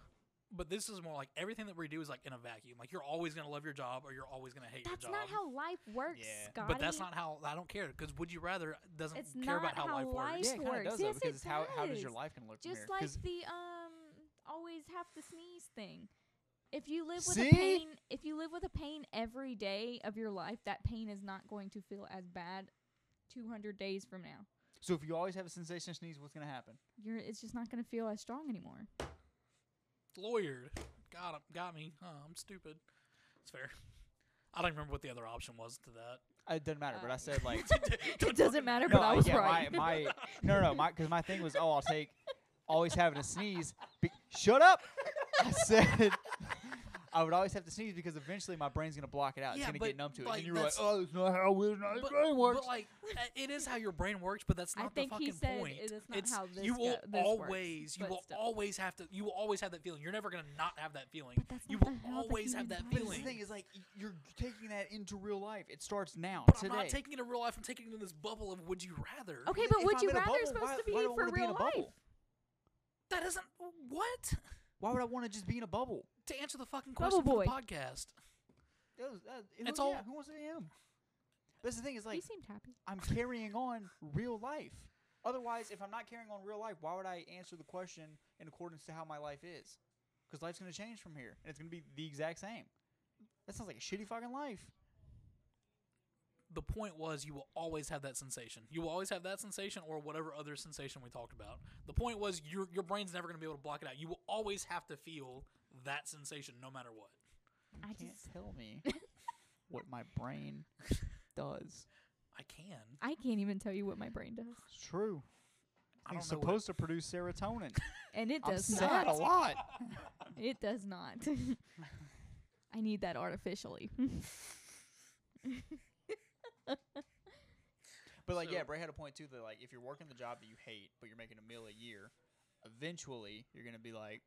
[SPEAKER 1] But this is more like everything that we do is like in a vacuum. Like you're always gonna love your job, or you're always gonna hate
[SPEAKER 3] That's
[SPEAKER 1] your job.
[SPEAKER 3] not how life works,
[SPEAKER 4] Yeah.
[SPEAKER 3] Scotty.
[SPEAKER 1] but that's not how I don't care because would you rather doesn't
[SPEAKER 3] It's
[SPEAKER 1] care about how,
[SPEAKER 3] not
[SPEAKER 1] life
[SPEAKER 3] how
[SPEAKER 1] works.
[SPEAKER 3] life
[SPEAKER 2] Yeah, it kinda
[SPEAKER 3] works.
[SPEAKER 2] does though,
[SPEAKER 3] Yes,
[SPEAKER 2] because
[SPEAKER 3] it
[SPEAKER 2] it's how how does your
[SPEAKER 3] does.
[SPEAKER 2] life gonna look from
[SPEAKER 3] Just
[SPEAKER 2] here?
[SPEAKER 3] like
[SPEAKER 2] 'Cause
[SPEAKER 3] the um always have to sneeze thing. If you live with
[SPEAKER 2] See?
[SPEAKER 3] a pain, if you live with a pain every day of your life, that pain is not going to feel as bad 200 days from now.
[SPEAKER 2] so if you always have a sensation of sneeze, what's gonna happen?
[SPEAKER 3] You're it's just not going to feel as strong anymore.
[SPEAKER 1] lawyered. Got him, got me. Huh, I'm stupid. It's fair. I don't remember what the other option was to that.
[SPEAKER 2] Uh, It doesn't matter. but I
[SPEAKER 3] Uh,
[SPEAKER 2] said like
[SPEAKER 3] It doesn't matter,
[SPEAKER 2] no,
[SPEAKER 3] but I
[SPEAKER 2] I-
[SPEAKER 3] was
[SPEAKER 2] yeah,
[SPEAKER 3] right.
[SPEAKER 2] my my no no my because my thing was oh I'll take always having a sneeze. Be- shut up! I said. I would always have to sneeze because eventually my brain's gonna block it out.
[SPEAKER 1] Yeah,
[SPEAKER 2] it's gonna
[SPEAKER 1] but,
[SPEAKER 2] get numb to it.
[SPEAKER 1] like,
[SPEAKER 2] and you were like,
[SPEAKER 1] that's-
[SPEAKER 2] "Oh, it's not how it's not
[SPEAKER 1] But,
[SPEAKER 2] brain works."
[SPEAKER 1] but like, uh, it is how your brain works, but that's
[SPEAKER 3] I
[SPEAKER 1] not
[SPEAKER 3] think
[SPEAKER 1] the
[SPEAKER 3] he
[SPEAKER 1] fucking
[SPEAKER 3] said
[SPEAKER 1] point.
[SPEAKER 3] it is not how this
[SPEAKER 1] you
[SPEAKER 3] go-
[SPEAKER 1] will
[SPEAKER 3] this works,
[SPEAKER 1] always, you
[SPEAKER 3] but
[SPEAKER 1] will
[SPEAKER 3] still.
[SPEAKER 1] always have to, you will always have that feeling. You're never gonna not have that feeling.
[SPEAKER 3] But that's
[SPEAKER 1] you
[SPEAKER 3] not
[SPEAKER 1] will
[SPEAKER 3] the health of
[SPEAKER 1] always have
[SPEAKER 3] human
[SPEAKER 1] that
[SPEAKER 3] body.
[SPEAKER 2] But
[SPEAKER 1] feeling.
[SPEAKER 2] the thing is, like, y- you're taking that into real life. It starts now.
[SPEAKER 1] But
[SPEAKER 2] today.
[SPEAKER 1] I'm not taking it in real life. I'm taking it in this bubble of would you rather.
[SPEAKER 3] okay,
[SPEAKER 2] If
[SPEAKER 3] but would
[SPEAKER 2] I'm
[SPEAKER 3] you
[SPEAKER 2] in a
[SPEAKER 3] rather
[SPEAKER 2] bubble,
[SPEAKER 3] supposed
[SPEAKER 2] why-
[SPEAKER 3] to be
[SPEAKER 2] why do I
[SPEAKER 3] for
[SPEAKER 2] wanna be in
[SPEAKER 3] real
[SPEAKER 2] a
[SPEAKER 3] life?
[SPEAKER 2] bubble?
[SPEAKER 1] That isn't what
[SPEAKER 2] Why would I want to just be in a bubble?
[SPEAKER 1] to answer the fucking
[SPEAKER 3] Bubble
[SPEAKER 1] question for the
[SPEAKER 3] boy.
[SPEAKER 1] podcast.
[SPEAKER 2] That was- that- who-
[SPEAKER 1] It's all-
[SPEAKER 2] yeah, who wants to be him? That's the thing. Is
[SPEAKER 3] you
[SPEAKER 2] like
[SPEAKER 3] seemed happy.
[SPEAKER 2] I'm carrying on real life. Otherwise, if I'm not carrying on real life, why would I answer the question in accordance to how my life is? Because life's gonna change from here, and it's gonna be the exact same. That sounds like a shitty fucking life.
[SPEAKER 1] the point was you will always have that sensation. You will always have that sensation or whatever other sensation we talked about. The point was your your brain's never going to be able to block it out. You will always have to feel that sensation no matter what.
[SPEAKER 3] I
[SPEAKER 2] You can't
[SPEAKER 3] just-
[SPEAKER 2] tell me what my brain does.
[SPEAKER 1] I can.
[SPEAKER 3] I can't even tell you what my brain does,
[SPEAKER 2] It's true.
[SPEAKER 1] I don't
[SPEAKER 2] It's
[SPEAKER 1] know what
[SPEAKER 2] supposed to produce serotonin.
[SPEAKER 3] and it
[SPEAKER 2] I'm
[SPEAKER 3] does
[SPEAKER 2] sad a
[SPEAKER 3] not.
[SPEAKER 2] lot.
[SPEAKER 3] It does not. I need that artificially.
[SPEAKER 2] But like, yeah,
[SPEAKER 1] So-
[SPEAKER 2] Bray had a point too. That like, if you're working the job that you hate, but you're making a meal a year, eventually you're gonna be like,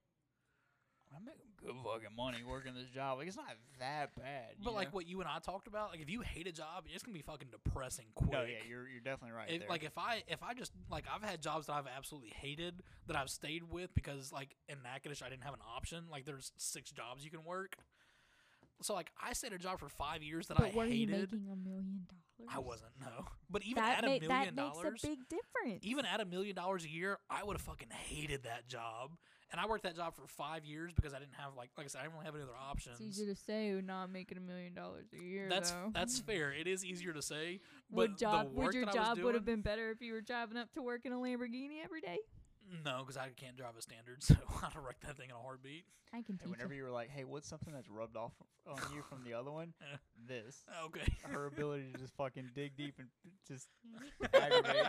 [SPEAKER 2] I'm making good fucking money working this job. Like, it's not that bad.
[SPEAKER 1] But
[SPEAKER 2] you
[SPEAKER 1] like
[SPEAKER 2] know?
[SPEAKER 1] what you and I talked about, like if you hate a job, it's going to be fucking depressing quick.
[SPEAKER 2] no, Oh, yeah, you're you're definitely right.
[SPEAKER 1] If-
[SPEAKER 2] there.
[SPEAKER 1] like if I if I just like I've had jobs that I've absolutely hated that I've stayed with because like in Natchitoches I didn't have an option. Like there's six jobs you can work. So like I stayed at a job for five years that I
[SPEAKER 3] but were you
[SPEAKER 1] hated.
[SPEAKER 3] making a million dollars?
[SPEAKER 1] I wasn't no. But even
[SPEAKER 3] that
[SPEAKER 1] at a
[SPEAKER 3] ma-
[SPEAKER 1] million
[SPEAKER 3] that
[SPEAKER 1] dollars,
[SPEAKER 3] makes a big difference.
[SPEAKER 1] even at a million dollars a year, I would have fucking hated that job. And I worked that job for five years because I didn't have like like I said, I didn't really have any other options.
[SPEAKER 3] it's easier to say you're not making a million dollars a year.
[SPEAKER 1] that's
[SPEAKER 3] though.
[SPEAKER 1] that's fair. It is easier to say, but
[SPEAKER 3] would job
[SPEAKER 1] the work
[SPEAKER 3] would your
[SPEAKER 1] that I
[SPEAKER 3] job
[SPEAKER 1] was
[SPEAKER 3] would have
[SPEAKER 1] doing-
[SPEAKER 3] been better if you were driving up to work in a Lamborghini every day?
[SPEAKER 1] no, because I can't drive a standard, so I'd wreck that thing in a heartbeat.
[SPEAKER 3] I can
[SPEAKER 2] and
[SPEAKER 3] teach
[SPEAKER 2] whenever
[SPEAKER 3] you.
[SPEAKER 2] you were like, hey, what's something that's rubbed off on you from the other one?
[SPEAKER 1] Yeah.
[SPEAKER 2] this.
[SPEAKER 1] Okay,
[SPEAKER 2] Her ability to just fucking dig deep and just aggravate.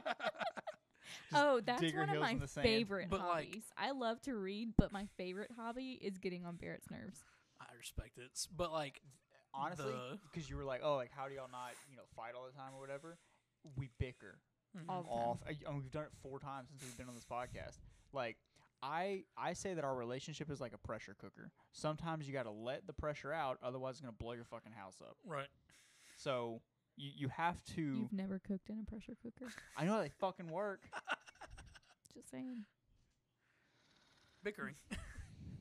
[SPEAKER 3] Oh, that's
[SPEAKER 2] dig your
[SPEAKER 3] one of
[SPEAKER 2] heels
[SPEAKER 3] my
[SPEAKER 2] in the sand.
[SPEAKER 3] favorite
[SPEAKER 1] But, like-
[SPEAKER 3] hobbies. I love to read, but my favorite hobby is getting on Barrett's nerves.
[SPEAKER 1] I respect it, S- but like
[SPEAKER 2] Honestly,
[SPEAKER 1] The-
[SPEAKER 2] because you were like, oh, like how do y'all not you know fight all the time or whatever? We bicker.
[SPEAKER 3] All the time.
[SPEAKER 2] off. I, I mean, we've done it four times since we've been on this podcast. Like, I I say that our relationship is like a pressure cooker. Sometimes you got to let the pressure out, otherwise it's gonna blow your fucking house up.
[SPEAKER 1] right,
[SPEAKER 2] So you you have to.
[SPEAKER 3] You've never cooked in a pressure cooker.
[SPEAKER 2] I know they fucking work.
[SPEAKER 3] Just saying.
[SPEAKER 1] bickering.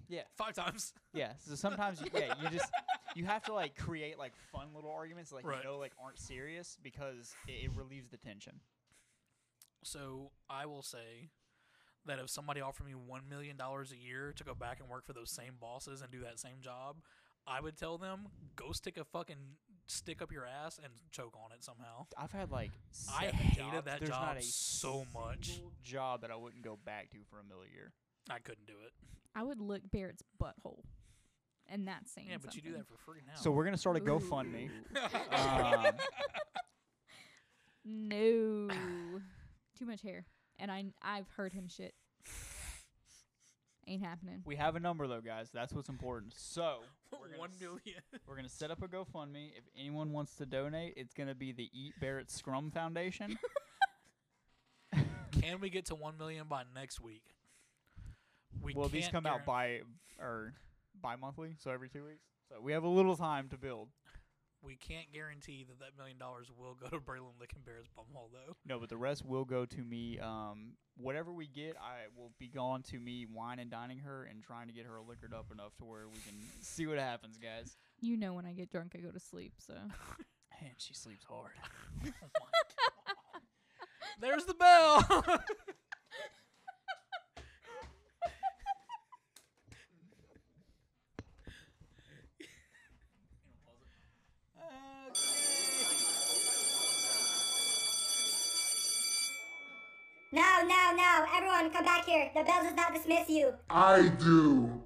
[SPEAKER 2] Yeah.
[SPEAKER 1] five times.
[SPEAKER 2] yeah. So sometimes you, yeah you just you have to like create like fun little arguments like
[SPEAKER 1] Right.
[SPEAKER 2] you know like aren't serious because it, it relieves the tension.
[SPEAKER 1] So I will say that if somebody offered me one million dollars a year to go back and work for those same bosses and do that same job, I would tell them go stick a fucking stick up your ass and choke on it somehow.
[SPEAKER 2] I've had like
[SPEAKER 1] I
[SPEAKER 2] seven
[SPEAKER 1] hated
[SPEAKER 2] jobs.
[SPEAKER 1] that
[SPEAKER 2] There's not
[SPEAKER 1] job
[SPEAKER 2] a
[SPEAKER 1] so much.
[SPEAKER 2] single job that I wouldn't go back to for a mill a year.
[SPEAKER 1] I couldn't do it.
[SPEAKER 3] I would lick Barrett's butthole, and that's saying
[SPEAKER 1] Yeah, but you do
[SPEAKER 3] something.
[SPEAKER 1] that for free now.
[SPEAKER 2] So we're gonna start a GoFundMe. um,
[SPEAKER 3] No, too much hair, and I I've heard him shit. Ain't happening.
[SPEAKER 2] we have a number though, guys. That's what's important. So we're gonna
[SPEAKER 1] one
[SPEAKER 2] s-
[SPEAKER 1] million.
[SPEAKER 2] We're gonna set up a GoFundMe. If anyone wants to donate, it's gonna be the Eat Barrett Scrum Foundation.
[SPEAKER 1] Can we get to one million by next week? We
[SPEAKER 2] Will these
[SPEAKER 1] can't
[SPEAKER 2] come out
[SPEAKER 1] guaran-
[SPEAKER 2] by or bi-monthly? So every two weeks. So we have a little time to build.
[SPEAKER 1] We can't guarantee that that million dollars will go to Braylon Licking Bear's bumhole though.
[SPEAKER 2] No, but the rest will go to me. Um, whatever we get, I will be gone to me wine and dining her and trying to get her liquored up enough to where we can see what happens, guys.
[SPEAKER 3] You know when I get drunk, I go to sleep. So
[SPEAKER 2] And she sleeps hard.
[SPEAKER 1] There's the bell.
[SPEAKER 5] No, no, no. Everyone, come back here. The bell does not dismiss you.
[SPEAKER 6] I do.